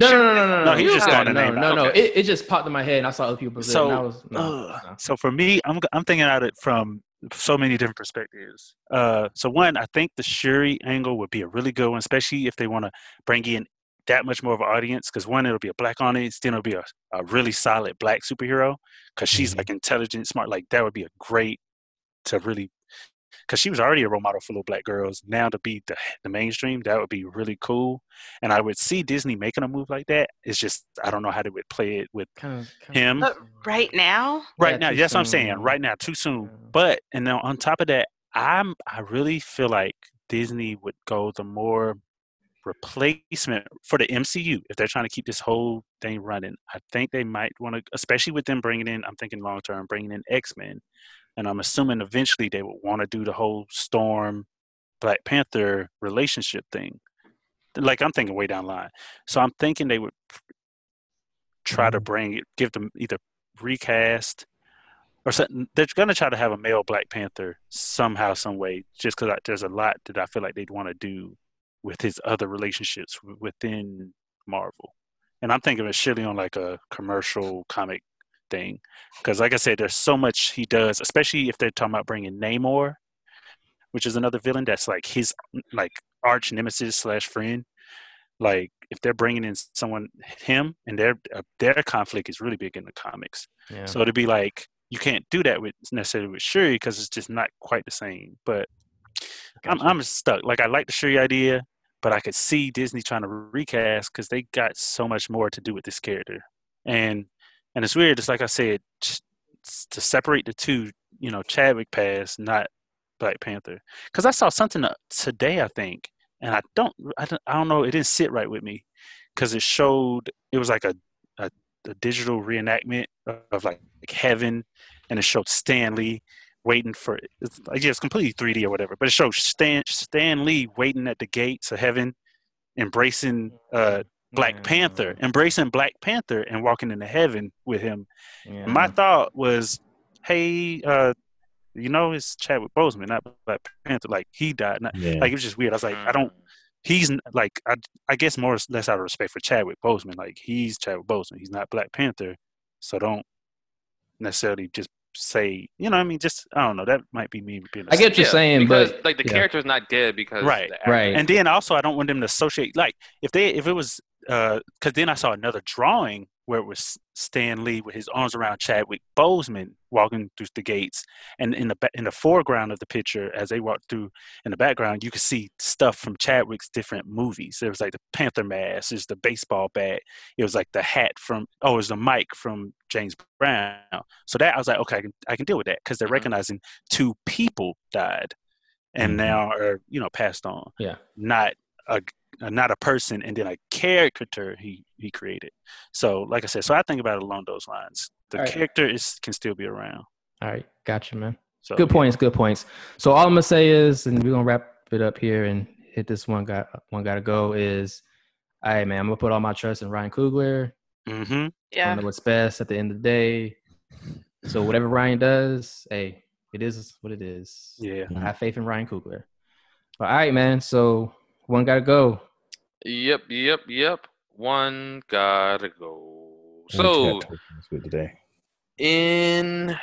No, no, no, no, no.
No, he's just
no,
throwing a
no,
name
No,
out.
no,
Okay.
it, it just popped in my head, and I saw other people. So,
So, uh,
and I was, no,
ugh. so for me, I'm I'm thinking about it from so many different perspectives. Uh, so one, I think the Shuri angle would be a really good one, especially if they want to bring in that much more of an audience. Because one, it'll be a black audience, then it'll be a, a really solid black superhero. Because she's like intelligent, smart. Like that would be a great to really. Because she was already a role model for little black girls. Now to be the, the mainstream, that would be really cool. And I would see Disney making a move like that. It's just I don't know how they would play it with
Kind of,
him
But right now,
right
Yeah,
now.
too
Yes, I'm saying
soon.
right now, too soon. But and then on top of that, I'm I really feel like Disney would go the more replacement for the MCU if they're trying to keep this whole thing running. I think they might want to, especially with them bringing in. I'm thinking long term, bringing in X Men, and I'm assuming eventually they would want to do the whole Storm, Black Panther relationship thing. Like I'm thinking way down the line. So I'm thinking they would try
Mm-hmm.
to bring it, give them either recast or something. They're going to try to have a male Black Panther somehow, some way, just because there's a lot that I feel like they'd want to do with his other relationships w- within Marvel. And I'm thinking of surely on like a commercial comic thing. Because, like I said, there's so much he does, especially if they're talking about bringing Namor, which is another villain that's like his like arch nemesis slash friend like if they're bringing in someone him and their uh, their conflict is really big in the comics
Yeah.
so to be like you can't do that with necessarily with shuri because it's just not quite the same but I'm, I'm stuck like i like the shuri idea but i could see disney trying to recast because they got so much more to do with this character and and it's weird it's like i said ch- to separate the two you know chadwick passed not black panther because i saw something uh, today i think and I don't, I don't, I don't know. It didn't sit right with me because it showed it was like a, a, a digital reenactment of, like, like heaven, and it showed Stanley waiting for it's like yeah, it's completely 3D or whatever, but it showed Stan Stan Lee waiting at the gates of heaven, embracing uh, Black Panther, embracing Black Panther, and walking into heaven with him. And My thought was, hey, uh, you know, it's Chadwick Boseman, not Black Panther. Like he died. Not,
Yeah.
Like it was just weird. I was like, I don't.
Mm.
He's n- like, I, I guess more or less out of respect for Chadwick Boseman. Like he's Chadwick Boseman. He's not Black Panther. So don't necessarily just say, you know, what I mean, just I don't know. That might be me being. a
I get what you're
Yeah,
saying,
because,
but
Like the
yeah.
character's not dead because
right
the
Right.
and uh, then also i don't want them to associate like if they if it was because then i saw another drawing where it was Stan Lee with his arms around Chadwick Boseman walking through the gates, and in the ba- in the foreground of the picture, as they walked through in the background, you could see stuff from Chadwick's different movies. There was like the Panther mask, there's the baseball bat, it was like the hat from oh, it was the mic from James Brown. So that I was like, okay, I can, I can deal with that because
Mm-hmm.
they're recognizing two people died, and now are you know passed on,
Mm-hmm. Yeah.
not a not a person, and then a caricature he he created. So, like I said, so I think about it along those lines. The
All right.
character is can still be around.
All right, gotcha, man.
So-
good points. Good points. So all I'm gonna say is, and we're gonna wrap it up here and hit this one. Got one. Gotta go. Is, all right, man. I'm gonna put all my trust in Ryan Coogler.
Mm-hmm.
Yeah.
I know what's best at the end of the day. So whatever Ryan does, hey, it is what it is.
Yeah.
I have faith in Ryan Coogler. But all right, man. So one gotta go.
Yep, yep, yep. One gotta go.
We just
So
got tokens with today.
in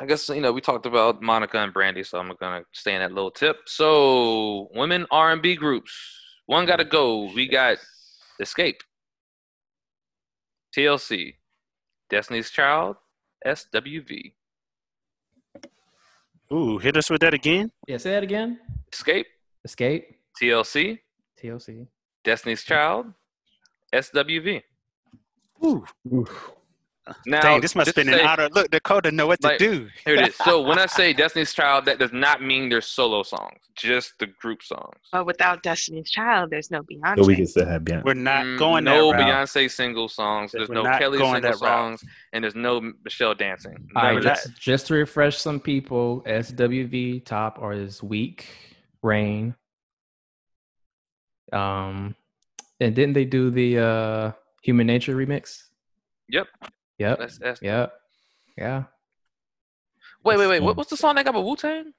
I guess you know we talked about Monica and Brandy, so I'm gonna stay in that little tip. So women R and B groups. One gotta go. We got Escape, TLC, Destiny's Child, SWV.
Ooh, hit us with that again.
Yeah. Say that again.
Escape,
Escape.
TLC,
TLC.
Destiny's Child, SWV.
Ooh.
Now
Dang, this must have been an
say-
honor. Look, Dakota know what
like,
to do.
Here it is. So when I say Destiny's Child, that does not mean their solo songs, just the group songs.
But Oh, without Destiny's Child, there's no Beyonce.
So we can still have Beyonce.
(laughs) We're not
Mm,
going
no
that route.
Beyonce single songs. There's
We're
no
not
Kelly
going
single
that route.
songs, and there's no Michelle dancing.
All
None
right,
of that.
just, just to refresh some people, SWV top are is weak rain. Um, and didn't they do the uh Human Nature remix?
Yep.
Yep.
That's- that's-
yep. Yeah.
Wait, wait, wait. What, what's the song that got with Wu Tang?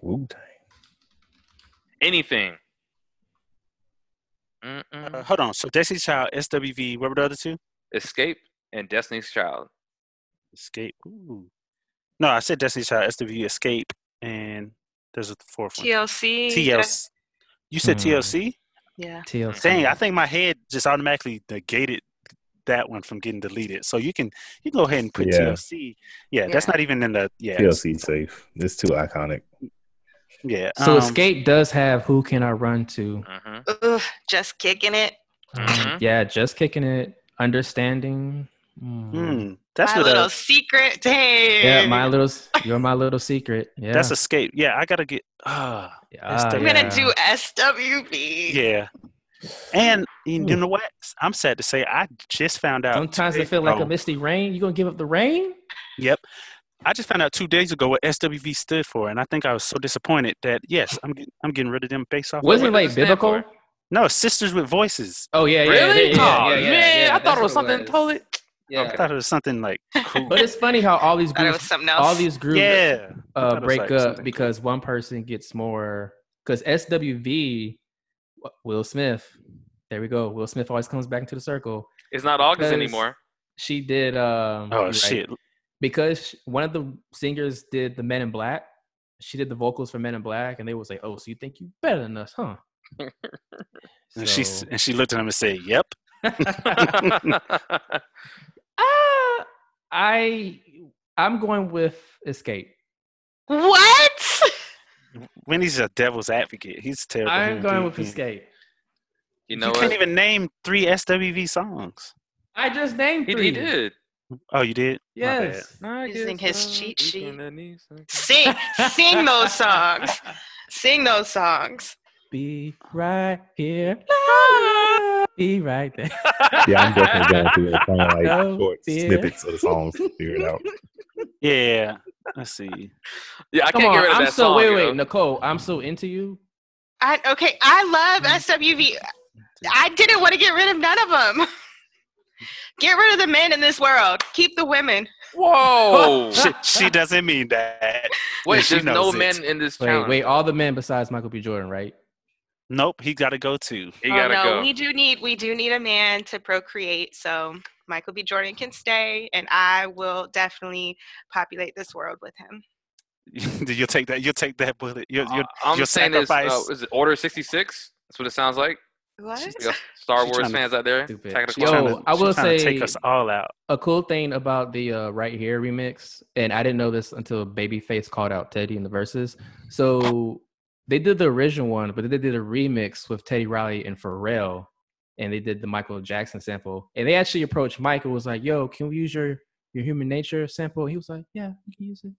Wu-Tang.
Anything.
Uh, hold on. So Destiny's Child, SWV. What were the other two?
Escape and Destiny's Child.
Escape. Ooh. No, I said Destiny's Child, SWV, Escape, and there's a fourth one.
TLC.
TLC. You said
Hmm.
TLC.
Yeah.
TLC.
Dang, I think my head just automatically negated that one from getting deleted. So you can you can go ahead and put
Yeah.
TLC. Yeah, that's not even in the yeah
TLC safe. It's too iconic.
yeah.
So
um,
Escape does have Who Can I Run To?
Mm-hmm.
Ugh, just kicking it.
Yeah, just kicking it. Understanding. Mm.
hmm, that's
my
what
little
uh,
secret. Dang.
Yeah, my little s- you're my little secret. Yeah.
that's escape. Yeah, I gotta get ah
Ah,
I'm
yeah.
gonna do SWB.
yeah. And you you know what? I'm sad to say I just found out.
Sometimes
today-
they feel like
oh,
a misty rain. You gonna give up the rain?
Yep. I just found out two days ago what SWV stood for, and I think I was so disappointed that yes, I'm getting, I'm getting rid of them based off. of
Wasn't it
what-
like biblical?
No, sisters with voices.
Oh yeah, yeah,
Really?
yeah, yeah,
oh
yeah, yeah,
man,
yeah,
I thought
that's
it was
what
something totally.
Yeah.
I thought it was something like cool.
But it's funny how
(laughs)
all these
Thought it was
groups,
something else.
all these groups,
yeah. I thought
uh,
it was
break
like
up
something
because one person gets more. Because SWV, Wh- Will Smith. There we go. Will Smith always comes back into the circle.
It's not August
Because- (laughs)
anymore. (laughs)
She did. Um,
Oh
you're right.
shit!
Because sh- one of the singers did the Men in Black. She did the vocals for Men in Black, and they was like, "Oh, so you think you better than us, huh?"
And she s-
So-
and she looked at him and said, "Yep."
Uh,
Ah, I I'm going with Escape.
What?
Winnie's a devil's advocate. He's terrible.
I'm
human
going
being.
with Escape.
You,
you know
can't
what?
even name three SWV songs.
I just named
He,
three.
he did.
Oh, you did? My bad.
Yes.
Using
uh,
his cheat sheet.
That's
(laughs)
Sing,
(laughs)
sing those songs. Sing those songs.
Be right here.
Ah.
Be right there. Oh,
Yeah, I'm definitely going through and finding
(laughs)
like
No
short
fear.
snippets of the songs to figure it out.
Yeah. Let's see.
Yeah, I
Come on,
can't get rid of
I'm
that
so
song.
wait,
yo.
wait, Nicole. I'm so into you.
I okay. I love
Mm.
SWV. I didn't want to get rid of none of them. (laughs) Get rid of the men in this world. Keep the women.
(laughs)
(laughs)
Whoa!
She, she doesn't mean that.
wait,
She
there's no
knows it.
men in this
Wait,
challenge.
wait. All the men besides Michael B. Jordan, right?
Nope. He got to go to.
He
oh
gotta
no,
go.
we do need we do need a man to procreate. So Michael B. Jordan can stay, and I will definitely populate this world with him.
(laughs) you'll take that. You'll take that bullet. You'll,
Uh,
you'll,
I'm
you'll
saying is, uh,
sacrifice.
is it Order 66? That's what it sounds like.
What?
We got Star
She's
Wars
tryna-
fans out there.
stupid.
attacking the
She's
clock.
tryna-
Yo, I will
she's tryna
say
take us all out.
A cool thing about the uh, right here remix, and I didn't know this until Babyface called out Teddy in the verses. So they did the original one, but they did a remix with Teddy Riley and Pharrell, and they did the Michael Jackson sample. And they actually approached Michael was like, "Yo, can we use your your Human Nature sample?" He was like, "Yeah, you can use it."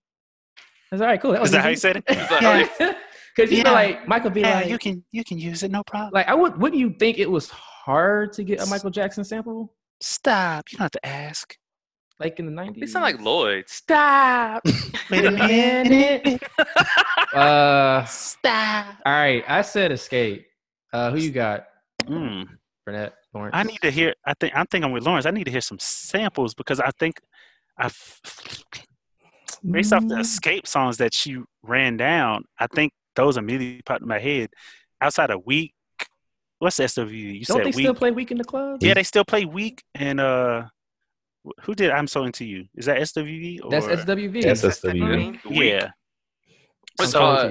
I was like, all right, cool.
Is that how you
easy."
said
(laughs)
it?
Because you know,
Yeah.
like Michael be
Yeah,
like,
you can you can use it, no problem.
Like, I would. Wouldn't you think it was hard to get a Michael Jackson sample?
Stop! You don't have to ask.
Like in the nineties.
They sound like Lloyd.
Stop.
Wait a minute.
(laughs) uh,
Stop.
all right. I said escape. Uh, who you got?
Mm.
Burnett Lawrence.
I need to hear. I think I'm thinking with Lawrence. I need to hear some samples because I think I, f- based off the
Mm.
escape songs that she ran down, I think those immediately popped in my head. Outside of week, what's the SWV? You said
Don't they
week.
still play Week in the Club?
yeah, they still play week and uh, wh- who did I'm so into you? Is that SWV or
That's SWV.
That's SWV.
E,
Yeah.
I'm
So,
talking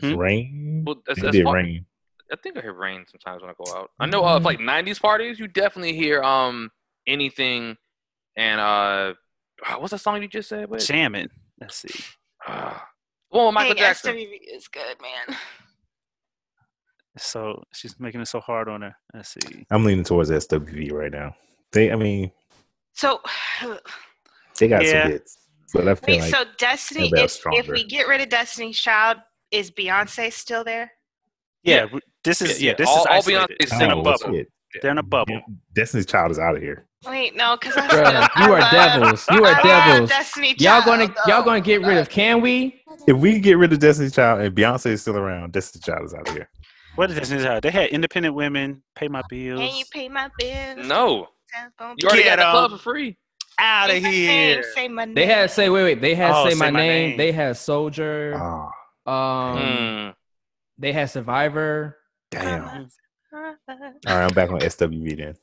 uh,
to you.
Rain.
Well, that's,
They
that's
did
why-
rain.
I think I hear rain sometimes when I go out. I know uh, if, like '90s parties, you definitely hear um anything, and uh, ah, what's that song you just said? Wait,
jamming. Let's see.
Ah, the one with Michael
Dang,
Jackson.
SWV is good, man.
So she's making it so hard on her. Let's see.
I'm leaning towards SWV right now. They, I mean,
So, (sighs)
they got
Yeah.
some hits, but I feel
wait,
like
so Destiny,
they're
if, if
stronger.
we get rid of Destiny's Child, is Beyonce still there?
Yeah, w- this is
Yeah,
yeah,
yeah.
this
All-
is
all
isolated.
Beyonce's
They're in a
Oh,
bubble.
shit.
They're in a bubble.
Destiny's Child is out of here.
Wait, no, because I still, (laughs)
Bruh,
I
(laughs)
you are
love-
devils. You
I
are
love
devils.
Destiny
Y'all
Child,
gonna y'all gonna get rid of? Can we?
If we get rid of Destiny's Child and Beyonce is still around, Destiny's Child is out of here.
What is this? How they had independent women pay my bills.
Can you pay my bills?
No, you already got the club for free.
out
Say
of
my name,
here.
Say my name.
They had say wait wait. They had
Oh,
say, my, name. They had Soldier.
Oh,
Um,
Hmm.
they had Survivor.
damn.
Uh-huh. (laughs)
All right, I'm back on SWV then.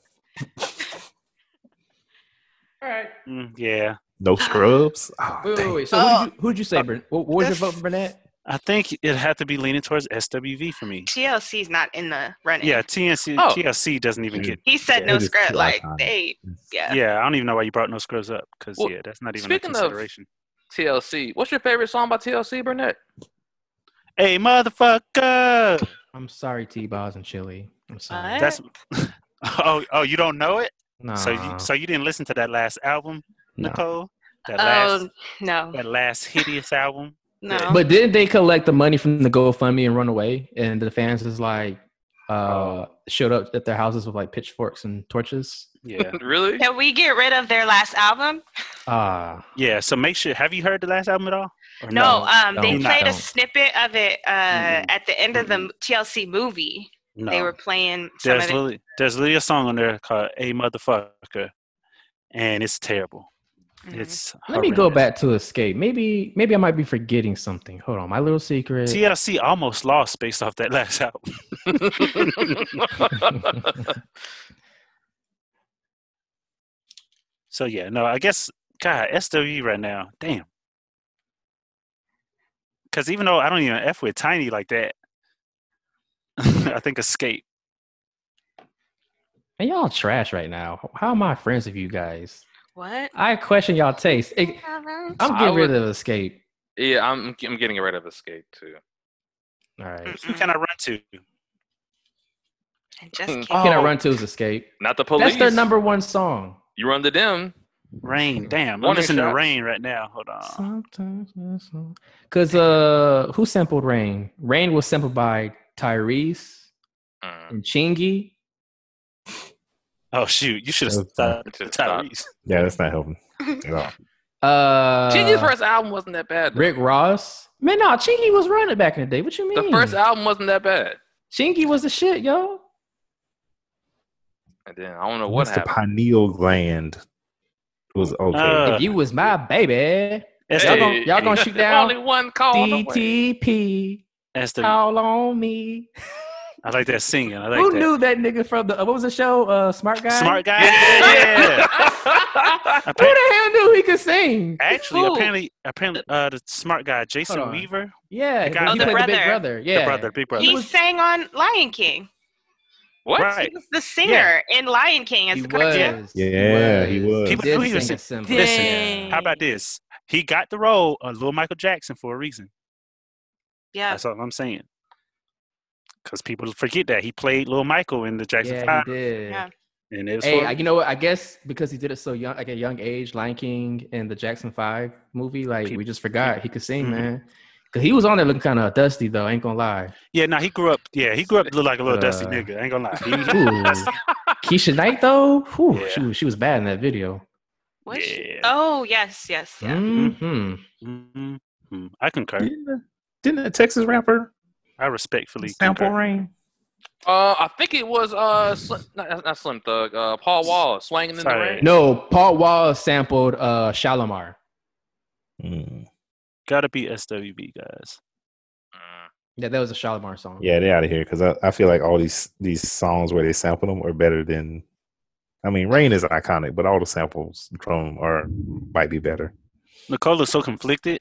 All right.
Mm, yeah,
No scrubs. Ah,
Wait, wait,
damn.
wait. So
Uh,
who'd, you, who'd you say, Burnett? What, what was your vote for Burnett?
I think it had to be leaning towards SWV for me.
TLC's not in the running.
Yeah, TNC,
Oh.
TLC doesn't
Mm.
even get.
He said
Yeah.
no
It is
script.
too
Like
iconic.
they, yeah.
Yeah, I don't even know why you brought no scrubs up because
Well,
yeah, that's not even a
speaking of-
consideration.
TLC. What's your favorite song by TLC, Burnett?
hey, motherfucker!
I'm sorry, T. Boz and Chili. I'm sorry.
That's (laughs) oh oh you don't know it.
Nah.
So you so you didn't listen to that last album,
Nah.
Nicole? That last
Oh no,
that last hideous album.
no.
But didn't they collect the money from the GoFundMe and run away? And the fans is like, uh, showed up at their houses with like pitchforks and torches.
Yeah.
really?
Can we get rid of their last album?
Ah,
Yeah, so make sure. Have you heard the last album at all? Or
No, um, they
Don't.
played a
Don't.
snippet of it uh, at the end of the TLC movie.
No.
They were playing some
there's
of it.
literally there's literally a song on there called "A Motherfucker," and it's terrible.
Mm-hmm.
It's
let me go
horrendous.
back to escape. Maybe, maybe I might be forgetting something. Hold on, my little secret.
TLC almost lost based off that (laughs) last album. So yeah, no, I guess God SWE right now, damn. Because even though I don't even f with Tiny like that, (laughs) I think Escape.
And y'all trash right now. How am I friends with you guys?
What?
I question y'all taste. It-
Uh-huh.
I'm
I
getting rid
would-
of escape.
(laughs) Yeah, I'm I'm getting rid of Escape too.
All right.
Who can I run to?
I just can't.
Can I
Oh.
run to is escape?
Not the police.
That's their number one song.
You run to them.
Rain, damn. I'm
Warning
listening to
shots.
Rain right now. Hold on.
Sometimes it's so- Cause uh who sampled Rain? Rain was sampled by Tyrese
Mm.
and Chingy.
Oh shoot, you should have
That's
started
Should've stopped.
Tyrese.
Yeah, that's not helping at all.
Uh
Chingy's first album wasn't that bad. though.
Rick Ross. Man, no, Chingy was running back in the day. What you mean?
the first album wasn't that bad,
Chingy was the shit, yo.
and then I don't know what
What's the
happened.
pineal gland? Was okay.
Uh,
if you was my baby,
That's
y'all
the-
gonna,
(laughs)
y'all gonna shoot
Only
down
one call away.
DTP.
that's the.
Call on me.
E, I like that singing. I like
Who
that.
knew that nigga from the uh, what was the show? Uh, Smart Guy.
Smart guy. Yeah.
(laughs)
Who the hell knew he could sing?
Actually,
Who?
apparently, apparently, uh, the smart guy Jason
on.
Weaver,
Yeah,
The guy-
he
Oh,
the
played the big
brother.
brother. Yeah,
the brother, big brother.
He sang on Lion King. What?
Right.
He was the singer in Lion King as the cartoon.
Yeah, he was.
People knew he was singing. Listen, how about
Mm-hmm.
this? He got the role of Lil Michael Jackson for a reason.
Yeah.
That's all I'm saying. Because people forget that he played Lil Michael in the Jackson
Yeah,
Five.
he did.
Yeah.
And it was
Hey,
for-
I- you know what? I guess because he did it so young, like a young age, Lion King and the Jackson Five movie, like we just forgot he could sing,
Mhm.
man. Cause he was on there looking kind of dusty though. Ain't
(laughs)
gonna lie.
yeah, no, he grew up. Yeah, he grew up look like a little dusty
Uh,
nigga. Ain't gonna lie. He-
(laughs) Ooh. Keisha Knight though, Whew, she was she was bad in that video.
Was she? Oh yes, yes. Yeah.
Mm-hmm.
hmm
Mhm. I concur.
Didn't a Texas rapper
I respectfully
sample
concur.
rain?
Uh, I think it was uh, Slim, not, not Slim Thug. Uh, Paul Wall swinging in the
Sorry.
rain.
No, Paul Wall sampled uh Shalimar.
Mm.
Gotta be SWB guys.
Mm.
Yeah, that was a Shalimar song.
Yeah, they're out of here because I, I feel like all these these songs where they sample them are better than. I mean, Rain is iconic, but all the samples from are might be better.
Nicola's so conflicted.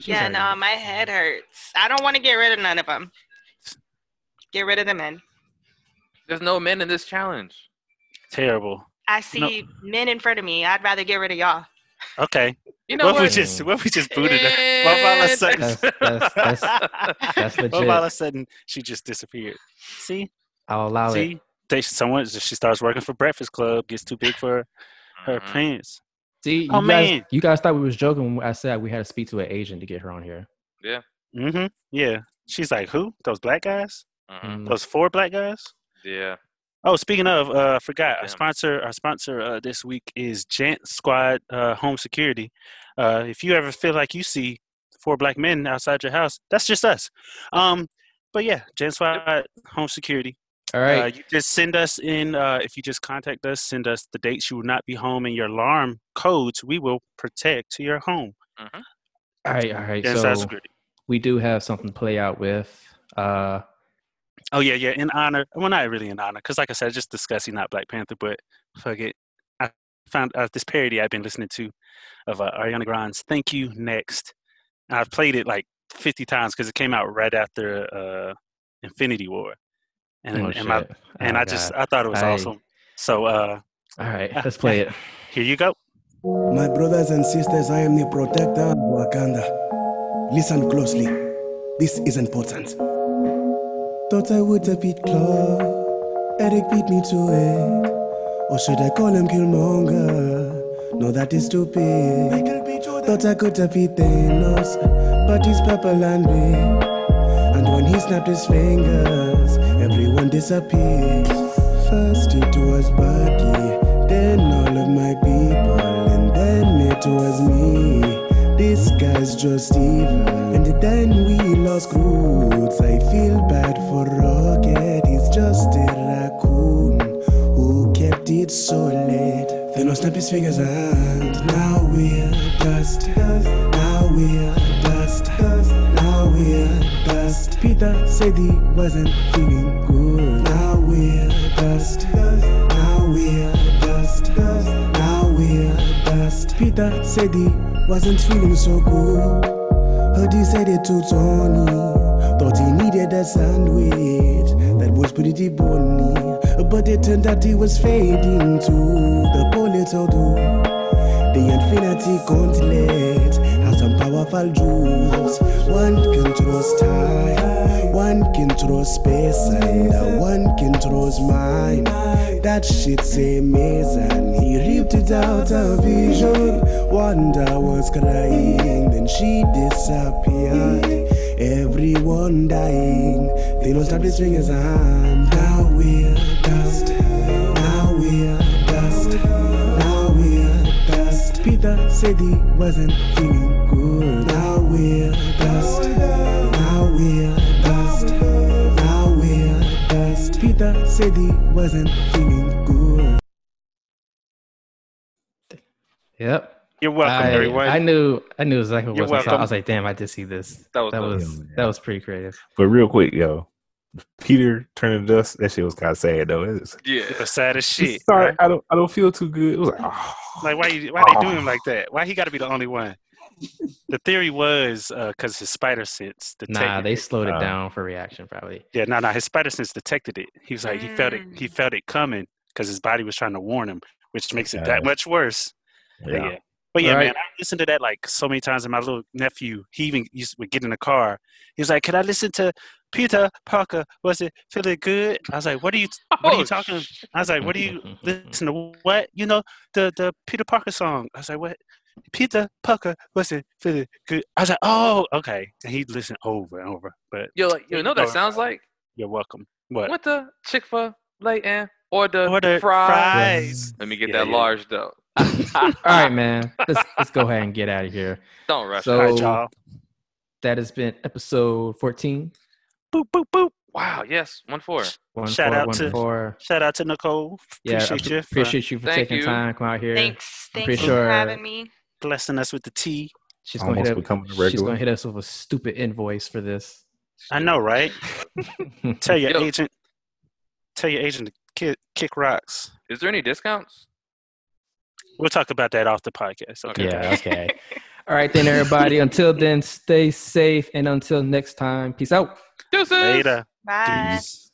Yeah, no, my head hurts. I don't want to get rid of none of them. Get rid of the men.
There's no men in this challenge.
Terrible.
I see men in front of me. I'd rather get rid of y'all.
Okay.
You know
what, if we
what?
just what if we just
(laughs)
booted her? What if all of a sudden
That's- that's- that's-
(laughs)
that's
What if all of a
legit.
sudden she just disappeared? See?
I'll allow
See?
it.
They, someone she starts working for Breakfast Club, gets too big for her
Mm-hmm.
pants.
See, you
Oh,
guys,
man.
you guys thought we was joking when I said we had to speak to an agent to get her on here.
Yeah.
Mm-hmm. Yeah. She's like, who? Those black guys?
Mhm.
Those four black guys?
Mm-hmm, Yeah.
Oh, speaking of, uh, I forgot our sponsor. Our sponsor uh, this week is Jant Squad uh, Home Security. Uh, if you ever feel like you see four black men outside your house, that's just us. Um, but yeah, Jant Squad Home Security.
All right.
Uh, you just send us in. Uh, if you just contact us, send us the dates you will not be home and your alarm codes. We will protect your home.
All right, all right.
Yes,
so
that's good.
we do have something to play out with. Uh,
Oh yeah, yeah. In honor, well, not really in honor, because like I said, just discussing not Black Panther, but fuck it. I found out this parody I've been listening to of uh, Ariana Grande's "Thank You Next," and I've played it like 50 times because it came out right after uh, Infinity War, and
Oh,
and, my,
shit.
and
Oh,
I just
God.
I thought it was
I-
awesome. So uh,
all right, let's play
(laughs)
it.
Here you go.
My brothers and sisters, I am the protector of Wakanda. Listen closely. This is important. Thought I would have beat Claw. Eric beat me to it. Or should I call him Killmonger? No, that is stupid. Thought I could have beat Thanos, but he's purple and red. And when he snapped his fingers, everyone disappeared. First it was Bucky, then all of my people, and then it was me. This guy's just evil. And then we lost Groot. I feel bad for Rocket, he's just a raccoon who kept it so late. Thanos snapped his fingers and now we're dust. Now we're dust. Now we're dust. Peter said he wasn't feeling good. Now we're dust. Now we're dust. Now we're dust. Peter said he wasn't feeling so good. Heard he said it to Tony. Thought he needed a sandwich that was pretty bony. But it turned out he was fading to the bullets or do. The infinity gauntlet has some powerful jewels. One controls time, one controls space, and the one controls mind. That shit's amazing. He ripped it out of vision. Wanda was crying, then she disappeared. Everyone dying. Thanos snapped his fingers and now we're dust. Now we're dust. Now we're dust. Peter said he wasn't feeling good. Now we're dust. Now we're dust. Now we're dust. Peter said he wasn't feeling good.
Yep.
You're welcome,
I,
everyone.
I knew, I knew exactly what
You're
was I saw. I
welcome.
was like, damn, I did see this.
That was
that
dope.
was, that was pretty creative.
But real quick, yo, Peter turning to dust. That shit was kind of sad though. It was,
Yeah.
The saddest shit.
Sorry, I don't. I don't feel too good. It was like, oh, (sighs)
Like why you why they doing him like that? Why he gotta be the only one? The theory was because his spider sense detected.
Nah, they slowed it
Uh,
down for reaction probably.
Yeah, no, no, his spider sense detected it. He was like, he felt it. He felt it coming because his body was trying to warn him, which makes it that
Yeah.
much worse. But
Yeah.
yeah, but yeah,
Right.
man, I listened to that like so many times. And my little nephew, he even used would get in the car. He was like, "Can I listen to Peter Parker? Was it feeling good?" I was like, "What are you? What
Oh,
are you talking?" I was like, "What are you
Mm-hmm,
listen to? What you know the the Peter Parker song?" I was like, "What?" Peter Parker was it feeling good? I was like, "Oh, okay." And he listened over and over, but
Yo, like, you know what that
Oh.
sounds like?
you're welcome. What?
What the Chick Fil A and order,
Order
fries. Let me get that
(laughs)
large though. (laughs) All
All right, man. Let's let's go ahead and get out of here.
Don't rush.
So,
All right, y'all.
That has been episode 14.
Wow. Yes. One four.
One
shout
four,
out
one
to
four.
shout out to Nicole.
Yeah,
Appreciate you. for-
appreciate you for taking time to come out here.
Thanks.
I'm
Thank
pretty
you
sure
for having me.
Blessing us with the tea.
she's going
Almost
to hit
becoming a
up, she's
regular.
going to hit us with a stupid invoice for this.
(laughs)
(laughs)
I know, right? tell your
Yo.
agent. Tell your agent to kick, kick rocks.
Is there any discounts?
We'll talk about that off the podcast. Okay.
Yeah, okay. All right then everybody, until then stay safe and until next time. Peace out.
Deuces.
Later.
Bye.
Peace.